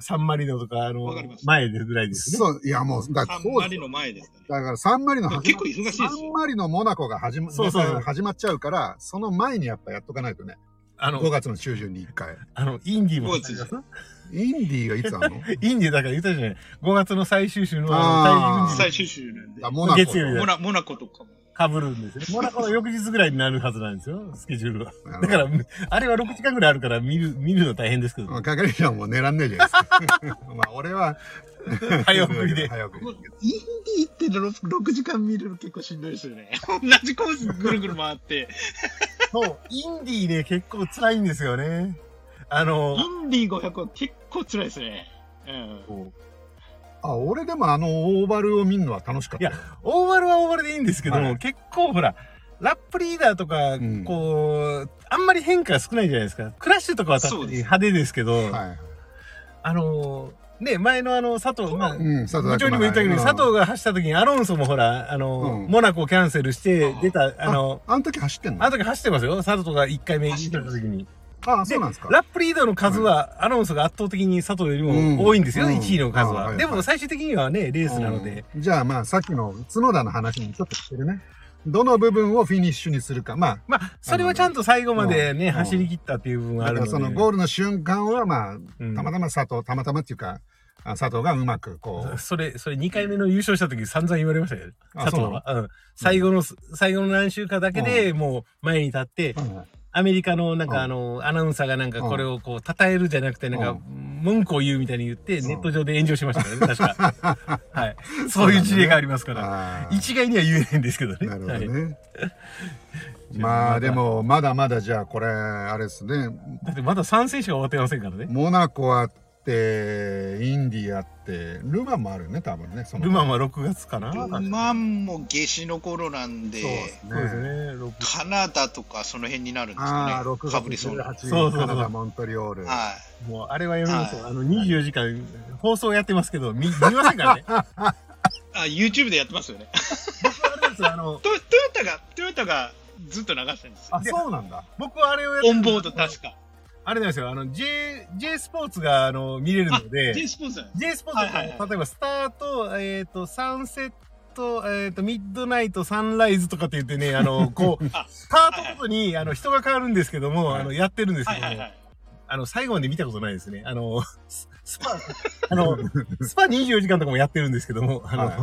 Speaker 2: サンマリノとか、あの
Speaker 3: わかりま、した
Speaker 2: 前でぐらいですね。
Speaker 1: そう、いや、もう、だ
Speaker 3: あん
Speaker 1: そう
Speaker 3: まりの前ですね。
Speaker 1: だから、サンマリの
Speaker 3: でも
Speaker 1: 始
Speaker 3: 結
Speaker 1: ま
Speaker 3: 構忙しいです
Speaker 1: サ
Speaker 3: よ。
Speaker 1: ンマリのモナコが始ま
Speaker 2: そうそうそう
Speaker 1: 始まっちゃうから、その前にやっぱやっとかないとね。
Speaker 2: あ
Speaker 1: 5
Speaker 2: の、
Speaker 1: 月の中旬に1回。
Speaker 2: あの、インディーも
Speaker 3: 5月じゃん
Speaker 1: インディーがいつあんの
Speaker 2: インディーだから言ったじゃない。5月の最終週の
Speaker 1: あー
Speaker 2: あの
Speaker 3: 最
Speaker 2: 大陸
Speaker 3: 終週なんで。
Speaker 1: あ
Speaker 3: モ
Speaker 1: モナコ
Speaker 2: 月曜日
Speaker 3: ナモナコとかも。
Speaker 2: かぶるんですね。モナコの翌日ぐらいになるはずなんですよ、スケジュールは。
Speaker 1: だ
Speaker 2: だから、あれは6時間ぐらいあるから見る、見るの大変ですけど、
Speaker 1: 係長も狙んねえじゃないです か。まあ俺は。
Speaker 2: 早送りで。
Speaker 1: 早送り
Speaker 3: もうインディーっての6時間見るの結構しんどいですよね。同じコースぐるぐる回って。
Speaker 2: そう、インディーね、結構辛いんですよね。あの、
Speaker 3: インディー500は結構辛いですね。うん。
Speaker 1: あ、俺でもあのオーバルを見るのは楽しかったよ。
Speaker 2: いオーバルはオーバルでいいんですけど、
Speaker 1: はい
Speaker 2: 結構ほら、ラップリーダーとか、
Speaker 1: うん
Speaker 2: こう、あんまり変化少ないじゃないですか。クラッシュとかは確か
Speaker 3: そう
Speaker 2: に
Speaker 3: です
Speaker 2: 派手ですけど、
Speaker 1: はい。
Speaker 2: あの、ね、前のあの、佐藤、まあ、
Speaker 1: うん、佐
Speaker 2: 部長にも言ったけど、佐藤が走った時にアロンソもほら、あの、
Speaker 1: うん
Speaker 2: モナコキャンセルして出た、あの、
Speaker 1: あの時走ってんの
Speaker 2: あの時走ってますよ。佐藤が1回目走
Speaker 3: 走
Speaker 2: っ
Speaker 3: って
Speaker 2: た
Speaker 3: ます
Speaker 2: 時に。
Speaker 1: あ、そうなんですか。
Speaker 2: ラップリードの数は、アロンソが圧倒的に佐藤よりも多いんですよ、
Speaker 1: うん
Speaker 2: 1位の数
Speaker 1: うんあ
Speaker 2: は。
Speaker 1: はい
Speaker 2: でも最終的にはね、レースなので。
Speaker 1: うんじゃあまあさっきの角田の話にちょっとしてるね。どの部分をフィニッシュにするか。まあ、
Speaker 2: まあ、それはちゃんと最後までね、
Speaker 1: うん
Speaker 2: 走り切ったっていう部分が
Speaker 1: だ
Speaker 2: ある
Speaker 1: か
Speaker 2: の
Speaker 1: ら
Speaker 2: で。
Speaker 1: そのゴールの瞬間はまあ、
Speaker 2: うん
Speaker 1: たまたま佐藤、たまたまっていうか、あ佐藤がうまくこう、
Speaker 2: それ、それ2回目の優勝した時散々言われましたよ。
Speaker 1: あ
Speaker 2: 佐藤は。うん。最後の、最後の何週かだけでもう前に立って、
Speaker 1: はいはい
Speaker 2: アメリカのなん
Speaker 1: うん
Speaker 2: かあの、アナウンサーがなんか
Speaker 1: うん
Speaker 2: これをこう、称えるじゃなくて、なん
Speaker 1: う
Speaker 2: か、文句を言うみたいに言って、
Speaker 1: うん
Speaker 2: ネット上で炎上しましたよね、 確か。はい。そういう事例がありますから。
Speaker 1: あー
Speaker 2: 一概には言えないんですけどね。
Speaker 1: なるほ
Speaker 2: は
Speaker 1: ど
Speaker 2: い
Speaker 1: ね。 まあでも、まだまだじゃあこれ、あれですね、
Speaker 2: だってまだ3選手が終わってませんからね。
Speaker 1: モナコあって、インディあって、ルマンもあるよね、多分ね。その
Speaker 2: ルマンは6月かな
Speaker 3: ルマンも夏至の頃なんで
Speaker 1: そうです
Speaker 2: そうですね
Speaker 1: ね。、
Speaker 2: 6
Speaker 3: カナダとかその辺になるんです
Speaker 1: ああ、
Speaker 3: よね。
Speaker 1: 6
Speaker 3: かぶり
Speaker 1: 月
Speaker 3: そうな。はい。
Speaker 1: 18日、
Speaker 2: そうそうそう
Speaker 1: カナダ、モントリオール。
Speaker 2: もう、あれはやめましょう。
Speaker 3: は
Speaker 2: あの、24時間、放送やってますけど、 見、見ませんからね。
Speaker 3: あ、YouTube でやってますよね。
Speaker 2: 僕はあれですよあの、
Speaker 3: トトヨタが、トヨタがずっと流してるんですよ。
Speaker 1: あ、そうなんだ。
Speaker 2: 僕はあれをやって
Speaker 3: オンボード確か。
Speaker 2: あれなんですよ。あの、J、J スポーツが、あの、見れるので、
Speaker 3: J スポーツなんです
Speaker 2: J スポーツ
Speaker 3: はいはい
Speaker 2: が、
Speaker 3: は
Speaker 2: 例えば、スタート、えっと、サンセット、えっと、ミッドナイト、サンライズとかって言ってね、あの、こう、
Speaker 3: あ
Speaker 2: スタートごとに、あの、人が変わるんですけども、
Speaker 1: はい
Speaker 2: あの、やってるんです
Speaker 3: は
Speaker 2: け
Speaker 3: い
Speaker 2: ど
Speaker 3: はい
Speaker 2: も
Speaker 3: は、い。
Speaker 2: あの、最後まで見たことないですね。あの、ススパ、 あの、スパ24時間とかもやってるんですけども、あの、
Speaker 1: はい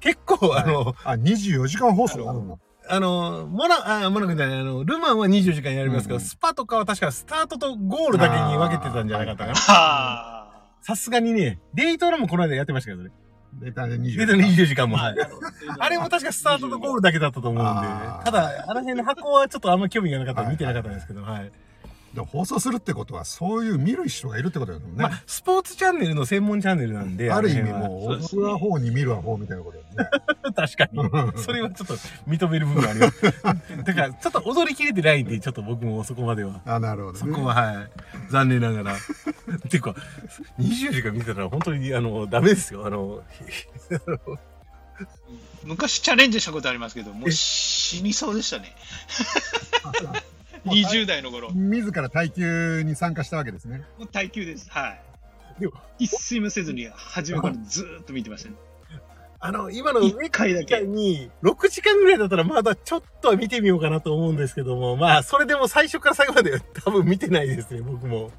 Speaker 2: 結構、あ
Speaker 1: は
Speaker 2: の、
Speaker 1: あ、24時間放送あるの。
Speaker 2: あの、モナ、あ、モナ君じゃない、あの、ルマンは24時間やりますけど、
Speaker 1: うんうん
Speaker 2: スパとかは確かスタートとゴールだけに分けてたんじゃなかったかな。
Speaker 3: あ
Speaker 2: さすがにね、デイトラもこの間やってましたけどね。
Speaker 1: データで24
Speaker 2: デイトラ24時間
Speaker 3: ー
Speaker 2: も。はい
Speaker 3: なるほど
Speaker 2: あれも確かスタートとゴールだけだったと思うんで、
Speaker 1: あー
Speaker 2: ただ、あの辺の箱はちょっとあんま興味がなかったんで見てなかったんですけど、はい。
Speaker 1: でも放送するってことは、そういう見る人がいるってことだよね。
Speaker 2: まあ、スポーツチャンネルの専門チャンネルなんで、
Speaker 1: ある意味
Speaker 2: の辺は
Speaker 1: もう
Speaker 3: そう、です
Speaker 1: 僕
Speaker 3: ね
Speaker 1: は方に見るは方みたいなことだよね。
Speaker 2: 確かに。それはちょっと認める部分があります。 だから、ちょっと踊りきれてないんで、ちょっと僕もそこまでは。
Speaker 1: あ、なるほどね。
Speaker 2: そこは、はい。残念ながら。 っていうか、20時間見てたら本当に、あの、ダメですよ。あの、
Speaker 3: 昔チャレンジしたことありますけど、もう死にそうでしたね。20代の頃。
Speaker 1: 自ら耐久に参加したわけですね。
Speaker 3: もう耐久です。はい。
Speaker 1: でも
Speaker 3: 一睡もせずに、初めからずーっと見てましたね。
Speaker 2: あの、今の
Speaker 3: 一回だ
Speaker 2: みたい
Speaker 3: け。
Speaker 2: に、6時間ぐらいだったらまだちょっとは見てみようかなと思うんですけども、まあ、それでも最初から最後まで 多分見てないですね、僕も。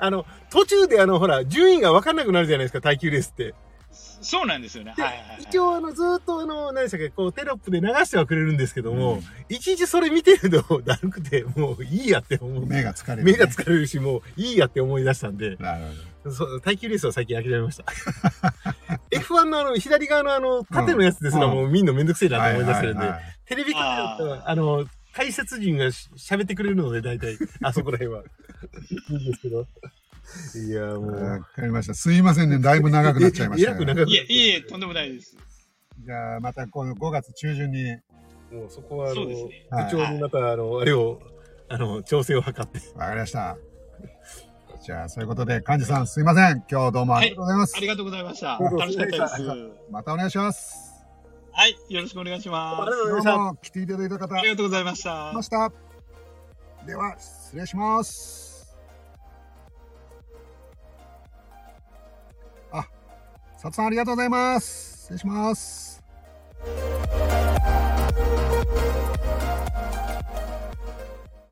Speaker 2: あの、途中であの、ほら、順位が分かんなくなるじゃないですか、耐久レースって。
Speaker 3: そうなんですよね。
Speaker 2: で
Speaker 3: はいはいはい。
Speaker 2: 一応、あの、ずーっとあの、何でしたっけ、こう、テロップで流してはくれるんですけど
Speaker 1: う
Speaker 2: も
Speaker 1: ん、
Speaker 2: 一日それ見てると、だるくて、もういいやって思う。
Speaker 1: 目が疲れる、
Speaker 2: 目が疲れるし、もういいやって思い出したんで、
Speaker 1: なるほ
Speaker 2: そう耐久レースは最近諦めました。F1 のあの、左側のあの、縦のやつですら、
Speaker 1: うん
Speaker 2: もう見んのめんどくせえ
Speaker 1: ど。
Speaker 2: なと思い出せるん
Speaker 1: は
Speaker 2: で
Speaker 1: は、はい
Speaker 2: テレビ局だったら、あの、解説陣がし喋ってくれるので、大体、あそこら辺は。いいんですけど。いや、も
Speaker 1: わ
Speaker 2: う。
Speaker 1: かりました。すいませんね。だいぶ長くなっちゃいました
Speaker 2: えええら
Speaker 1: けど。
Speaker 2: く 長く
Speaker 3: いえ、いえ、とんでもないです。
Speaker 1: じゃあ、またこの5月中旬に、
Speaker 2: もうそこは、あの、
Speaker 3: そうです
Speaker 2: 部
Speaker 3: ね。
Speaker 1: はい
Speaker 2: 長にまた、あの、あれを、あの、調整を図って。
Speaker 1: わかりました。じゃあ、そういうことで、幹事さん、すいません。今日どうもありがとうございます。
Speaker 3: ありがとうございました。
Speaker 2: どうぞ
Speaker 3: 楽しかったです。
Speaker 1: またお願いします。
Speaker 3: はい、よろしくお願いしま
Speaker 2: ありがとうございま
Speaker 3: す。
Speaker 1: どうも、来ていただいた方、
Speaker 3: あ
Speaker 1: あ
Speaker 3: り
Speaker 1: りがと
Speaker 3: がとうございました
Speaker 1: うございま。した。では、失礼します。あ、佐藤さん、ありがとうございます。失礼します。